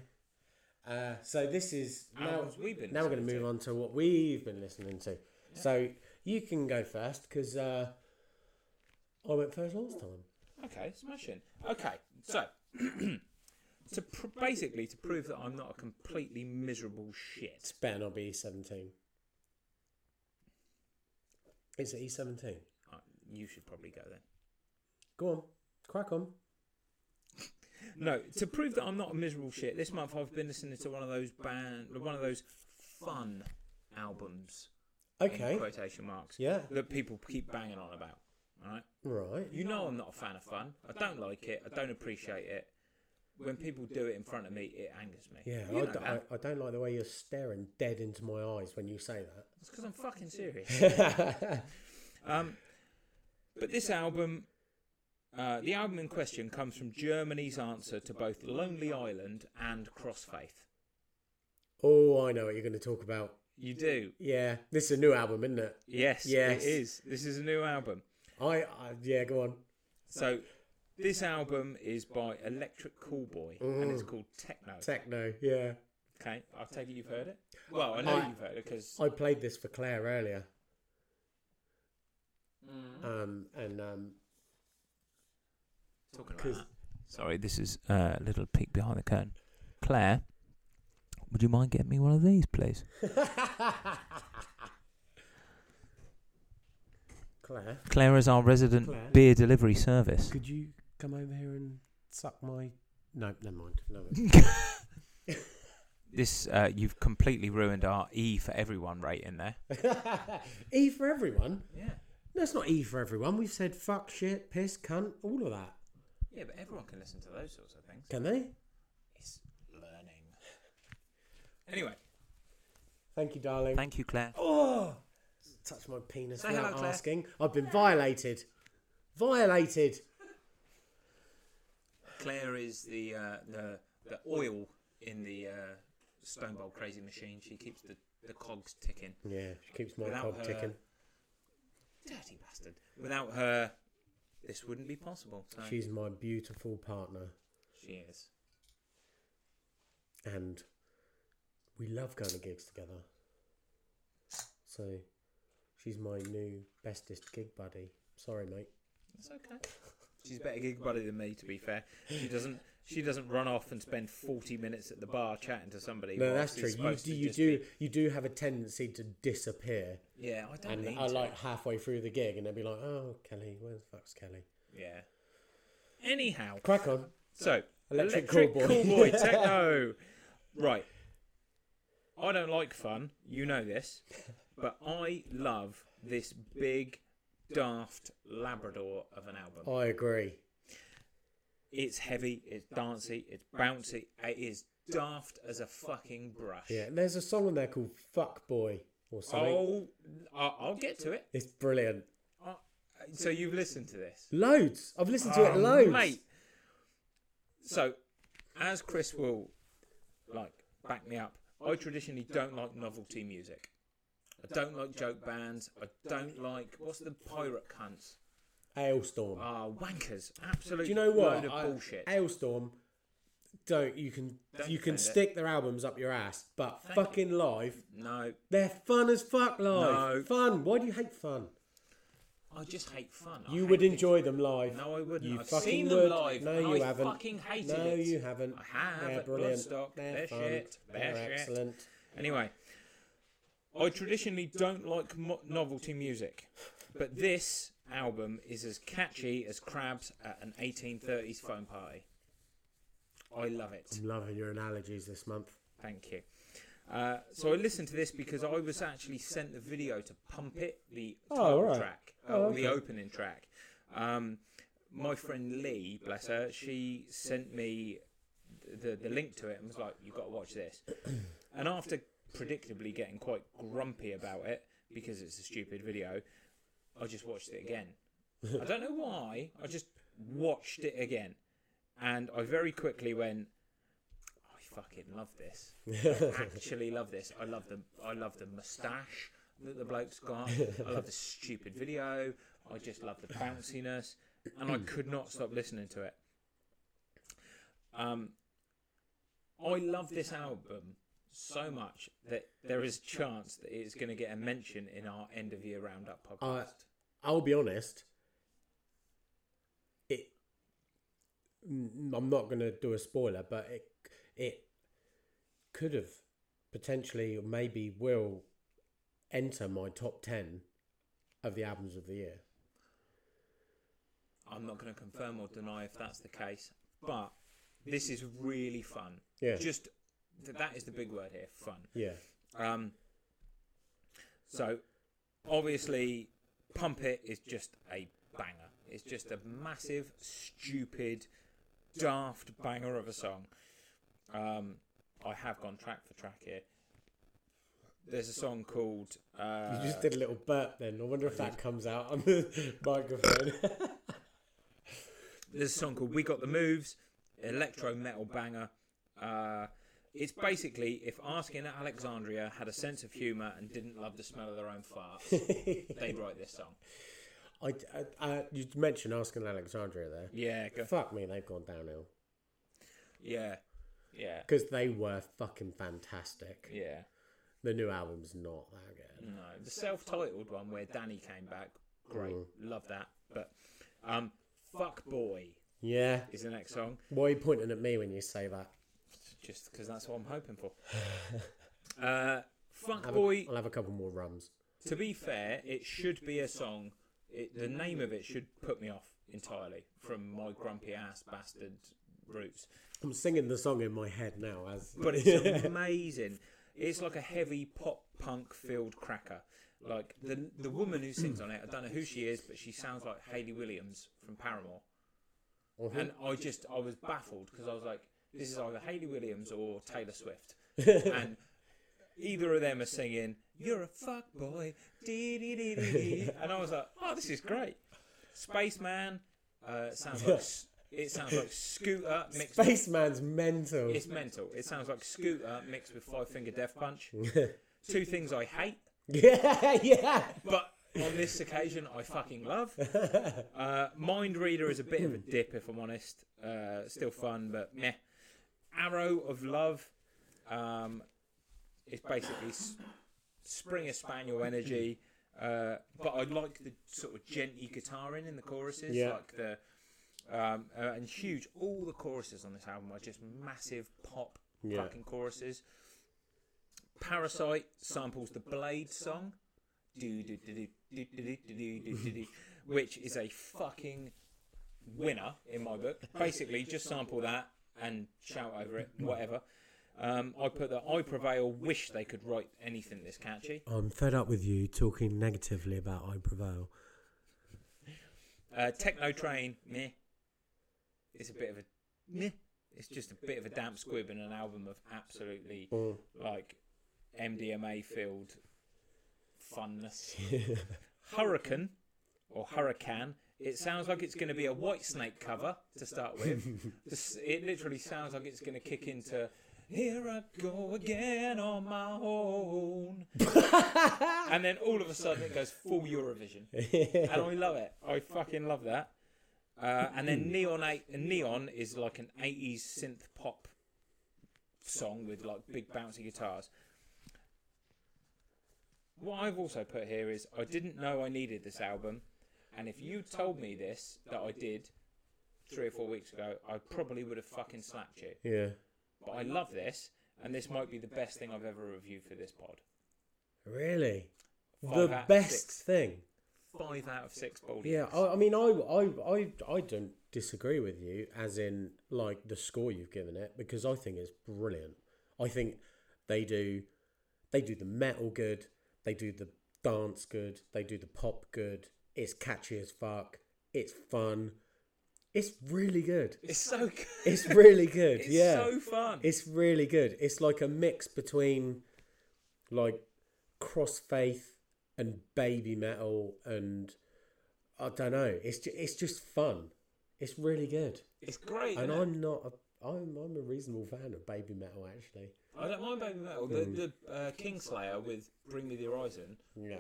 Uh, so this is now.
Albums we've been
Now we're going
listening
to move on to what we've been listening to. So you can go first because uh, I went first last time.
Okay, smashing. Okay, so *clears throat* to pr- basically to prove that I'm not a completely miserable shit.
Better not be E E17. Is it E E17?
uh, You should probably go then.
Go on, crack on.
No, to prove that I'm not a miserable shit. This month I've been listening to one of those band, one of those fun albums. in
Okay.
Quotation marks.
Yeah.
That people keep banging on about. All right.
Right.
You know I'm not a fan of fun. I don't like it. I don't appreciate it. When people do it in front of me, it angers me.
Yeah,
You
I,
know
d-
that.
I- I don't like the way you're staring dead into my eyes when you say that.
It's because I'm fucking serious. *laughs* um, but this album, uh, the album in question, comes from Germany's answer to both Lonely Island and Crossfaith.
Oh, I know what you're going to talk about.
You do.
Yeah, this is a new album, isn't it?
Yes,
Yes.
it is. This is a new album.
I, I yeah, go on.
So this album is by Electric Callboy and it's called Techno.
Techno, yeah.
okay, I take it you've heard it. Well, I know
I-
you've heard it because
I played this for Claire earlier.
Mm.
Um, and um,
Talking about
'Cause-
that. Sorry, this is uh, a little peek behind the curtain. Claire, would you mind getting me one of these, please?
*laughs* Claire,
Claire is our resident
Claire?
beer delivery service.
could you come over here and suck my? No, never mind. No.
*laughs* This uh, you've completely ruined our E for everyone rating there.
*laughs* e for everyone.
Yeah,
No, it's not E for everyone. We've said fuck, shit, piss, cunt, all of that.
yeah, but everyone can listen to those sorts of things.
Can they?
It's learning. Anyway,
Thank you, darling.
thank you, Claire.
oh, touch my penis
Say
without
hello, Claire.
asking. I've been violated. Violated.
Claire is the uh, the the oil in the uh, stone bowl crazy machine. She keeps the, the cogs ticking.
Yeah, she keeps my
Without
cog
her-
ticking.
Dirty bastard. Without her, this wouldn't be possible. So
She's my beautiful partner,
she is.
and we love going to gigs together. So, she's my new bestest gig buddy. Sorry, mate.
It's okay. She's a better gig buddy than me, to be fair. She doesn't. She doesn't run off and spend forty minutes at the bar chatting to somebody.
No,
while
that's
she's
true. You
supposed
do,
to
you
just
do, you do have a tendency to disappear,
be- yeah, I don't
and
need
I
to.
like halfway through the gig, and they'll be like, "Oh, Kelly, where the fuck's Kelly?"
Yeah. Anyhow,
Crack on.
so
Electric
electric,
Callboy.
cool
*laughs*
boy techno. Right. I don't like fun. You know this, but I love this big, daft Labrador of an album.
I agree.
It's heavy, it's dancey, it's bouncy, it is daft as a fucking brush.
Yeah, there's a song in there called "Fuck Boy" or something.
Oh, I- I'll get to it.
It's brilliant.
I- So you've listened to this,
Loads. I've Uh, listened to it loads.
Oh, mate. So, as Chris will like back me up, I traditionally don't like novelty music. I don't like joke bands. I don't like what's the pirate cunts?
Hailstorm.
Ah, wankers. Absolute.
Do you know what?
Load of
I-
bullshit.
Hailstorm. Don't you can
Don't
you
defend
can
it.
stick their albums up your ass, but fucking live,
no,
they're fun as fuck live.
No.
Fun. Why do you hate fun?
I just hate fun. I
You
hate
would
it.
enjoy them live.
No, I wouldn't.
You
I've
fucking
seen
would.
them live.
No,
and
you
I
haven't.
Fucking hated
no,
it.
you haven't.
I have.
They're
at
brilliant.
Bloodstock.
They're,
They're
fun.
shit.
They're,
They're shit.
excellent.
Anyway, I traditionally don't like mo- novelty music, but this album is as catchy as crabs at an 1830s phone party. I love it.
I'm loving your analogies this month.
Thank you. Uh, so I listened to this because I was actually sent the video to Pump It, the
Oh,
title
right.
track, uh,
Oh,
or the
okay.
opening track. Um, my friend Lee, bless her, she sent me the, the link to it and was like, "You've got to watch this." *clears throat* and after predictably getting quite grumpy about it because it's a stupid video, I just watched it again. I don't know why. I just watched it again, and I very quickly went, "I fucking love this. I actually love this. I love the I love the moustache that the bloke's got. I love the stupid video. I just love the bounciness, and I could not stop listening to it. Um, I love this album so much that there is a chance that it's going to get a mention in our end of year roundup podcast.
I'll be honest. It. n- I'm not going to do a spoiler, but it it could have potentially, or maybe will, enter my top ten of the albums of the year.
I'm not going to confirm or deny if that's the case, but this is really fun.
Yeah.
Just th- that is the big word here, fun.
Yeah,
Um, so obviously, Pump It is just a banger. It's just a massive, stupid, daft banger of a song. Um, I have gone track for track here. There's a song called. Uh,
you just did a little burp. Then I wonder if that comes out on the *laughs* microphone.
There's a song called We Got the Moves, electro metal banger. Uh, it's basically if Asking Alexandria had a sense of humour and didn't love the smell of their own
*laughs*
farts, they'd write this song.
I, I, I you mentioned asking Alexandria there.
Yeah, go,
Fuck me, they've gone downhill
yeah, yeah,
because they were fucking fantastic.
yeah.
The new album's not that good.
No, the self-titled one where Danny came back, great,
Mm.
love that. But um, "Fuck Boy"
Yeah.
is the next song.
Why are you pointing at me when you say that?
just because that's what I'm hoping
*laughs*
for. Uh, Fuck
Have
Boy.
A, I'll have a couple more rums.
To be fair, it should be a song. It, the name of it should put me off entirely from my grumpy ass bastard roots.
I'm singing the song in my head now as
But it's amazing. It's like a heavy pop punk filled cracker. Like the the woman who sings on it, I don't know who she is, but she sounds like Hayley Williams from Paramore.
*laughs*
And I just I was baffled because I was like, this is either Hayley Williams or Taylor Swift, and either of them are singing, You're a fuck boy. Dee, dee, dee, dee, dee. And I was like, Oh, this is great. Spaceman uh, sounds like. s- It sounds like Scooter mixed with
Spaceman's mental.
It's mental. It sounds like Scooter mixed with Five Finger Death Punch. Two things I hate,
*laughs* Yeah, yeah.
but on this occasion I fucking love. Uh, Mind Reader is a bit of a dip, if I'm honest. Uh, still fun, but meh. Arrow of Love um, is basically s- Springer Spaniel energy, uh, but I like the sort of genty guitaring in the choruses,
Yeah.
like the. Um, uh, and huge, all the choruses on this album are just massive pop
Yeah.
fucking choruses. Parasite samples the Blade song, do, do, do, do, do, do, do, do, do, do, do, do, which is a fucking winner in my book. Basically, just sample that and shout over it, whatever. Um, I put that I prevail. Wish they could write anything this catchy.
I'm fed up with you talking negatively about I Prevail.
Uh, Techno Train, meh. It's a bit of a meh. It's just a bit of a damp squib in an album of absolutely
Mm,
like MDMA filled funness. Hurricane or Hurricane. It sounds like it's going to be a White Snake cover to start with. This- it literally sounds like it's going to kick into. Here I go again on my own. and then all of a sudden it goes full Eurovision and I love it. I fucking love that. Uh, and then Neon eight, Neon is like an eighties synth pop song with like big bouncy guitars. What I've also put here is I didn't know I needed this album, and if you told me this that I did three or four weeks ago, I probably would have fucking slapped you.
Yeah.
But I love this, and this might be the best thing I've ever reviewed for this pod.
Really?
Five out
the
of
best
six.
thing.
Five out of six. Baldy.
Yeah, I, I mean, I, I, I, I don't disagree with you, as in like the score you've given it, because I think it's brilliant. I think they do, they do the metal good, they do the dance good, they do the pop good. It's catchy as fuck. It's fun. It's really good.
it's so good.
It's really good.
*laughs* It's
yeah,
so fun.
it's really good. It's like a mix between like cross faith and baby metal, and I don't know. It's ju- it's just fun. It's really good,
It's great. isn't
and
it?
I'm not a I'm I'm a reasonable fan of baby metal actually.
I don't mind Baby Metal.
Mm.
The, the uh, Kingslayer with Bring Me the Horizon.
Yeah,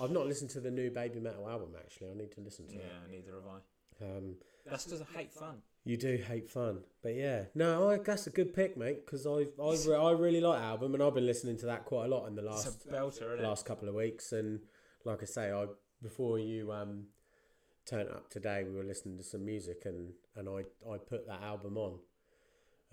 I've not listened to the new baby metal album actually. I need to listen to
Yeah, neither have I.
it. Um,
That's because I hate fun.
You do hate fun, but yeah, no, I, that's a good pick, mate. Because I I, re- I really like that album, and I've been listening to that quite a lot in the
It's
last
a belter, isn't it?
last couple of weeks and like I say I before you um turned up today we were listening to some music and and I I put that album on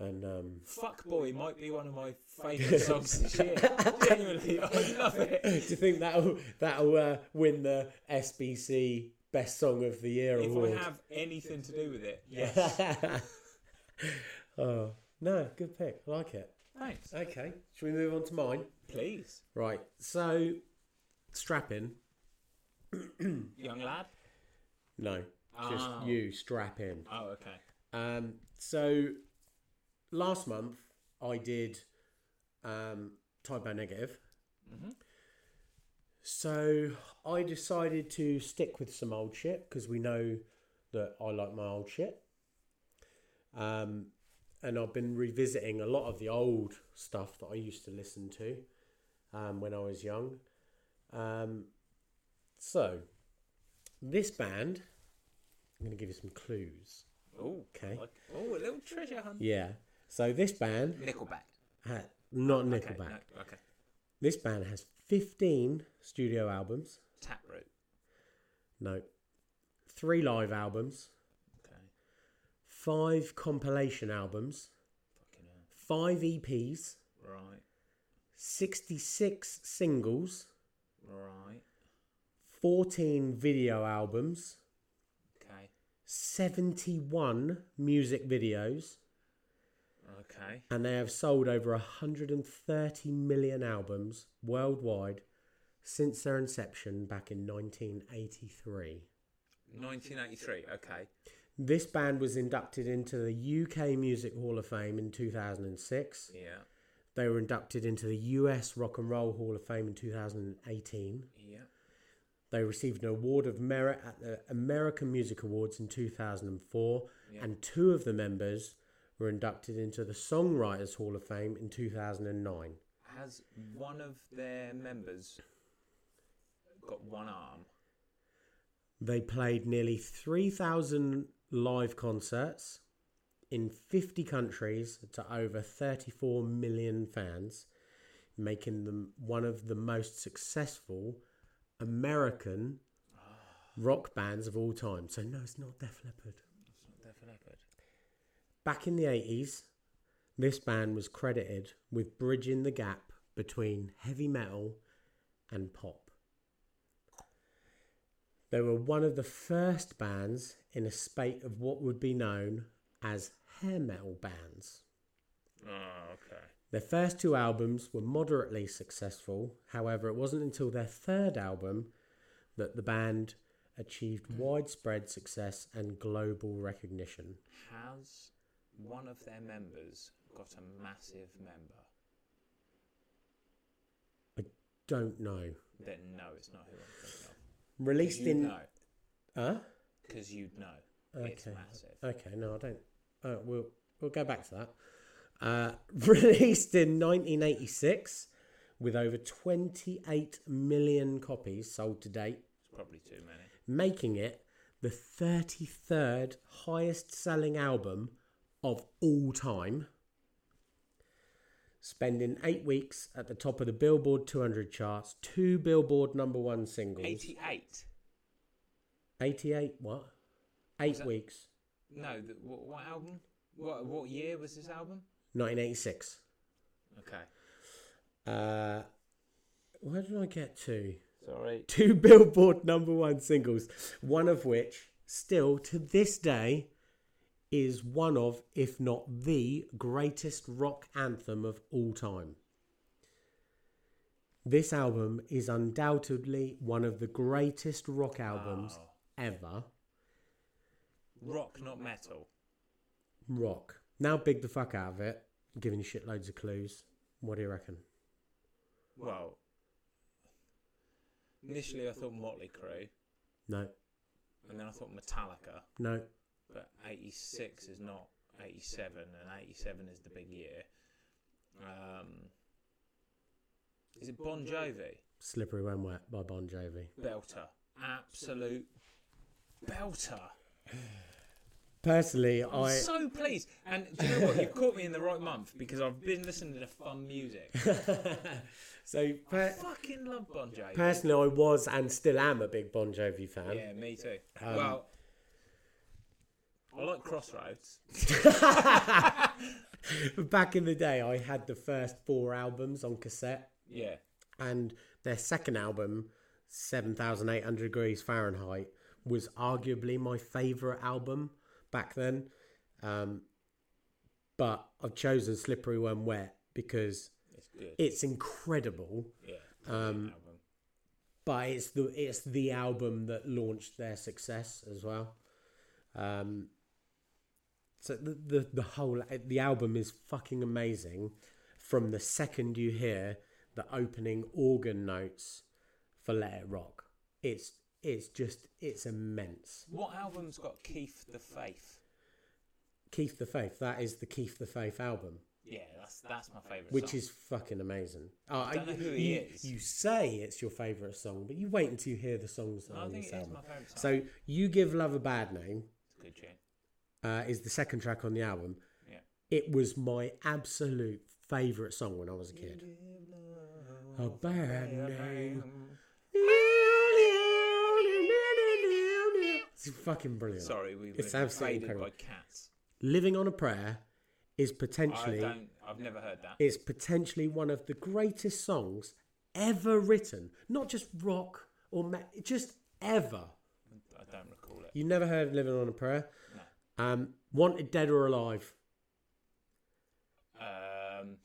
and um *laughs*
Fuck Boy might be one of my favourite songs this year. *laughs* Genuinely, I love *laughs*
do
it.
you think that'll that'll uh, win the SBC best song of the year
If I
award *laughs*
have anything to do with it, yes. *laughs*
oh no good pick I like it
Thanks.
okay should we move on to mine
Please,
right so strap in
young lad.
no just
Oh.
you strap in
Oh, okay.
Um, so last month I did um, type O negative. So I decided to stick with some old shit because we know that I like my old shit. Um, and I've been revisiting a lot of the old stuff that I used to listen to um, when I was young. Um, so this band, I'm going to give you some clues.
Oh,
Okay.
like- oh, a little treasure hunt.
Yeah. So this band,
Nickelback.
ha not
Okay,
Nickelback.
no, okay.
This band has 15 studio albums.
Taproot.
No. Three live albums.
Okay.
Five compilation albums.
Fucking hell.
Five E EPs.
Right.
66 singles.
Right.
14 video albums.
Okay.
71 music videos.
Okay.
And they have sold over 130 million albums worldwide since their inception back in 1983.
1983. Okay.
This band was inducted into the UK Music Hall of Fame in 2006.
Yeah.
They were inducted into the US Rock and Roll Hall of Fame in 2018.
Yeah.
They received an award of merit at the American Music Awards in 2004, and two of the members were inducted into the Songwriters Hall of Fame in 2009.
Has one of their members got one arm?
They played nearly 3,000 live concerts in 50 countries to over 34 million fans, making them one of the most successful American rock bands of all time. So, no, it's not Def Leppard.
Def Leppard.
Back in the 80s, this band was credited with bridging the gap between heavy metal and pop. They were one of the first bands in a spate of what would be known as hair metal bands.
Oh, okay.
Their first two albums were moderately successful, however, it wasn't until their third album that the band achieved
Hmm.
widespread success and global recognition.
Has one of their members got a massive member?
I don't know.
Then no, it's not who I'm thinking of.
Released
You
in.
know,
Huh?
because you'd know. It's
Okay.
massive.
Okay, no, I don't. Uh, we'll we'll go back to that. Uh, *laughs* released in 1986, with over 28 million copies sold to date,
It's probably too many.
making it the 33rd highest-selling album of all time. Spending eight weeks at the top of the Billboard 200 charts, two Billboard number one singles,
88?
88 what? Eight weeks,
No, the, what, what album? What, what year was this album?
1986.
Okay.
Uh, where did I get to?
Sorry.
*laughs* Two Billboard number one singles, one of which still to this day is one of, if not the greatest rock anthem of all time. This album is undoubtedly one of the greatest rock albums ever.
Rock, not metal.
Rock. Now big the fuck out of it. giving you shitloads of clues. What do you reckon?
Well, initially I thought Motley Crue,
No,
and then I thought Metallica,
no,
but 86 is not 87, and 87 is the big year. Um, is it Bon Jovi?
Slippery When Wet by Bon Jovi.
Belter. Absolute belter.
Personally,
I'm
I
so pleased. And do you know what? You've caught me in the right month because I've been listening to fun music.
*laughs* so per-
Fucking love Bon Jovi.
personally I was and still am a big Bon Jovi fan.
Yeah, me too. well, I like Crossroads.
*laughs* Back in the day, I had the first four albums on cassette,
Yeah.
and their second album, Seven Thousand Eight Hundred Degrees Fahrenheit, was arguably my favourite album back then. Um, but I've chosen Slippery When Wet because
It's good.
it's incredible.
yeah. Um, album.
but it's the it's the album that launched their success as well. Um, so the, the the whole the album is fucking amazing. From the second you hear the opening organ notes for Let It Rock, it's it's just it's immense.
What album's got Keith the Faith?
Keith the Faith, that is the Keith the Faith album,
Yeah, that's that's my favourite.
which
song.
is fucking amazing. Oh, I
don't know who he
you,
is.
You say it's your favourite song, but you wait until you hear the songs that are
I
on
think
this
it is
album.
my favourite song.
So you give love a bad name
It's a good tune.
uh, is the second track on the album.
Yeah.
It was my absolute favourite song when I was a kid. A bad name. It's fucking brilliant.
Sorry, we were
It's absolutely
invaded by
incredible.
cats.
Living on a Prayer is
I
potentially
don't. I've never heard that.
is potentially one of the greatest songs ever written. Not just rock or ma- just ever.
I don't recall it.
You never heard of Living on a Prayer? Um, Wanted Dead or Alive.
Um,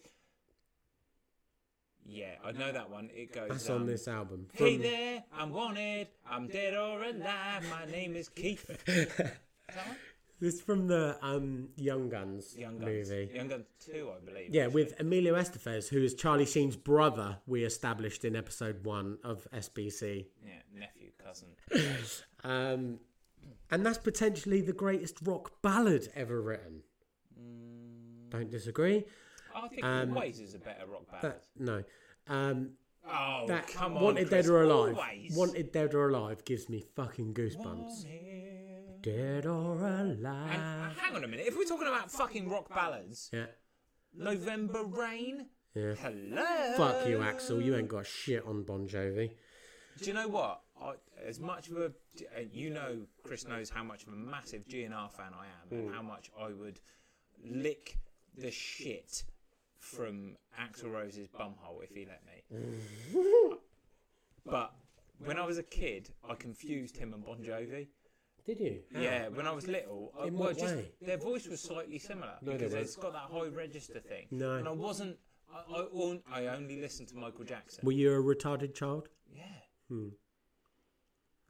yeah, I know that one. It goes.
That's
um,
on this album.
Hey
From- *laughs*
there, I'm wanted. I'm dead or alive. My name is Keith.
This is from the um, Young Guns
Young Guns.
movie.
Young Guns 2, I believe.
Yeah, with Emilio Estevez, who is Charlie Sheen's brother, we established in episode one of SBC.
Yeah, nephew, cousin.
Um, and that's potentially the greatest rock ballad ever written.
Mm.
Don't disagree.
I think Always is a better rock ballad.
Um, That, no. Um,
oh,
that
come on.
Wanted
Chris,
Dead or Alive.
Always.
Wanted Dead or Alive gives me fucking goosebumps.
Wanted.
Dead or
And
Alive.
hang on a minute. If we're talking about fucking rock ballads,
Yeah.
November Rain.
Yeah.
Hello.
Fuck you, Axel. You ain't got shit on Bon Jovi.
Do you know what? I, as much of a, uh, you know, Chris knows how much of a massive GNR fan I am,
Hmm.
and how much I would lick the shit from Axl Rose's bumhole if he let me.
*laughs*
but when I was a kid, I confused him and Bon Jovi.
Did you?
Yeah, when I was little, I,
In
well,
what
just,
way?
their voice was slightly similar
No, they
because
weren't.
it's got that high register thing.
No.
and I wasn't. I, I, on- I only listened to Michael Jackson.
Were you a retarded child?
yeah.
hmm.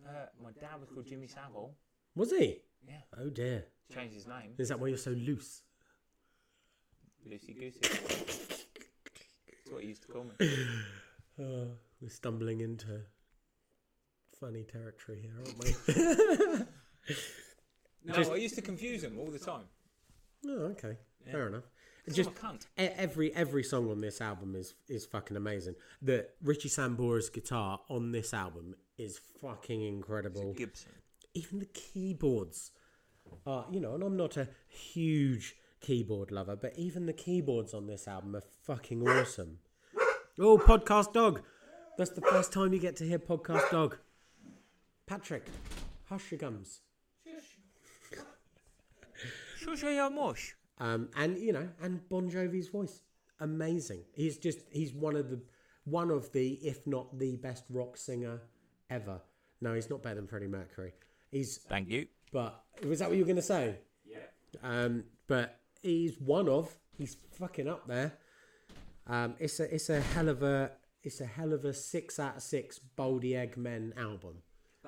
Uh, my dad was called Jimmy Savile.
Was he?
Yeah.
Oh dear.
Changed his name.
Is that why you're so loose?
Lucy Goosey. That's what he used to call me.
Oh, We're stumbling into funny territory here, aren't *laughs* we?
No, I used to confuse him all the time.
oh, okay. Fair enough.
'Cause
Just
I'm a cunt.
e- every every song on this album is is fucking amazing. The Richie Sambora's guitar on this album is fucking incredible.
Gibson.
Even the keyboards are, you know, and I'm not a huge keyboard lover, but even the keyboards on this album are fucking awesome. Oh, podcast dog. That's the first time you get to hear podcast dog. Patrick, hush your gums.
Shusha Yamosh.
Um, and you know, and Bon Jovi's voice, amazing. He's just he's one of the one of the if not the best rock singer ever. No, he's not better than Freddie Mercury. He's
Thank you.
but was that what you were going to say?
Yeah.
Um, but he's one of he's fucking up there. Um, it's a it's a hell of a it's a hell of a six out of six Baldy Egg Men album.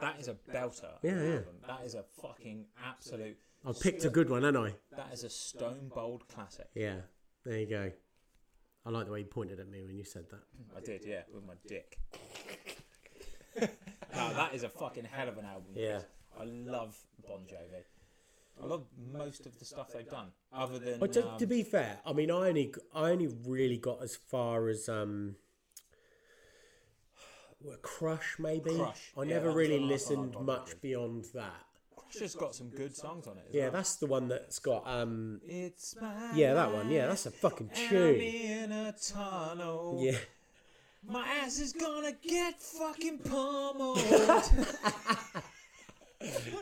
That is a belter.
Yeah, yeah.
album. That is a fucking absolute.
I picked a good one, haven't I?
That is a stone bold classic.
Yeah, there you go. I like the way you pointed at me when you said that.
I did, yeah, with my *laughs* dick. no, that is a fucking hell of an album.
Yeah.
I love Bon Jovi. I love most of the stuff they've done, other than
But to,
um,
to be fair, I mean, I only I only really got as far as um, *sighs* well, Crush maybe.
Crush,
I
yeah,
never
that's
really
the last one I
listened
bothered
much
with.
beyond that.
Crush has got some good songs on it. As
Yeah,
well.
that's the one that's got um,
it's my
yeah that one. Yeah, that's a fucking
life, I'm
tune.
in a tunnel.
Yeah, *laughs*
My ass is gonna get fucking
*laughs*
pummeled.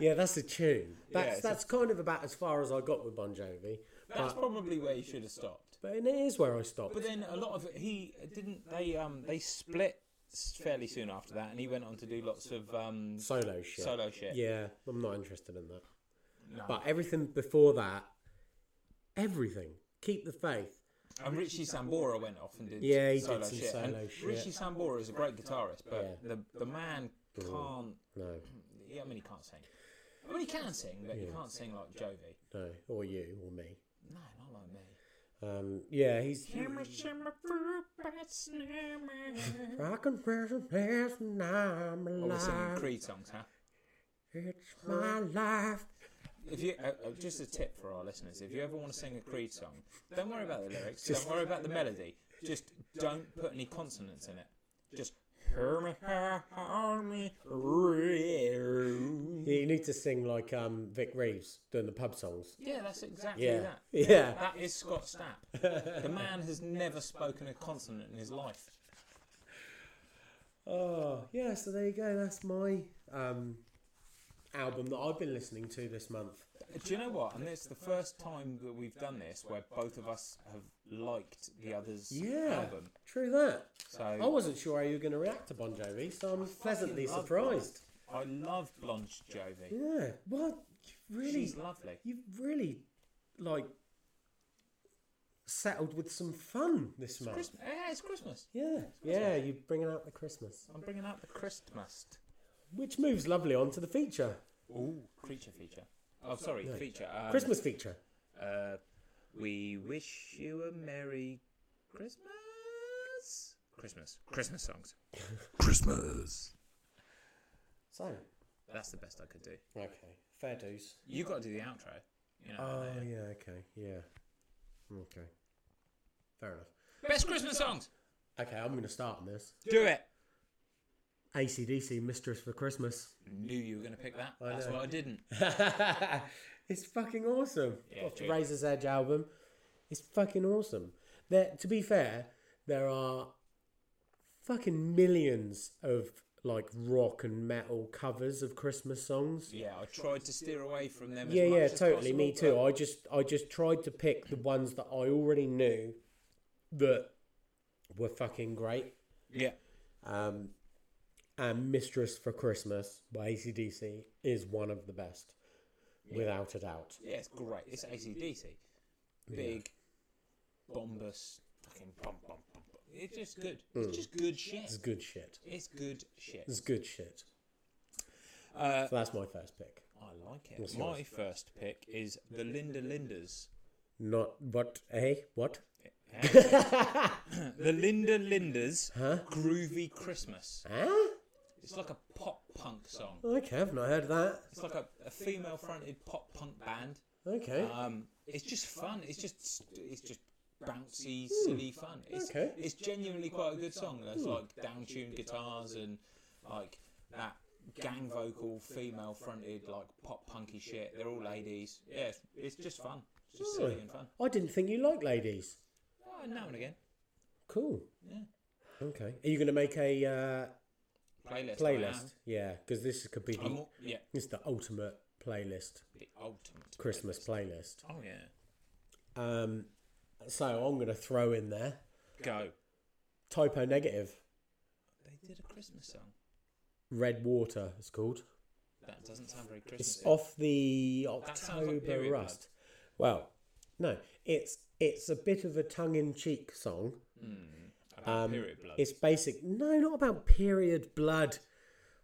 yeah, that's a tune. That's
it's a-
that's kind of about as far as I got with Bon Jovi.
that's probably where you should have stopped.
But it is where I stopped.
But then a lot of he didn't they um they split s- fairly soon after that, and he went on to do lots of um
Solo shit.
solo shit.
Yeah, I'm not interested in that.
No.
But everything before that, everything. Keep the faith.
And Richie Sambora went off and did
Yeah, he did
solo
some
shit. And
solo shit.
Richie Sambora is a great guitarist, but the the man can't.
No.
Yeah, I mean he can't sing. I mean he can sing, but he can't sing like Jovi.
No, or you, or me.
No, not like me.
Um, yeah, he's. I can press a pass and I'm
Oh, we're singing
alive.
Creed songs, huh?
It's my life.
If you uh, uh, just a tip for our listeners, if you ever want to sing a Creed song, don't worry about the lyrics. Don't worry about the melody. Just don't put any consonants in it. Just hear me, hear me, rear.
Yeah, you need to sing like um, Vic Reeves doing the pub songs.
Yeah, that's exactly
Yeah.
that.
*laughs* Yeah.
That is Scott Stapp. The man has never spoken a consonant in his life.
Oh, yeah, so there you go. That's my um, album that I've been listening to this month.
Do you know what? And it's the first time that we've done this where both of us have liked the other's
Yeah.
album.
True that.
So
I wasn't sure how you were going to react to Bon Jovi, so I'm pleasantly
love
surprised.
I love Blonde Jovi.
Yeah. What? You really?
She's lovely.
You've really, like, settled with some fun this month.
Christmas. Yeah, it's Christmas.
Yeah. Yeah, you're bringing out the Christmas.
I'm bringing out the Christmas.
Which moves lovely on to the feature.
Ooh, creature feature. Oh, sorry, feature. Um,
Christmas feature.
Uh, we wish you a merry Christmas. Christmas. Christmas songs. Christmas.
So
That's the best I could do.
okay, fair dues.
You got to do the outro. You know.
Oh yeah, okay, yeah, okay, fair enough.
Best Christmas songs.
Okay, I'm gonna start on this.
Do it.
ACDC, Mistress for Christmas.
Knew you were going to pick that. That's
know.
what I didn't.
*laughs* it's fucking awesome. Off the Razor's Edge album. It's fucking awesome. There, to be fair, there are fucking millions of like rock and metal covers of Christmas songs.
Yeah, I tried to steer away from them.
Yeah,
as much
yeah,
as
totally. Me
possible,
too. I just, I just tried to pick the ones that I already knew that were fucking great.
but- Yeah.
Um, and Mistress for Christmas by ACDC is one of the best, without a doubt.
Yeah, it's great. It's ACDC. Big, bombus, fucking bum bum bum. bum. It's just good. It's just good
Mm. It's
shit.
good shit.
It's good shit.
It's good shit. so that's my first pick.
I like it. My first pick is the Linda Linders.
Not what? Hey, what?
The Linda Linders Groovy Christmas.
Huh?
It's like a pop punk song.
Okay, I've not heard that.
It's like a, a female fronted pop punk band.
Okay.
Um, it's just fun. It's just it's just bouncy, silly fun. It's,
okay.
it's genuinely quite a good song. There's like down tuned guitars and like that gang vocal, female fronted, like pop punky shit. They're all ladies. Yeah, it's, it's just fun. It's just silly and fun.
I didn't think you liked ladies.
Oh, now and again.
Cool.
Yeah.
Okay. Are you going to make a uh,
Playlist. I am.
playlist? Yeah, because this could be
I'm
the,
all, yeah.
it's the ultimate playlist,
The ultimate.
Christmas playlist.
Oh yeah.
Um, so I'm going to throw in there
Go.
typo negative.
They did a Christmas song.
Red Water, it's called.
That doesn't sound very
It's
Christmas.
off the
sounds like
October
period
Rust. Well, no, it's it's a bit of a tongue-in-cheek song. Um,
About period blood.
It's basic. No, not about period blood.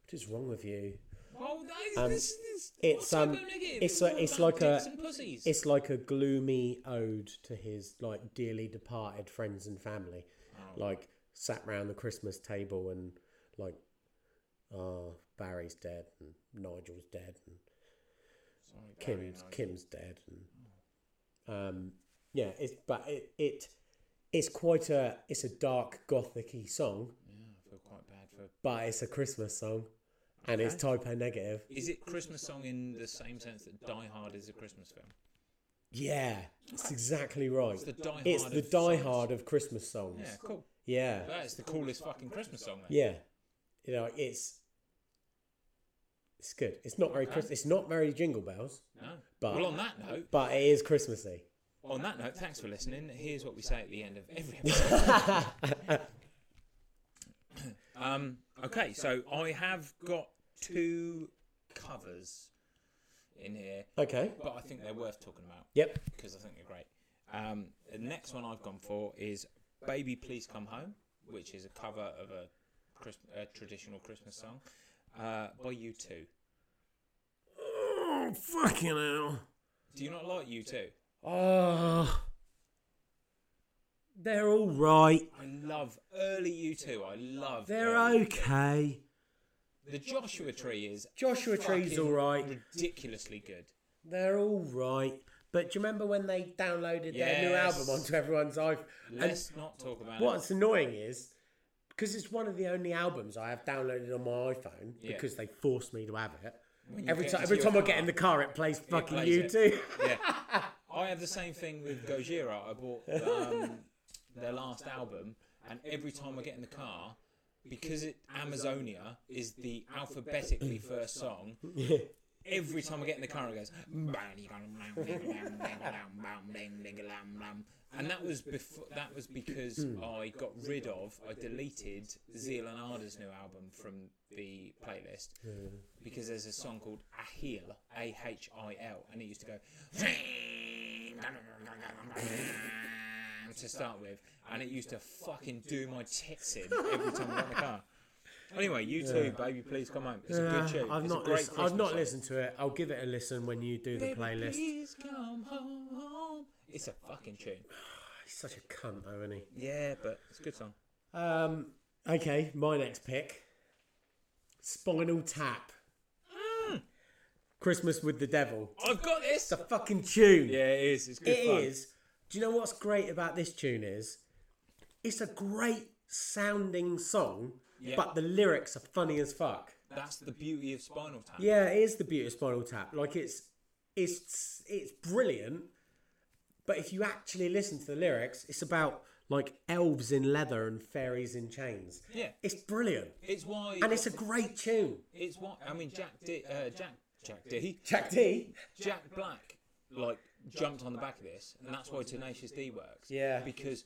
What is wrong with you?
Oh, that is, this, this,
um, it's,
what's so
um,
negative?
it's a-
all
it's
about
like a-
dicks and pussies.
It's like a gloomy ode to his like dearly departed friends and family,
Mm.
like sat round the Christmas table and like, oh, Barry's dead and Nigel's dead and
Sorry, Barry,
Kim's
no.
Kim's dead. And, um, yeah, it's but it, it it's quite a it's a dark gothicy song,
Yeah, I feel quite bad for.
but it's a Christmas song, and it's typo negative.
Is it Christmas song in the same sense that Die Hard is a Christmas film?
Yeah, it's exactly right. It's
the Die Hard.
It's the
of
Die
songs.
Hard of Christmas songs.
Yeah, cool.
Yeah,
That is the coolest fucking Christmas song. Then.
yeah. You know, it's it's good. It's not very Christ- It's not very Jingle Bells,
No.
But-
well, on that note,
but it is Christmassy.
on that note, thanks for listening. Here's what we say at the end of every episode. um, okay, so I have got two covers in here,
Okay.
but I think they're worth talking about.
Yep.
because I think they're great. Um, the next one I've gone for is "Baby Please Come Home," which is a cover of a, Christ- a traditional Christmas song uh, by U two.
Oh fucking hell.
Do you not like U two?
Oh, they're all right.
I love early U two. I love
They're
early-
okay.
the Joshua Tree is
Joshua Tree's
fucking
all right.
ridiculously good.
They're all right. But do you remember when they downloaded their new
Yes.
album onto everyone's iPhone? And
Let's not talk about it.
what's annoying is because it's one of the only albums I have downloaded on my iPhone
Yeah.
because they forced me to have it.
you
Every
get into
time, every
your
time I
car,
get in the car, it plays fucking
plays
you
it.
too.
I have the same thing with Gojira. I bought um, their last album, and every time I get in the car, because it, Amazonia is the alphabetically first song, every time I get in the car, it
*laughs*
goes. And that was before. That was because
Hmm.
I got rid of. I deleted Zealanda's new album from the playlist because there's a song called Ahil, A H I L, and it used to go *laughs*
*laughs*
to start with, and it used to fucking do my tits in every time I got in the car. Anyway, you too, baby. Please come home. It's a good tune.
I've
It's a
not
great
listened, I've
Christmas
not
song.
listened to it. I'll give it a listen when you do the
Baby,
playlist.
Please come home. It's a fucking tune.
He's such a cunt, though, isn't he?
Yeah, but it's a good song.
Um, okay, my next pick Spinal Tap. Christmas with the Devil.
Mm, I've got this.
It's a fucking tune.
Yeah, it is. It's good
It
fun.
is. Do you know what's great about this tune is? It's a great sounding song, but the lyrics are funny as fuck.
That's the beauty of Spinal Tap.
Yeah, it is the beauty of Spinal Tap. Like it's it's it's brilliant, but if you actually listen to the lyrics, it's about like elves in leather and fairies in chains.
Yeah.
It's brilliant.
It's why.
And it's a great tune.
It's why. I mean, Jack. D, uh, Jack. Jack D.
Jack D.
Jack Black like jumped on the back of this, and that's why Tenacious D works.
Yeah.
Because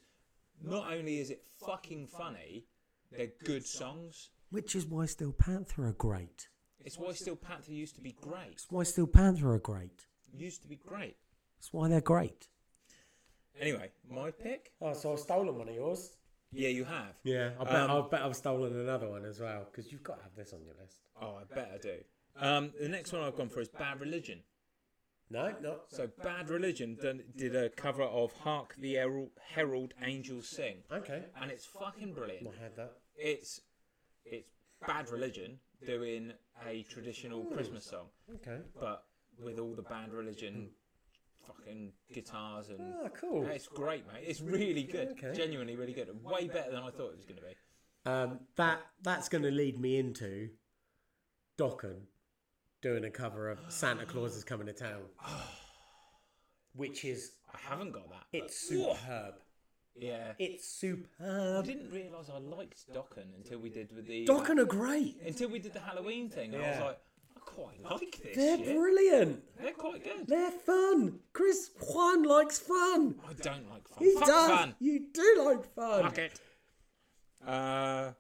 not only is it fucking funny, they're good songs.
Which is why Steel Panther are great.
It's why Steel Panther used to be great.
It's why Steel Panther are great.
Used to be great.
It's why they're great.
Anyway, my pick.
Oh, so I've stolen one of yours.
Yeah, you have.
Yeah, I bet,
Um,
I bet I've stolen another one as well, because you've got to have this on your list.
Oh, I bet I do. Um, the next one I've gone for is Bad Religion.
No, not.
So Bad Religion done, did a cover of Hark the Herald, Herald Angels Sing,
Okay.
and it's fucking brilliant.
I had that.
It's it's Bad Religion doing a traditional Christmas song,
Okay.
but with all the Bad Religion fucking guitars and.
Ah, cool.
It's great, mate. It's really good.
Okay.
Genuinely really good. Way better than I thought it was going to be.
Um, that that's going to lead me into Dokken doing a cover of
*gasps*
Santa Claus is Coming
*sighs*
to Town, which is
I haven't got that. but-
it's superb.
Yeah.
It's
I
superb.
didn't realise I liked Dokken until we did with the
Dokken are great.
until we did the Halloween thing. And I was
Yeah.
like, I quite like this.
They're
shit.
brilliant.
They're quite good.
They're fun. Chris Juan likes fun.
I don't like fun.
He
Fuck
does.
fun.
You do like fun.
Fuck it. Uh,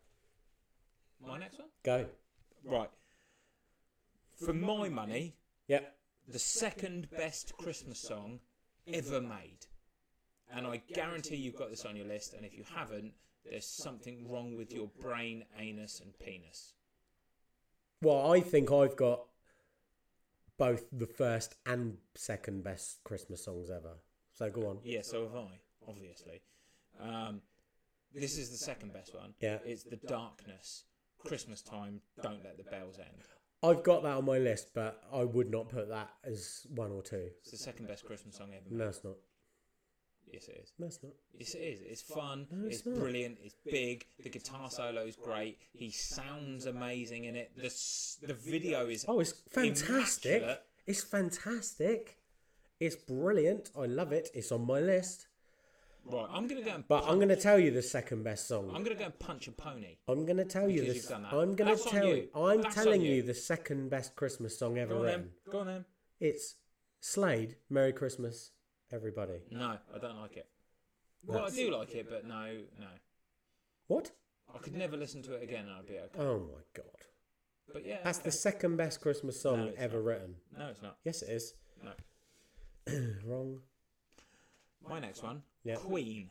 my next one.
Go.
Right. For my money,
Yep.
the second best Christmas song ever made. And I guarantee you've got this on your list. And if you haven't, there's something wrong with your brain, anus, and penis.
Well, I think I've got both the first and second best Christmas songs ever. So go on.
Yeah, so have I, obviously. Um, this is the second best one.
Yeah.
It's The Darkness, Christmas Time, Don't Let the Bells End.
I've got that on my list, but I would not put that as one or two.
It's the second best Christmas song ever. made.
No, it's not.
Yes, it is.
No, it's not.
Yes, it is. It's fun.
it's
It's
not.
brilliant. It's big. The guitar solo is great. He sounds amazing in it. The s- the video is
Oh, it's fantastic.
immaculate.
It's fantastic. It's brilliant. I love it. It's on my list.
Right, I'm gonna go and
But I'm going to tell you the second best
I'm
song.
gonna go and punch a pony.
I'm going to tell you
Because
this.
you've done that.
I'm going to
That's on
tell
you.
you. I'm
That's on
telling
you.
you. the second best Christmas song ever
Go on,
written.
then. Go on, then.
It's Slade. Merry Christmas, everybody.
No, I don't like it. Well, I do like it, but no, no.
What?
I could never listen to it again, and I'd be okay.
Oh my god.
But yeah,
That's the second best Christmas song
No, it's
ever
not.
written.
no, it's not.
Yes, it is.
No.
Wrong.
My next one,
Yeah.
Queen.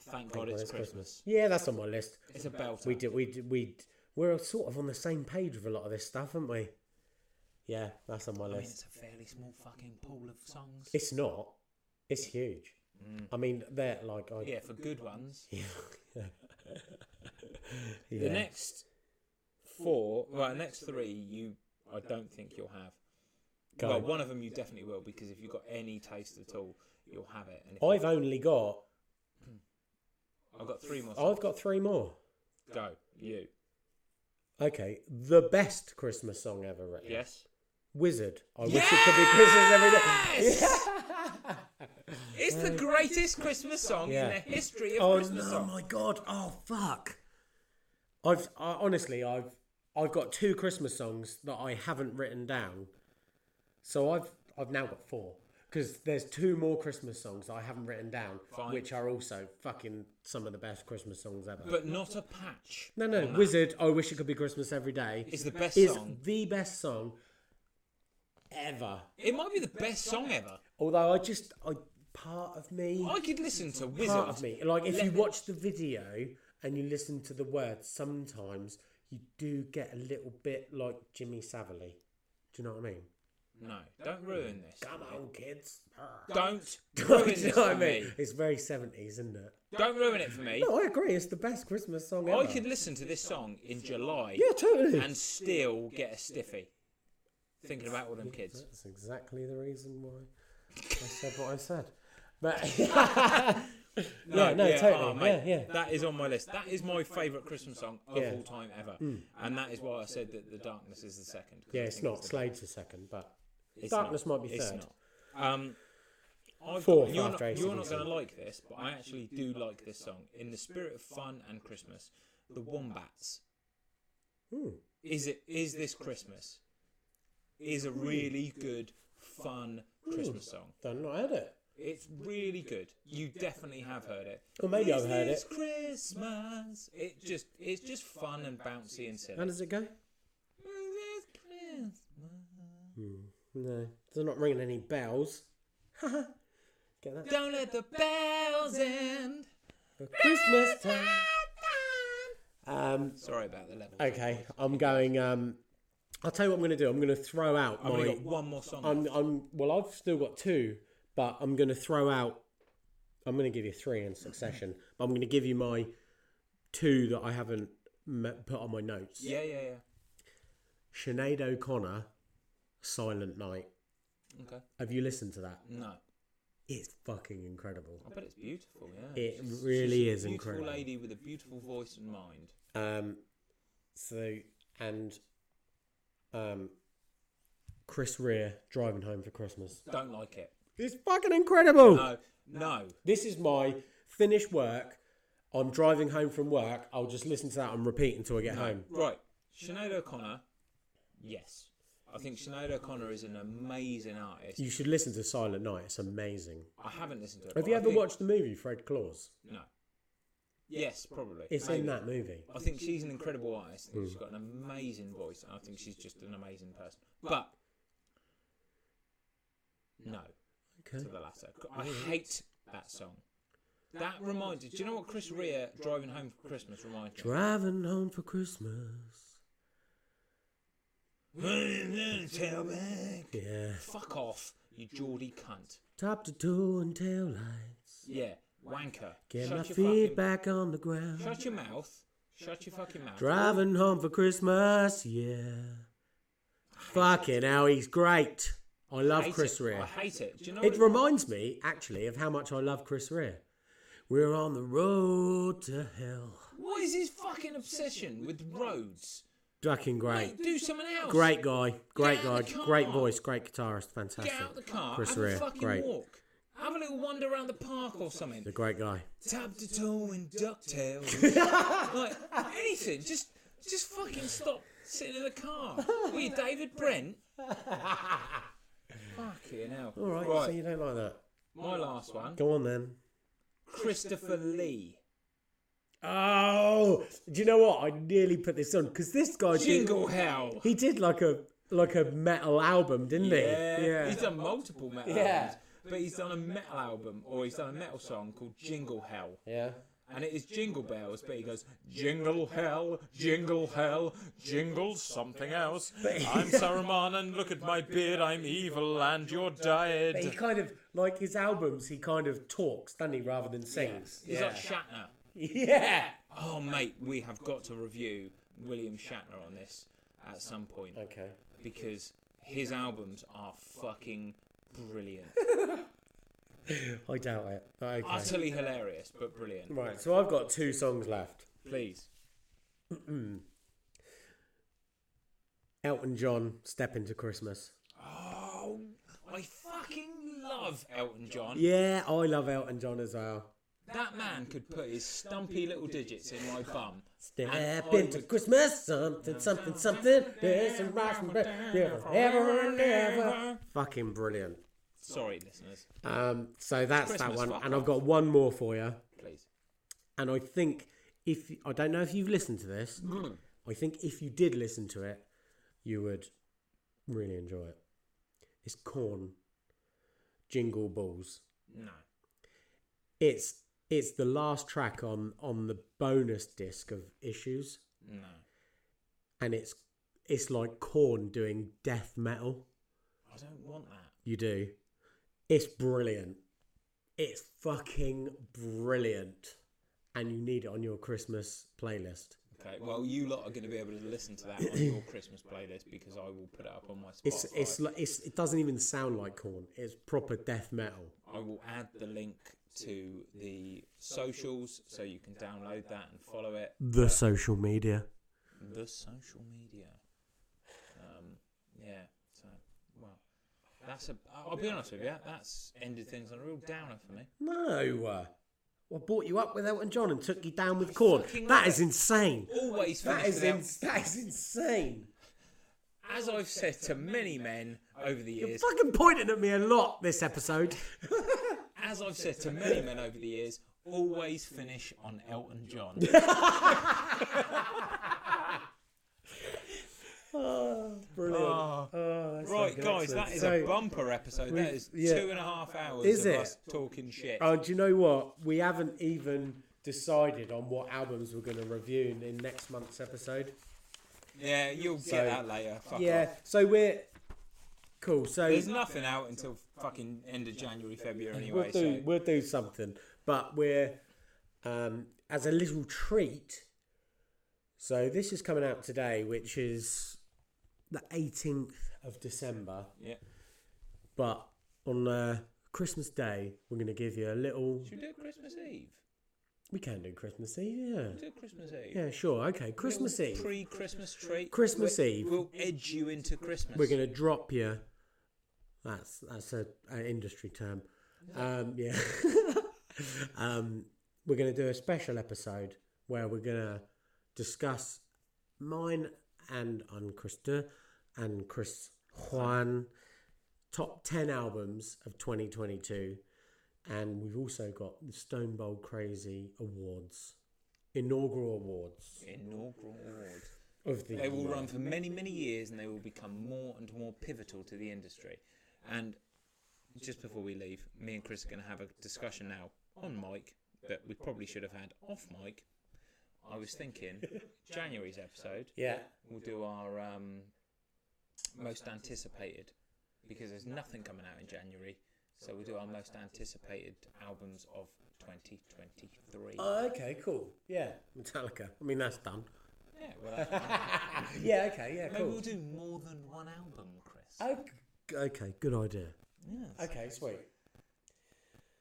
Thank God
Well,
it's Christmas.
Yeah, that's on my list.
It's a belter.
We did. We did. We we're sort of on the same page with a lot of this stuff, aren't we? Yeah, that's on my
I mean,
list.
it's a fairly small fucking pool of songs.
It's not. It's huge. I mean, they're like. I,
Mm.
*laughs*
Yeah, for good ones.
yeah.
The next four, well, the next three, you, I don't think you'll have.
Go.
Well, one of them you definitely will because if you've got any taste at all, you'll have it. And if
I've only got.
I've got three more.
I've got three more.
Go you.
Okay, the best Christmas song ever written. *laughs*
Yes.
Wizard. I wish it could be Christmas every day.
It's the greatest Christmas song
Yeah.
in the history of
Oh
Christmas
no,
song.
my god! Oh fuck! I've I, honestly, I've I've got two Christmas songs that I haven't written down, so I've I've now got four because there's two more Christmas songs I haven't written down, which are also fucking some of the best Christmas songs ever.
But not a patch.
no, no, Wizard. I wish it could be Christmas every day.
It's the best
is
song.
the best song ever.
It might be the best song ever.
Although I just I part of me
I could listen to Wizard.
part of me. Like if you watch the video and you listen to the words, sometimes you do get a little bit like Jimmy Savile. Do you know what I mean?
No, don't ruin this.
Come on,
*laughs*
kids.
Don't ruin
*laughs* Do
this
you know
for
what I mean?
me.
It's very 70s, isn't it?
Don't ruin it for me.
No, I agree. It's the best Christmas song ever.
I could listen to this song in July
*laughs* Yeah, totally.
and still get a stiffy. Thinking about all them kids.
That's exactly the reason why
*laughs*
I said what I said. But *laughs* no, no,
yeah,
totally.
oh, mate,
yeah, yeah.
That is on my list. That is my favourite Christmas song of
Yeah. Mm.
all time ever. And that is why I said that The Darkness is the second. 'cause
Yeah,
I
it's
think
not. Slade's a second, but
It's
Darkness
not.
might be
It's
third.
not. Um, I've
Fourth
got, you're
after
not, you're not
AC/DC.
going to like this, but I actually do like this song. In the spirit of fun and Christmas, the Wombats.
Hmm.
Is it? Is this Christmas? Is a really good, fun Christmas song.
I've not heard it.
It's really good. You definitely have heard it.
Or maybe
Is
I've heard
this
it.
Christmas. It just, it's just fun and bouncy and
How
silly.
does it go?
Is this Christmas?
No, they're not ringing any bells. *laughs* Get that?
Don't let the bells end.
Christmas time. Um,
Sorry about the level.
okay, I'm going. Um, I'll tell you what I'm going to do. I'm going to throw out
I've only
my.
got one more song.
I'm, I'm. Well, I've still got two, but I'm going to throw out. I'm going to give you three in succession, but I'm going to give you my two that I haven't me- put on my notes.
yeah, yeah, yeah.
Sinead O'Connor, Silent Night.
Okay.
Have you listened to that?
No,
It's fucking incredible.
but it's beautiful. Yeah,
It
She's-
really
she's a
is
beautiful
incredible.
lady with a beautiful voice and mind.
Um, so and um, Chris Rea driving home for Christmas.
Don't like it.
It's fucking incredible.
No, no.
This is my finish work. I'm driving home from work. I'll just listen to that and repeat until I get home.
Right, Sinead O'Connor. Yes, I think Sinead O'Connor is an amazing artist.
You should listen to Silent Night. It's amazing.
I haven't listened to it.
Have
but
you
I
ever
think-
watched the movie Fred Claus?
No. Yes, probably.
It's in Mm.
Maybe.
that movie.
I think she's an incredible artist. I think She's got an amazing voice, and I think she's just an amazing person. But no,
Okay.
to the latter. I hate that song. That reminded. Do you know what Chris Rea driving home for Christmas reminded me?
Driving home for Christmas. Yeah.
Fuck off, you Geordie cunt.
Top to toe and tail lights.
Yeah, wanker.
Get
shut
my
your
feet
fucking,
back on the ground.
Shut your mouth. Shut your fucking mouth.
Driving home for Christmas, yeah. Fucking hell, he's great. I love
Hate
Chris
it.
Rea.
I hate it. Do you know?
It
what
reminds me, actually, of how much I love Chris Rea. We're on the road to hell.
what is his fucking obsession with roads?
Fucking
Hey,
great.
do something else.
Great guy. Great
Get out
guy.
of the car.
Great voice. Great guitarist.
Get out the
Fantastic.
car.
Chris
have a
Rea.
fucking
Great.
walk. Have a little wander around the park or something.
The great guy.
Tab to toe and
*laughs*
ducktail. like anything. Just just fucking stop sitting in the car. Were you David
*laughs*
Brent? fucking hell.
All right,
right.
so you don't like that.
my last one.
Go on then.
Christopher Lee.
Oh, do you know what? I nearly put this on because this guy did,
Jingle hell.
he did like a like a metal album, didn't he?
He's done multiple metal
Yeah.
albums. But he's done a metal album or he's done a metal song called Jingle Hell.
Yeah.
And it is jingle bells, but he goes, Jingle hell, jingle hell, jingle something else.
*laughs*
I'm Saruman, and look at my beard, I'm evil, and you're
But he
dead.
kind of like his albums. He kind of talks, doesn't he, rather than sings.
He's like Shatner.
Yeah. *laughs*
Oh, mate, we have got to review William Shatner on this at some point
Okay.
because his albums are fucking
*laughs*
brilliant.
I doubt it. But okay.
Utterly hilarious, but brilliant.
Right. So I've got two songs left.
Please.
Elton John, "Step Into Christmas."
Oh, I fucking love Elton John.
Yeah, I love Elton John as well.
That man could put his stumpy little digits in my bum.
Step
I
into
would-
Christmas, something, something, something. There's some rocks and bread, forever and ever. Fucking brilliant.
Sorry, listeners.
Um, so that's that
Christmas
one,
fuck
and I've got one more for you.
Please.
And I think if I don't know if you've listened to this, I think if you did listen to it, you would really enjoy it. It's Corn Jingle Balls.
No.
It's it's the last track on on the bonus disc of Issues.
No.
and it's it's like Corn doing death metal.
I don't want that.
You do. It's brilliant. It's fucking brilliant, and you need it on your Christmas playlist.
Okay, well, you lot are going to be able to listen to that on your Christmas playlist because I will put it up on my Spotify.
It's it's like it's it doesn't even sound like Corn. It's proper death metal.
I will add the link to the socials so you can download that and follow it.
The social media.
The social media. Um, yeah. So, well, that's a. I'll be honest with you. That's ended things on a real downer for me.
No. uh, I brought you up with Elton John and took you down with Corn. That is insane.
Always
That
finish
is
without-
ins that is insane.
As I've said to many men over the
You're
years,
fucking pointing at me a lot this *laughs* episode.
as I've said to many men over the years, always finish on Elton *laughs* John.
Oh, Brilliant. Oh,
Right, guys, that is a
So-
bumper episode. That is
yeah.
two and a half hours
Is
of
it?
us talking shit.
Oh, do you know what? We haven't even decided on what albums we're going to review in, in next month's episode.
yeah, you'll
So-
get that later. Fuck
yeah,
off.
so we're cool. So
There's nothing out until fucking end of January, February anyway.
we'll do
So.
we'll do something, but we're um, as a little treat. So this is coming out today, which is the 18th of December.
Yeah.
But on uh, Christmas Day, we're going to give you a little.
Should we do it Christmas Eve?
We can do Christmas Eve, yeah.
Do it Christmas Eve.
Yeah, sure. Okay, Christmas Eve.
Pre Christmas treat.
Christmas
We'll-
Eve.
We'll edge you into Christmas.
We're going to drop you. That's that's a, an industry term. Um, yeah. *laughs* um, we're going to do a special episode where we're going to discuss mine and on Krista and Chris Juan top ten albums of 2022, and we've also got the Stone Bowl Crazy Awards, inaugural awards
Inaugural award.
of the
They will run for many, many years and they will become more and more pivotal to the industry. And just before we leave, me and Chris are going to have a discussion now on mic that we probably should have had off mic. I was thinking January's episode,
yeah.
we'll do our um, most anticipated because there's nothing coming out in January. So we'll do our most anticipated Uh, albums of 2023.
Oh, okay, cool. Yeah, Metallica. I mean, that's done.
Yeah, *laughs* well, that's fine.
Yeah, okay, yeah,
maybe
cool.
we'll do more than one album, Chris.
Okay, okay, good idea.
Yeah.
Okay, sweet.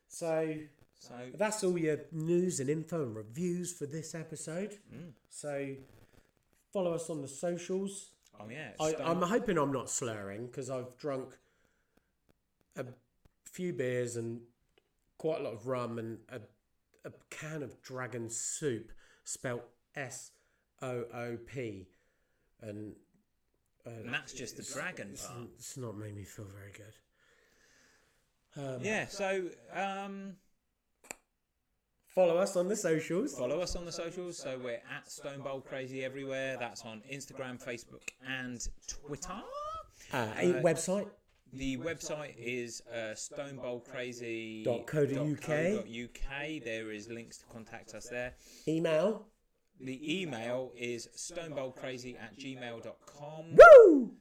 So
So
that's all your news and info and reviews for this episode.
Mm.
So follow us on the socials.
Oh yeah. it's
I,
done.
I'm hoping I'm not slurring because I've drunk a few beers and quite a lot of rum and a, a can of dragon soup spelt S O O P. And
and that's just the dragon part.
it's not made me feel very good.
Yeah. So um,
Follow us on the socials.
follow us on the socials. So we're at Stone Bowl Crazy everywhere. That's on Instagram, Facebook, and Twitter.
Uh, a website.
The website is uh, stonebowlcrazy.co.uk. There is links to contact us there.
Email.
The email is stonebowlcrazy at gmail.com.
Woo!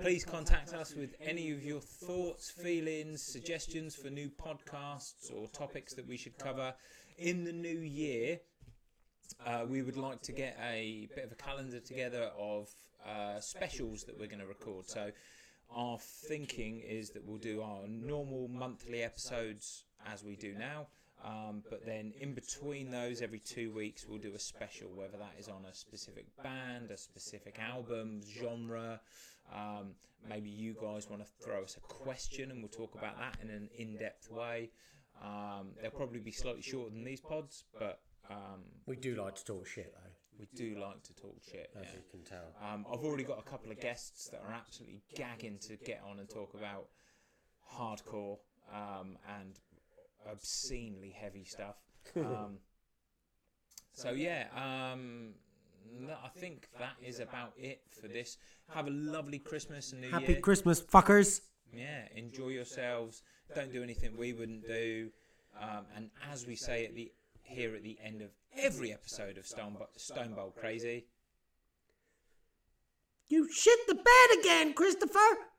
Please contact us with any of your thoughts, feelings, suggestions for new podcasts or topics that we should cover in the new year. Uh, we would like to get a bit of a calendar together of uh, specials that we're going to record. So, our thinking is that we'll do our normal monthly episodes as we do now. Um, but then in between those, every two weeks, we'll do a special, whether that is on a specific band, a specific album, genre. Um, maybe you guys want to throw us a question and we'll talk about that in an in depth way. Um, they'll probably be slightly shorter than these pods, but um,
We do like to talk shit, though,
we do like to talk shit.
as
yeah.
you can tell.
Um, I've already got a couple of guests that are absolutely gagging to get on and talk about hardcore um, and obscenely heavy *laughs* stuff. Um, so yeah, um, no, I think that is about it for this. Have a lovely Christmas and New
Happy
Year.
Christmas, fuckers.
Yeah, enjoy yourselves. Don't do anything we wouldn't do. Um, and as we say at the here at the end of every episode of Stone Bo- Stone Bowl Crazy.
You shit the bed again, Christopher.